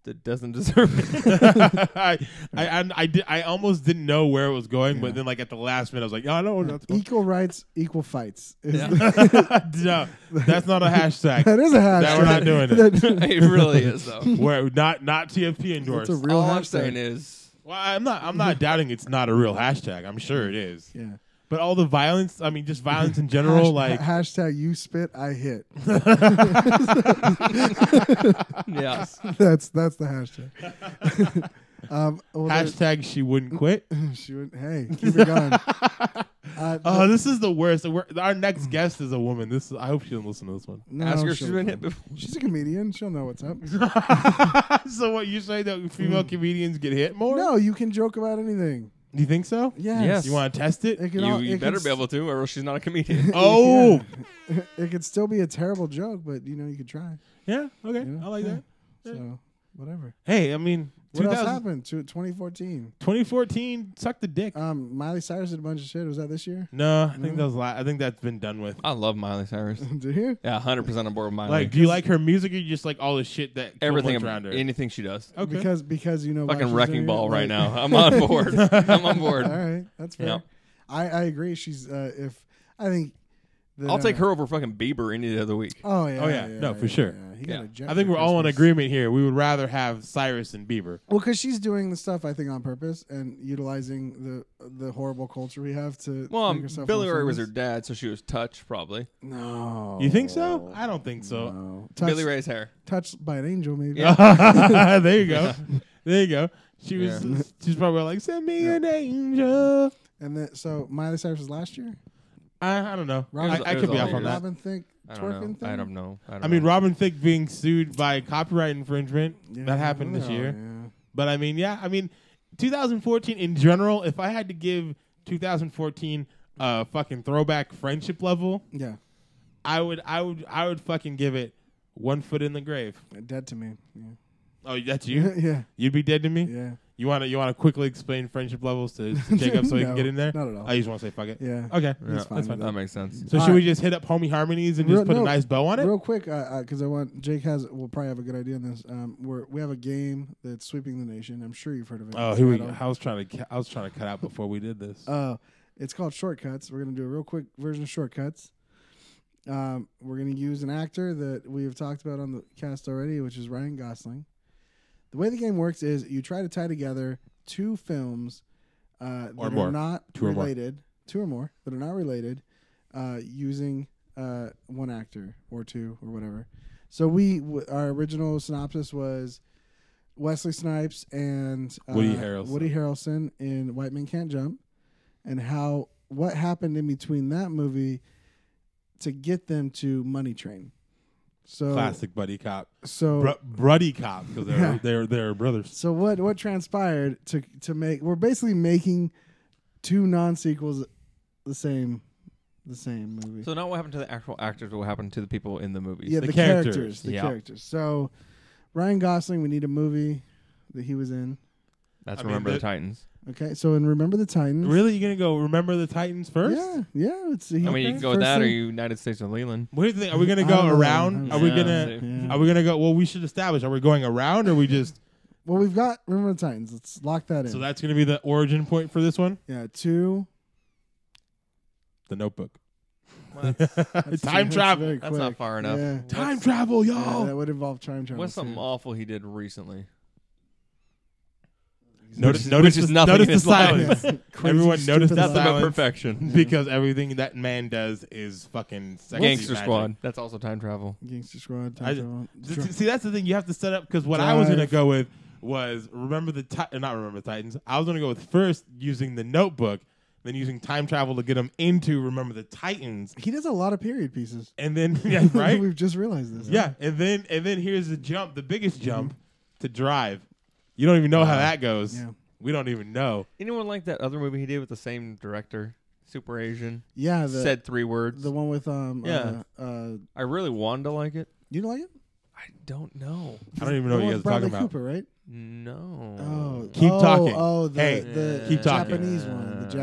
Speaker 3: that doesn't deserve it.
Speaker 1: I, I, I, I did, I almost didn't know where it was going,
Speaker 2: Yeah. E
Speaker 1: but then like at the last minute, I was like, oh, no, that's
Speaker 2: equal rights, equal fights. Is
Speaker 3: Yeah.
Speaker 1: no, that's not a hashtag.
Speaker 2: that is a hashtag.
Speaker 1: That we're not doing it.
Speaker 2: That-
Speaker 3: it really is though.
Speaker 1: We're not not TFP endorsed.
Speaker 2: That's a real
Speaker 3: All
Speaker 2: hashtag.
Speaker 3: I'm saying is
Speaker 1: well, I'm not. I'm not doubting it's not a real hashtag. I'm sure it is.
Speaker 2: yeah.
Speaker 1: But all the violence. I mean, just violence in general.
Speaker 2: Hasht-
Speaker 1: like
Speaker 2: hashtag you spit, I hit.
Speaker 3: yeah.
Speaker 2: That's that's the hashtag. um, well, there-
Speaker 1: hashtag she
Speaker 2: Mm-hmm.
Speaker 1: wouldn't quit.
Speaker 2: she went, hey, keep it going. Uh,
Speaker 1: Oh, this is the worst. We're- our
Speaker 2: Mm-hmm.
Speaker 1: next guest is a woman. This is, I hope she didn't listen to this one.
Speaker 2: no,
Speaker 3: Ask her if
Speaker 2: she'll
Speaker 3: she's
Speaker 2: be
Speaker 3: been hit
Speaker 2: fine.
Speaker 3: before.
Speaker 2: She's a comedian. She'll know what's up.
Speaker 1: so what you say that female comedians get hit more?
Speaker 2: Mm-hmm. No, you can joke about anything.
Speaker 1: Do you think so?
Speaker 2: Yes.
Speaker 3: Yes.
Speaker 1: You want to test it?
Speaker 2: It can
Speaker 3: You,
Speaker 2: all-
Speaker 3: you
Speaker 2: it
Speaker 3: better
Speaker 2: can
Speaker 3: be
Speaker 2: s-
Speaker 3: able to, or else she's not a comedian.
Speaker 1: Oh,
Speaker 2: It could still be a terrible joke, but you know you could try.
Speaker 1: yeah. Okay,
Speaker 2: You know?
Speaker 1: I like that. Yeah.
Speaker 2: So whatever.
Speaker 1: Hey, I mean,
Speaker 2: What else
Speaker 1: 2000
Speaker 2: happened to 2014?
Speaker 1: 2014 sucked the dick. Mm-hmm.
Speaker 2: Um, Miley Cyrus did a bunch of shit. Was that this year?
Speaker 1: no, Uh, I think
Speaker 2: no.
Speaker 1: that was. La- I think that's been done with.
Speaker 3: I love Miley Cyrus.
Speaker 2: did you?
Speaker 3: Yeah, hundred percent on board with Miley.
Speaker 1: Like, do you like her music or you just like all the shit that
Speaker 3: everything
Speaker 1: comes
Speaker 3: ab-
Speaker 1: around her?
Speaker 3: anything she does?
Speaker 1: okay.
Speaker 2: Because because you know why
Speaker 3: Fucking
Speaker 2: she's doing
Speaker 3: wrecking
Speaker 2: it?
Speaker 3: ball
Speaker 2: Like-
Speaker 3: right now. I'm on board. I'm on board.
Speaker 2: All right, that's fair.
Speaker 3: Yeah.
Speaker 2: I I agree. She's uh, if I think that,
Speaker 3: I'll take
Speaker 2: uh,
Speaker 3: her over fucking Bieber any day of the week.
Speaker 2: Oh yeah.
Speaker 1: Oh, yeah. No, for sure.
Speaker 2: yeah. He got
Speaker 3: Yeah.
Speaker 2: a jet
Speaker 1: I think
Speaker 2: for
Speaker 1: we're all in
Speaker 2: Christmas.
Speaker 1: agreement here. We would rather have Cyrus and Bieber.
Speaker 2: Well, because she's doing the stuff I think on purpose and utilizing the the horrible culture we have to.
Speaker 3: Well,
Speaker 2: make
Speaker 3: um,
Speaker 2: herself
Speaker 3: Billy
Speaker 2: more
Speaker 3: Ray was her
Speaker 2: famous.
Speaker 3: dad, so she was touched probably.
Speaker 2: No.
Speaker 1: You think so? I don't think so.
Speaker 2: No. Touched,
Speaker 3: Billy Ray's hair.
Speaker 2: touched by an angel, maybe.
Speaker 3: Yeah.
Speaker 1: there you go. There you go. She was.
Speaker 3: Yeah.
Speaker 1: She's probably like, send me
Speaker 2: Yeah.
Speaker 1: an angel.
Speaker 2: And then so Miley Cyrus was last year.
Speaker 1: I, I don't know.
Speaker 2: Robin-
Speaker 1: I, I
Speaker 3: It
Speaker 1: could
Speaker 3: was
Speaker 1: be
Speaker 3: all
Speaker 1: off on
Speaker 3: weird.
Speaker 1: that.
Speaker 2: Robin Thicke
Speaker 3: I don't know.
Speaker 2: twerking thing.
Speaker 3: I don't know. I, don't
Speaker 1: I mean,
Speaker 3: know.
Speaker 1: Robin Thicke being sued by copyright infringement
Speaker 2: Yeah,
Speaker 1: that happened this
Speaker 2: well,
Speaker 1: year.
Speaker 2: yeah.
Speaker 1: But I mean, yeah, I mean, 2014 in general. If I had to give 2014 a fucking throwback friendship level,
Speaker 2: Yeah.
Speaker 1: I would, I would, I would fucking give it one foot in the grave.
Speaker 2: Dead to me. Yeah.
Speaker 1: Oh, that's you.
Speaker 2: yeah.
Speaker 1: You'd be dead to me.
Speaker 2: Yeah.
Speaker 1: You wanna, you wanna quickly explain friendship levels to to Jacob so he
Speaker 2: No,
Speaker 1: can get in there.
Speaker 2: Not at all.
Speaker 1: I just want to say fuck it.
Speaker 2: yeah.
Speaker 1: Okay.
Speaker 3: Yeah,
Speaker 2: That's fine. Uh,
Speaker 1: that's fine.
Speaker 3: that makes sense.
Speaker 1: So
Speaker 2: All
Speaker 1: should we
Speaker 2: right.
Speaker 1: just hit up homie harmonies and just
Speaker 2: Real-
Speaker 1: put
Speaker 2: no.
Speaker 1: a nice bow on it?
Speaker 2: Real quick, because I want Jake has will probably have a good idea on this. Um, we're, we have a game that's sweeping the nation. I'm sure you've heard of it.
Speaker 1: Oh,
Speaker 2: It's
Speaker 1: here we
Speaker 2: titled-
Speaker 1: go. I was trying to, ca- I was trying to cut out before we did this.
Speaker 2: Uh, it's called Shortcuts. We're gonna do a real quick version of Shortcuts. Um, we're gonna use an actor that we have talked about on the cast already, which is Ryan Gosling. The way the game works is you try to tie together two films uh, that
Speaker 1: Or
Speaker 2: are
Speaker 1: more.
Speaker 2: not
Speaker 1: Two or more.
Speaker 2: related, two or more that are not related, uh, using uh, one actor or two or whatever. So we w- our original synopsis was Wesley Snipes and uh,
Speaker 1: Woody Harrelson.
Speaker 2: Woody Harrelson in White Men Can't Jump, and how what happened in between that movie to get them to Money Train. So
Speaker 1: Classic buddy cop,
Speaker 2: So
Speaker 1: Br- bruddy cop because they're,
Speaker 2: Yeah.
Speaker 1: they're they're brothers.
Speaker 2: so what what transpired to to make we're basically making two non sequels the same the same movie.
Speaker 3: So not what happened to the actual actors, but what happened to the people in the movies.
Speaker 2: yeah,
Speaker 1: the
Speaker 2: the,
Speaker 1: characters.
Speaker 2: characters, the
Speaker 3: Yeah.
Speaker 2: characters. So Ryan Gosling, we need a movie that he was in.
Speaker 3: That's
Speaker 1: I mean,
Speaker 3: Remember
Speaker 1: the-
Speaker 3: the Titans.
Speaker 2: Okay, so in Remember the Titans.
Speaker 1: Really, you gonna go remember the Titans first?
Speaker 2: Yeah, yeah. It's, he,
Speaker 3: I mean, you can go with that or United States of Leland.
Speaker 1: What do you think? Are we gonna
Speaker 2: I
Speaker 1: go
Speaker 2: don't know.
Speaker 1: around? Are we
Speaker 3: Yeah,
Speaker 1: gonna?
Speaker 3: see.
Speaker 2: Yeah.
Speaker 1: Are we gonna go? Well, we should establish. Are we going around? Or are we just?
Speaker 2: Well, we've got Remember the Titans. Let's lock that in.
Speaker 1: So that's gonna be the origin point for this one.
Speaker 2: yeah, two.
Speaker 1: The Notebook.
Speaker 3: Well,
Speaker 2: That's
Speaker 1: time
Speaker 2: that's
Speaker 1: travel.
Speaker 2: very
Speaker 3: That's not
Speaker 2: quick.
Speaker 3: far enough.
Speaker 2: Yeah.
Speaker 1: Time
Speaker 3: What's-
Speaker 1: travel,
Speaker 2: Yeah,
Speaker 1: y'all.
Speaker 2: that would involve time travel.
Speaker 3: What's something
Speaker 2: too.
Speaker 3: awful he did recently?
Speaker 1: notice,
Speaker 3: Which is-
Speaker 1: notice,
Speaker 3: which is
Speaker 1: the,
Speaker 3: nothing
Speaker 1: notice
Speaker 3: in
Speaker 1: the
Speaker 3: his life.
Speaker 1: silence.
Speaker 2: Crazy,
Speaker 1: Everyone notice
Speaker 2: stupid
Speaker 1: the
Speaker 2: stuff.
Speaker 3: That's about
Speaker 1: silence
Speaker 3: perfection.
Speaker 1: because everything that man does is fucking sexy
Speaker 3: Gangster
Speaker 1: magic.
Speaker 3: Squad. That's also time travel.
Speaker 2: Gangster Squad. Time
Speaker 1: I-
Speaker 2: travel.
Speaker 1: Th-
Speaker 2: Dr-
Speaker 1: th- See, that's the thing you have to set up because what I was gonna
Speaker 2: Drive.
Speaker 1: go with was remember the Ti- not remember the Titans. I was gonna go with first using the Notebook then using time travel to get him into Remember the Titans,
Speaker 2: He does a lot of period pieces.
Speaker 1: and then yeah, right,
Speaker 2: We've just realized this.
Speaker 1: yeah, and then and then here's the jump, the biggest
Speaker 2: Mm-hmm.
Speaker 1: jump to Drive. You don't even know how that goes.
Speaker 2: Yeah.
Speaker 1: We don't even know.
Speaker 3: Anyone like that other movie he did with the same director, Super Asian?
Speaker 2: Yeah. The,
Speaker 3: said three words.
Speaker 2: the one with um.
Speaker 3: Yeah.
Speaker 2: Uh, uh,
Speaker 3: I really wanted to like it.
Speaker 2: you like it?
Speaker 3: I don't know.
Speaker 1: I don't even know
Speaker 2: The
Speaker 1: what you guys
Speaker 2: one with
Speaker 1: are talking
Speaker 2: Bradley
Speaker 1: about. Uh,
Speaker 2: Cooper, right?
Speaker 3: No.
Speaker 2: Oh,
Speaker 1: Keep
Speaker 2: oh,
Speaker 1: talking.
Speaker 2: Oh, the,
Speaker 1: Hey,
Speaker 2: the Uh,
Speaker 1: keep talking. Uh,
Speaker 2: Japanese one, the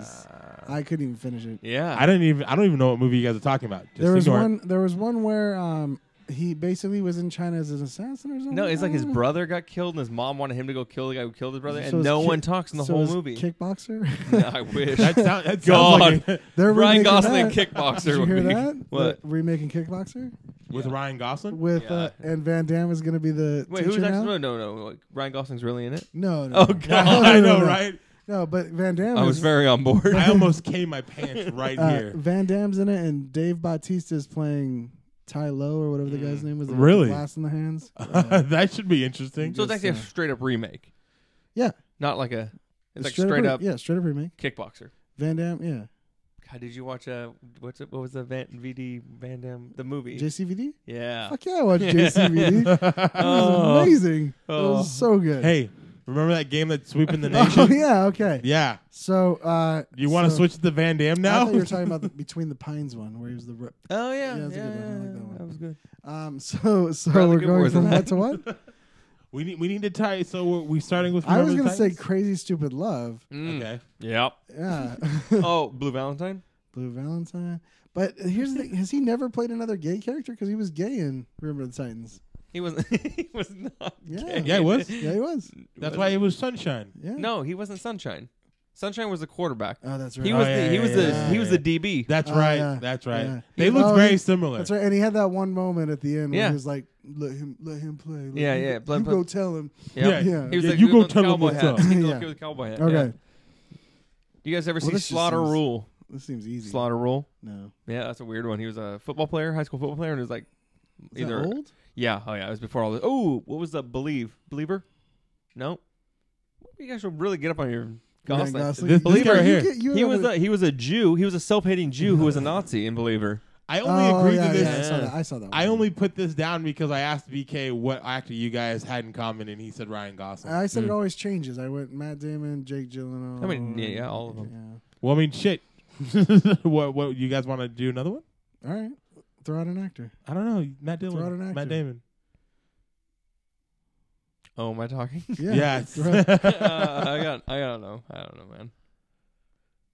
Speaker 2: Japanese. I couldn't even finish it.
Speaker 3: yeah.
Speaker 1: I didn't even. I don't even know what movie you guys are talking about. Just
Speaker 2: there was
Speaker 1: ignore it.
Speaker 2: one. There was one where um he basically was in China as an assassin or something.
Speaker 3: no, it's like his
Speaker 2: I don't know.
Speaker 3: brother got killed, and his mom wanted him to go kill the guy who killed his brother,
Speaker 2: So
Speaker 3: and
Speaker 2: it's
Speaker 3: no
Speaker 2: kick-
Speaker 3: one talks in the
Speaker 2: so
Speaker 3: whole
Speaker 2: it's
Speaker 3: movie.
Speaker 2: Kickboxer.
Speaker 3: No, I wish.
Speaker 1: That, sound, that sounds
Speaker 3: God.
Speaker 1: like a-
Speaker 2: They're
Speaker 3: Ryan
Speaker 2: remaking
Speaker 3: Gosling
Speaker 2: that.
Speaker 3: kickboxer.
Speaker 2: Did you
Speaker 3: would
Speaker 2: hear
Speaker 3: be-
Speaker 2: that?
Speaker 3: What?
Speaker 2: The remaking Kickboxer
Speaker 1: with Ryan Gosling.
Speaker 2: with
Speaker 3: Yeah.
Speaker 2: uh, and Van Damme is going to be the
Speaker 3: Wait,
Speaker 2: teacher
Speaker 3: who's actually?
Speaker 2: now?
Speaker 3: No, no, no. Like, Ryan Gosling's really in it.
Speaker 2: No, no.
Speaker 3: Oh,
Speaker 2: no.
Speaker 3: God.
Speaker 2: No, no,
Speaker 1: I
Speaker 2: no,
Speaker 1: know,
Speaker 2: no.
Speaker 1: right?
Speaker 2: No, but Van Damme.
Speaker 3: I was
Speaker 2: is,
Speaker 3: very on board.
Speaker 1: I almost came my pants right
Speaker 2: uh,
Speaker 1: here.
Speaker 2: Van Damme's in it, and Dave Bautista is playing Ty Lowe or whatever the
Speaker 3: Mm.
Speaker 2: guy's name was. the one with
Speaker 1: Really?
Speaker 2: the glass in the hands. Uh,
Speaker 1: that should be interesting.
Speaker 3: so it's actually a
Speaker 2: uh,
Speaker 3: straight up remake,
Speaker 2: yeah,
Speaker 3: not like a. It's like
Speaker 2: straight,
Speaker 3: straight
Speaker 2: up,
Speaker 3: up
Speaker 2: re- yeah, straight up remake.
Speaker 3: kickboxer.
Speaker 2: Van Damme, yeah,
Speaker 3: God, did you watch uh what's it? What was the Van, VD Van Damme the movie?
Speaker 2: JCVD.
Speaker 3: yeah.
Speaker 2: Fuck yeah, I watched JCVD. It
Speaker 3: Oh.
Speaker 2: was amazing. It
Speaker 3: Oh.
Speaker 2: was so good.
Speaker 1: hey, remember that game that's sweeping the nation?
Speaker 2: Oh yeah, okay.
Speaker 1: Yeah.
Speaker 2: So, uh,
Speaker 1: You want to
Speaker 2: so-
Speaker 1: switch to the Van Damme
Speaker 2: I
Speaker 1: now?
Speaker 2: thought you were talking about the, between the pines one, where he was the. Rip.
Speaker 3: Oh yeah,
Speaker 2: Yeah,
Speaker 3: yeah,
Speaker 2: that's a
Speaker 3: yeah,
Speaker 2: good one. I like
Speaker 3: yeah,
Speaker 2: that one.
Speaker 3: that was good.
Speaker 2: Um. So, so
Speaker 3: Bradley
Speaker 2: we're
Speaker 3: Cooper
Speaker 2: going
Speaker 3: was in
Speaker 2: from that
Speaker 3: that.
Speaker 2: to what?
Speaker 1: we need we need to tie. So we're we starting with.
Speaker 2: I was
Speaker 1: Remember
Speaker 2: gonna
Speaker 1: the
Speaker 2: say
Speaker 1: Titans?
Speaker 2: crazy stupid love.
Speaker 1: okay.
Speaker 3: Mm. Yep.
Speaker 2: Yeah.
Speaker 3: Oh, Blue Valentine.
Speaker 2: Blue Valentine. But here's the thing: has he never played another gay character? Because he was gay in Remember the Titans.
Speaker 3: He was. he was not.
Speaker 2: Yeah.
Speaker 3: gay.
Speaker 1: Yeah, he was.
Speaker 2: Yeah, he was.
Speaker 1: That's why it was Sunshine.
Speaker 2: Yeah.
Speaker 3: No, he wasn't Sunshine. Sunshine was the quarterback.
Speaker 2: Oh, that's right.
Speaker 3: He
Speaker 1: Oh,
Speaker 3: was.
Speaker 1: yeah,
Speaker 3: the, he
Speaker 1: yeah,
Speaker 3: was the.
Speaker 1: yeah,
Speaker 3: he was
Speaker 1: yeah.
Speaker 3: the DB.
Speaker 1: That's
Speaker 2: Oh,
Speaker 1: right.
Speaker 2: yeah.
Speaker 1: That's right.
Speaker 2: Yeah.
Speaker 1: They
Speaker 2: Oh,
Speaker 1: look
Speaker 2: he-
Speaker 1: very similar.
Speaker 2: That's right. And he had that one moment at the end where
Speaker 3: Yeah.
Speaker 2: he was like, "Let him, let him play. Let
Speaker 3: Yeah,
Speaker 2: him-
Speaker 3: yeah.
Speaker 2: You
Speaker 3: Let-
Speaker 2: go tell him.
Speaker 1: Yeah.
Speaker 3: Yep.
Speaker 2: Yeah.
Speaker 3: He was
Speaker 1: Yeah,
Speaker 3: the
Speaker 1: you
Speaker 3: dude
Speaker 1: go
Speaker 3: with the
Speaker 1: tell him
Speaker 3: cowboy
Speaker 1: what's
Speaker 3: hat.
Speaker 1: up.
Speaker 3: He was the
Speaker 2: Yeah.
Speaker 3: kid with the cowboy hat.
Speaker 2: Okay.
Speaker 3: yeah. You guys ever
Speaker 2: Well,
Speaker 3: see
Speaker 2: this just
Speaker 3: Slaughter
Speaker 2: seems-
Speaker 3: Rule?
Speaker 2: This seems easy.
Speaker 3: Slaughter Rule.
Speaker 2: No.
Speaker 3: Yeah, that's a weird one. He was a football player, high school football player, and it was like
Speaker 2: Is
Speaker 3: either
Speaker 2: that old?
Speaker 3: Yeah, oh yeah, it was before all this. Oh, what was the believe? Believer? No. You guys should really get up on your Gosling.
Speaker 1: This
Speaker 3: Believer
Speaker 2: You
Speaker 1: here.
Speaker 2: get- you
Speaker 3: He
Speaker 2: have
Speaker 3: was
Speaker 2: a-
Speaker 3: a, he was a Jew. He was a self-hating Jew who was a Nazi in Believer.
Speaker 1: I only
Speaker 2: Oh,
Speaker 1: agreed
Speaker 2: yeah,
Speaker 1: to this.
Speaker 2: yeah, I saw
Speaker 3: Yeah.
Speaker 2: that. I saw that.
Speaker 1: I
Speaker 2: one.
Speaker 1: only put this down because I asked BK what actor you guys had in common, and he said Ryan Gosling.
Speaker 2: I said it
Speaker 3: Mm.
Speaker 2: always changes. I went Matt Damon, Jake Gyllenhaal.
Speaker 3: I mean, yeah, yeah, all of
Speaker 2: Um,
Speaker 3: them.
Speaker 1: well, I mean, shit. what? What? You guys want to do another one?
Speaker 2: Yeah. All right. Throw out an actor.
Speaker 1: I don't know. Matt
Speaker 2: Throw out an
Speaker 1: Dillon.
Speaker 2: actor.
Speaker 1: Matt Damon.
Speaker 3: Oh, am I talking?
Speaker 2: Yeah.
Speaker 1: yes.
Speaker 2: throw out-
Speaker 3: uh, I got I don't know. I don't know, man.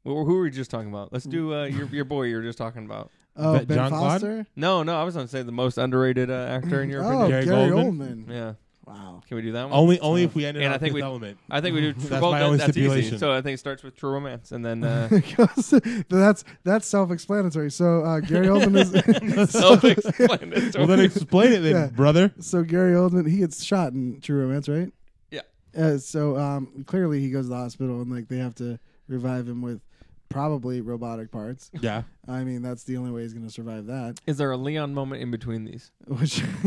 Speaker 3: Well, who were we just talking about? Let's do uh, your your boy you were just talking about.
Speaker 2: Oh,
Speaker 1: That
Speaker 2: Ben
Speaker 1: John Claude?
Speaker 2: Foster.
Speaker 3: No, no, I was gonna say the most underrated uh, actor in your
Speaker 2: oh,
Speaker 3: opinion.
Speaker 1: Gary
Speaker 2: Gary,
Speaker 1: Goldman?
Speaker 2: Goldman.
Speaker 3: Yeah,
Speaker 2: Wow.
Speaker 3: can we do that one?
Speaker 1: only, only if we ended
Speaker 3: And
Speaker 1: on
Speaker 3: I think
Speaker 1: Fifth
Speaker 3: we-
Speaker 1: Element.
Speaker 3: I think we do.
Speaker 1: That's
Speaker 3: well,
Speaker 1: my
Speaker 3: that-
Speaker 1: only
Speaker 3: that's easy.
Speaker 1: stipulation.
Speaker 3: So I think it starts with True Romance, and then uh,
Speaker 2: Because that's that's self-explanatory. So uh, Gary Oldman is
Speaker 3: self-explanatory.
Speaker 1: Well, then explain it, then,
Speaker 2: Yeah.
Speaker 1: brother.
Speaker 2: so Gary Oldman he gets shot in True Romance, right?
Speaker 3: Yeah.
Speaker 2: Uh, so um, clearly he goes to the hospital and like they have to revive him with probably robotic parts.
Speaker 1: Yeah.
Speaker 2: I mean that's the only way he's going to survive that.
Speaker 3: Is there a Leon moment in between these?
Speaker 2: Which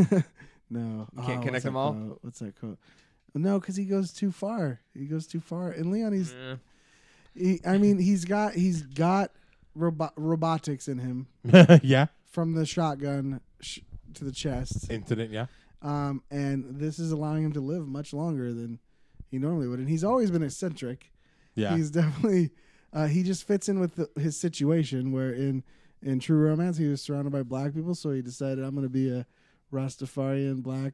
Speaker 2: no,
Speaker 3: You can't
Speaker 2: Ah,
Speaker 3: connect
Speaker 2: what's that
Speaker 3: them all?
Speaker 2: quote? What's that quote? No, because he goes too far. He goes too far. And Leon, he's he, I mean he's got he's got robo- robotics in him
Speaker 1: yeah.
Speaker 2: from the shotgun sh- to the chest.
Speaker 1: Incident. Yeah.
Speaker 2: um, and this is allowing him to live much longer than he normally would. And he's always been eccentric.
Speaker 1: Yeah.
Speaker 2: He's definitely uh, he just fits in with the, his situation. Where in in True Romance, he was surrounded by black people, so he decided I'm going to be a Rastafarian black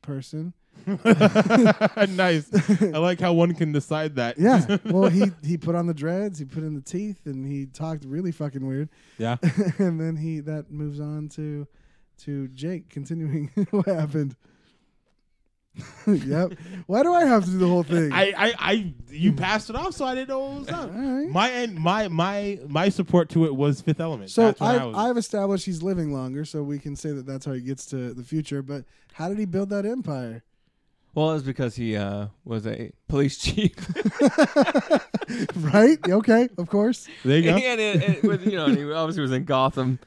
Speaker 2: person.
Speaker 1: nice. I like how one can decide that.
Speaker 2: Yeah. well, he he put on the dreads, he put in the teeth, and he talked really fucking weird.
Speaker 1: yeah.
Speaker 2: and then he that moves on to to Jake continuing what happened. yep. Why do I have to do the whole thing?
Speaker 1: I, I, I, you passed it off, so I didn't know what was up.
Speaker 2: Alright.
Speaker 1: My end, my, my, my support to it was Fifth Element.
Speaker 2: so
Speaker 1: That's what I
Speaker 2: I've,
Speaker 1: was.
Speaker 2: I've established he's living longer, so we can say that that's how he gets to the future. But how did he build that empire?
Speaker 3: Well, it's because he uh, was a police chief,
Speaker 2: right? Okay, of course.
Speaker 1: there you go.
Speaker 3: and it, it, with, you know, and he obviously was in Gotham,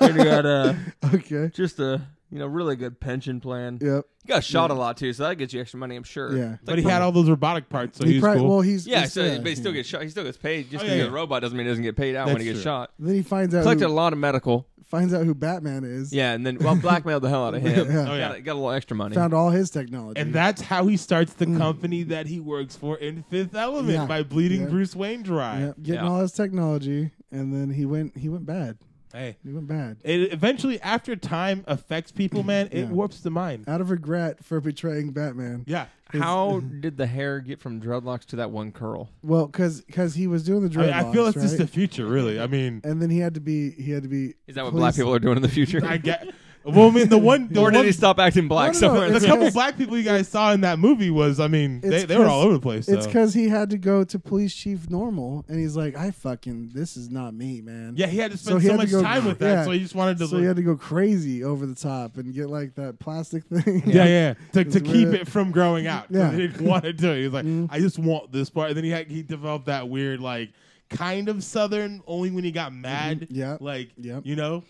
Speaker 3: and he got uh,
Speaker 2: Okay.
Speaker 3: just a You know, really good pension plan.
Speaker 2: Yep.
Speaker 3: He got shot a lot too, so that gets you extra money, I'm sure.
Speaker 2: Yeah.
Speaker 1: but he had all those robotic parts, so he, was
Speaker 2: prob-
Speaker 1: cool.
Speaker 2: Well, he's
Speaker 3: Yeah,
Speaker 2: he's- uh,
Speaker 3: so, but he still
Speaker 2: yeah.
Speaker 3: gets shot. He still gets paid. Just
Speaker 1: uh, Oh,
Speaker 3: because
Speaker 1: yeah,
Speaker 3: he's a
Speaker 1: yeah.
Speaker 3: robot doesn't mean he doesn't get paid out when
Speaker 1: That's
Speaker 3: he gets
Speaker 1: true. Um,
Speaker 3: shot.
Speaker 2: Then he finds out
Speaker 3: Collected a
Speaker 2: who,
Speaker 3: lot of medical.
Speaker 2: finds out who Batman is.
Speaker 3: Yeah, and then well, blackmailed the hell out of him.
Speaker 2: Yeah.
Speaker 1: Oh, yeah.
Speaker 3: got, a- got a little extra money.
Speaker 2: Found all his technology.
Speaker 1: and that's how he starts the company that he works for in Fifth Element
Speaker 2: Mm. Yeah.
Speaker 1: by bleeding
Speaker 2: Yeah.
Speaker 1: Bruce Wayne dry.
Speaker 2: Yep, getting
Speaker 3: Yeah.
Speaker 2: all his technology, and then he went. He went bad.
Speaker 1: Hey,
Speaker 2: He went bad.
Speaker 1: it eventually after time affects people, man. It
Speaker 2: Yeah. Uh,
Speaker 1: warps the mind.
Speaker 2: Out of regret for betraying Batman.
Speaker 1: Yeah,
Speaker 3: How did the hair get from dreadlocks to that one curl?
Speaker 2: Well, because because he was doing the
Speaker 1: I,
Speaker 2: dreadlocks,
Speaker 1: mean, I feel it's
Speaker 2: right?
Speaker 1: just the future, really. I mean,
Speaker 2: and then he had to be. He had to be.
Speaker 3: Is that what
Speaker 2: police-
Speaker 3: black people are doing in the future?
Speaker 1: I get. Well, I mean, the one, the,
Speaker 3: or
Speaker 1: one
Speaker 3: did he stop acting black
Speaker 2: No, no, no,
Speaker 3: somewhere? in
Speaker 1: the
Speaker 3: the-
Speaker 2: it's-
Speaker 1: couple black people you guys saw in that movie was, I mean, they,
Speaker 2: It's
Speaker 1: they were
Speaker 2: 'cause-
Speaker 1: all over the place.
Speaker 2: It's
Speaker 1: so.
Speaker 2: because he had to go to police chief normal, and he's like, "I fucking this is not me, man."
Speaker 1: yeah, he had to
Speaker 2: So
Speaker 1: spend
Speaker 2: he
Speaker 1: so,
Speaker 2: had to
Speaker 1: much
Speaker 2: go-
Speaker 1: time with that,
Speaker 2: yeah.
Speaker 1: so he just wanted to.
Speaker 2: So
Speaker 1: look-
Speaker 2: he had to go crazy over the top and get like that plastic thing.
Speaker 1: Yeah, yeah. To,
Speaker 2: Just
Speaker 1: to
Speaker 2: wear
Speaker 1: keep
Speaker 2: it.
Speaker 1: it from growing out.
Speaker 2: Yeah. Mm-hmm.
Speaker 1: Yeah. He didn't want to do it. He was like, I just want this part. And then he had, he developed that weird, like, kind of Southern, only when he got mad.
Speaker 2: Yeah.
Speaker 1: Like,
Speaker 2: Mm-hmm. Yep.
Speaker 1: you know,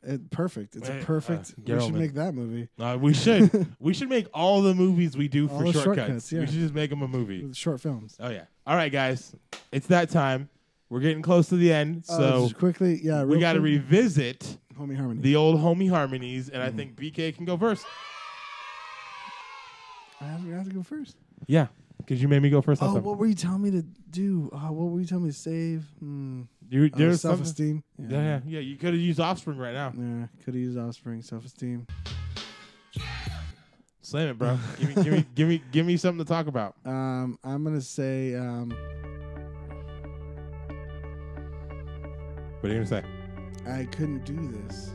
Speaker 2: It- perfect. It's
Speaker 1: Wait,
Speaker 2: a
Speaker 1: uh,
Speaker 2: perfect. we should
Speaker 1: Geralman.
Speaker 2: make that movie.
Speaker 1: uh, we should. we should make all the movies we do
Speaker 2: All
Speaker 1: for
Speaker 2: the
Speaker 1: shortcuts.
Speaker 2: shortcuts, yeah.
Speaker 1: We should just make them a movie.
Speaker 2: Short films.
Speaker 1: Oh, yeah. All right, guys. It's that time. We're getting close to the end.
Speaker 2: Uh,
Speaker 1: So
Speaker 2: just quickly, yeah,
Speaker 1: we
Speaker 2: real
Speaker 1: got to
Speaker 2: quick,
Speaker 1: revisit
Speaker 2: Homie Harmony.
Speaker 1: the old homie harmonies. And I think
Speaker 2: Mm-hmm.
Speaker 1: BK can go first.
Speaker 2: I have, I have to go first.
Speaker 1: Yeah. Because you made me go first.
Speaker 2: Oh,
Speaker 1: last time.
Speaker 2: what were you telling me to do? Oh, what were you telling me to save? Hmm.
Speaker 1: you,
Speaker 2: Oh,
Speaker 1: there's
Speaker 2: self
Speaker 1: something.
Speaker 2: esteem.
Speaker 1: Yeah, yeah, yeah. You could have used Offspring right now.
Speaker 2: Yeah, could have used offspring, self esteem.
Speaker 1: Slam it, bro. give me, give me, give me, give me something to talk about.
Speaker 2: Um, I'm gonna say um,
Speaker 1: What are you gonna say?
Speaker 2: I couldn't do this.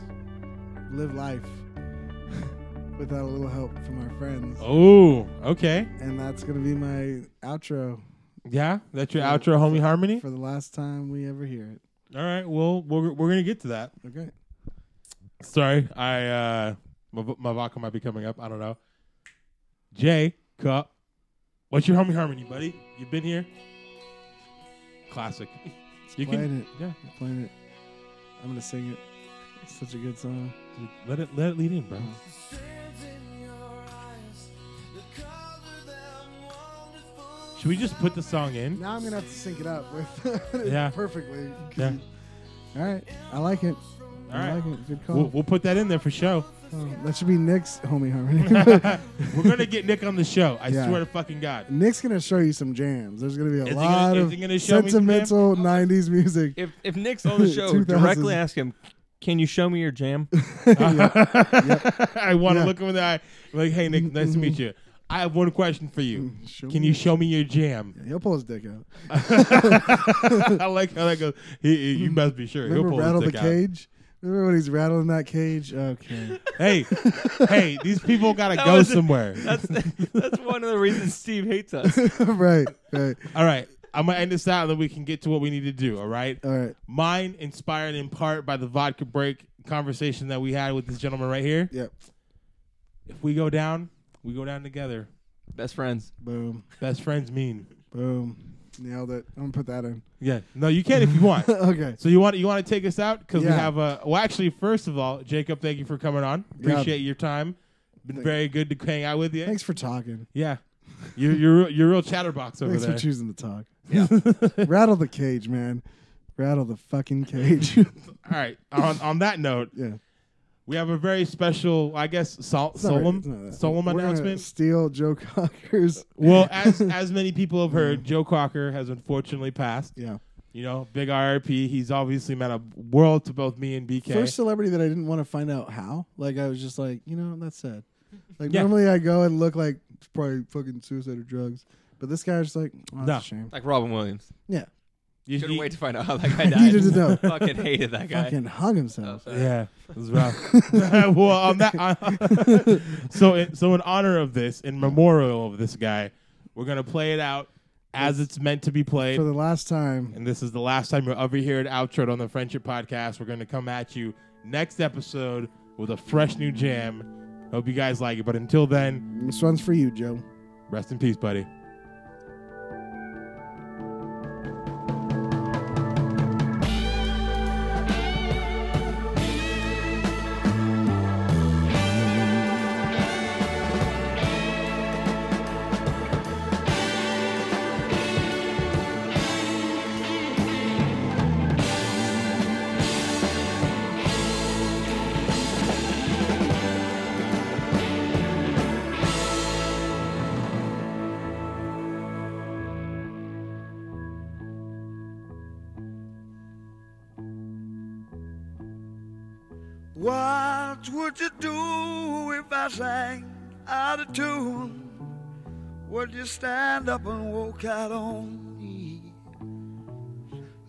Speaker 2: Live life without a little help from our friends,
Speaker 1: Oh, okay.
Speaker 2: and that's gonna be my outro
Speaker 1: Yeah, that's your
Speaker 2: Yeah.
Speaker 1: outro, homie harmony.
Speaker 2: for the last time we ever hear it.
Speaker 1: All right. Well, we're we're gonna get to that.
Speaker 2: Okay.
Speaker 1: Sorry, I uh, my, v- my vodka might be coming up. I don't know. Jay Cup, what's your homie harmony, buddy? You've been here. Classic. You
Speaker 2: playing
Speaker 1: can
Speaker 2: it.
Speaker 1: yeah.
Speaker 2: I'm playing it. I'm gonna sing it. It's such a good song.
Speaker 1: dude, Let it let it lead in, bro. Should we just put the song in?
Speaker 2: Now I'm gonna have to sync it up with
Speaker 1: Yeah.
Speaker 2: perfectly. 'cause
Speaker 1: Yeah.
Speaker 2: you- All right, I like it.
Speaker 1: All
Speaker 2: I
Speaker 1: right.
Speaker 2: like it. Good call.
Speaker 1: We'll, we'll put that in there for show.
Speaker 2: Oh, that should be Nick's homie harmony.
Speaker 1: We're gonna get Nick on the show. I
Speaker 2: Yeah.
Speaker 1: swear to fucking God.
Speaker 2: Nick's gonna show you some jams. There's gonna be a
Speaker 1: Is he gonna-
Speaker 2: lot
Speaker 1: is
Speaker 2: of
Speaker 1: he gonna show me some
Speaker 2: sentimental '90s music.
Speaker 3: if if Nick's on the show,
Speaker 2: 2000.
Speaker 3: directly ask him, "Can you show me your jam?"
Speaker 1: I want to
Speaker 2: Yeah.
Speaker 1: look him in the eye. Like, hey Nick, nice to meet you. I have one question for you.
Speaker 2: Show
Speaker 1: Can
Speaker 2: me
Speaker 1: you
Speaker 2: your-
Speaker 1: show me your jam?
Speaker 2: He'll pull his dick out.
Speaker 1: I like how that goes. He, he- you must be sure.
Speaker 2: Remember
Speaker 1: He'll pull
Speaker 2: rattle
Speaker 1: his
Speaker 2: the
Speaker 1: dick
Speaker 2: cage? Remember when he's rattling that cage? Okay.
Speaker 1: out. Hey, hey, these people gotta
Speaker 3: That
Speaker 1: go
Speaker 3: was-
Speaker 1: somewhere.
Speaker 3: That's that's one of the reasons Steve hates us.
Speaker 2: right. Right.
Speaker 1: All right, I'm gonna end this out, and then we can get to what we need to do. All right.
Speaker 2: All right.
Speaker 1: Mine inspired in part by the vodka break conversation that we had with this gentleman right here.
Speaker 2: Yep.
Speaker 1: If we go down, we go down together.
Speaker 3: Best friends.
Speaker 2: Boom.
Speaker 1: Best friends mean.
Speaker 2: Boom. Nailed it. I'm gonna put that in.
Speaker 1: Yeah. No, you can if you want.
Speaker 2: okay.
Speaker 1: So you want you want to take us out because we
Speaker 2: Yeah.
Speaker 1: have a well. Actually, first of all, Jacob, thank you for coming on.
Speaker 2: Yeah.
Speaker 1: Appreciate your time. Been very good to hang out with you.
Speaker 2: Thanks for talking.
Speaker 1: Yeah, you're you're you're a real chatterbox over
Speaker 2: Thanks
Speaker 1: there.
Speaker 2: for choosing to talk.
Speaker 3: Yeah.
Speaker 2: Rattle the cage, man. Rattle the fucking cage.
Speaker 1: all right. On on that note,
Speaker 2: yeah.
Speaker 1: we have a very special, I guess, sol-
Speaker 2: It's not really-
Speaker 1: solemn
Speaker 2: it's not that.
Speaker 1: solemn
Speaker 2: We're gonna
Speaker 1: announcement.
Speaker 2: Steal Joe Cocker's.
Speaker 1: well, as as many people have heard, Joe Cocker has unfortunately passed.
Speaker 2: Mm. Yeah.
Speaker 1: You know, big RIP. He's obviously meant a world to both me and BK.
Speaker 2: First celebrity that I didn't want to find out how. Like I was just like, you know, that's sad. Like
Speaker 1: Yeah.
Speaker 2: normally I go and look like it's probably fucking suicide or drugs, but this guy was just like, oh, that's
Speaker 1: No.
Speaker 2: a shame.
Speaker 3: Like Robin Williams.
Speaker 2: Yeah.
Speaker 1: You-
Speaker 3: Couldn't
Speaker 1: you-
Speaker 3: wait to find out how that guy
Speaker 2: Needed to
Speaker 3: died.
Speaker 2: know.
Speaker 3: Fucking hated that guy.
Speaker 2: Fucking hung
Speaker 3: Oh,
Speaker 2: himself.
Speaker 3: sorry.
Speaker 1: Yeah, it was rough. well, on that, uh, so in, so in honor of this, in memorial of this guy, we're gonna play it out as it's meant to be played.
Speaker 2: For the last time.
Speaker 1: and this is the last time you'll ever hear it outroed on the Friendship Podcast. We're gonna come at you next episode with a fresh new jam. Hope you guys like it. But until then,
Speaker 2: This one's for you, Joe.
Speaker 1: rest in peace, buddy.
Speaker 5: What would you do if I sang out of tune? Would you stand up and walk out on me?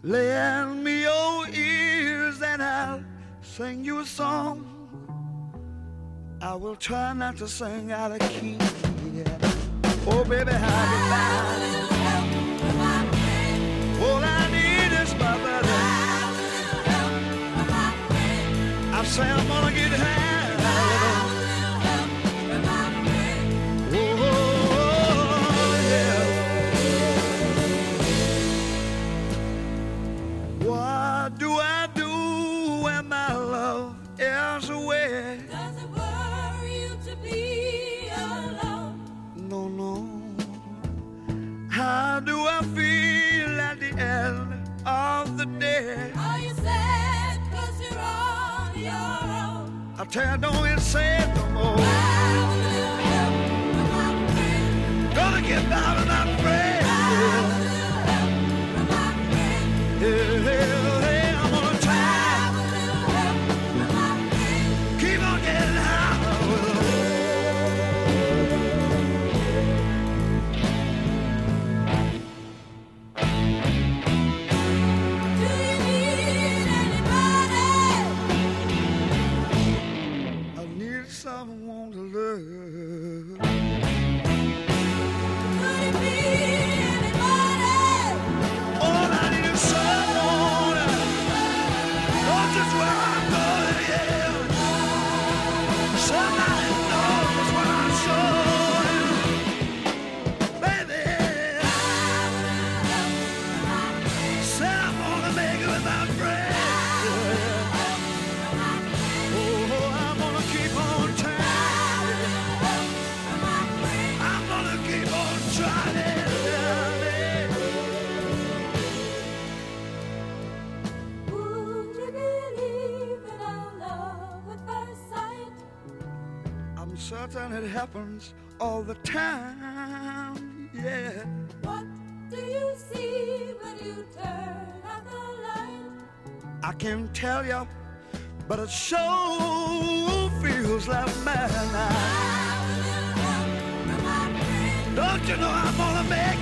Speaker 5: Lend me your ears and I'll sing you a song. I will try not to sing out of key. yeah. Oh, baby, how you like? All I need is my brother. I say I'm gonna get high. Oh, yeah. What do I do when my love is away? No, no. How do I feel at the end of the day? I tell you, don't even say it no more. Gonna get out of my friend. Yeah, yeah, yeah, I'm gonna try. Keep on getting high. I need someone to love. All I need is someone. That's just where I'm going, yeah. Somebody knows what I'm showing. Baby, said I'm gonna make it without breath. Oh, I'm gonna keep on trying. I'm gonna keep on trying. I'm certain it happens all the time. Yeah. I can tell you, but it sure feels like mad. Don't you know I'm gonna make Oh, ah! Oh, Oh, Oh, Oh, Oh,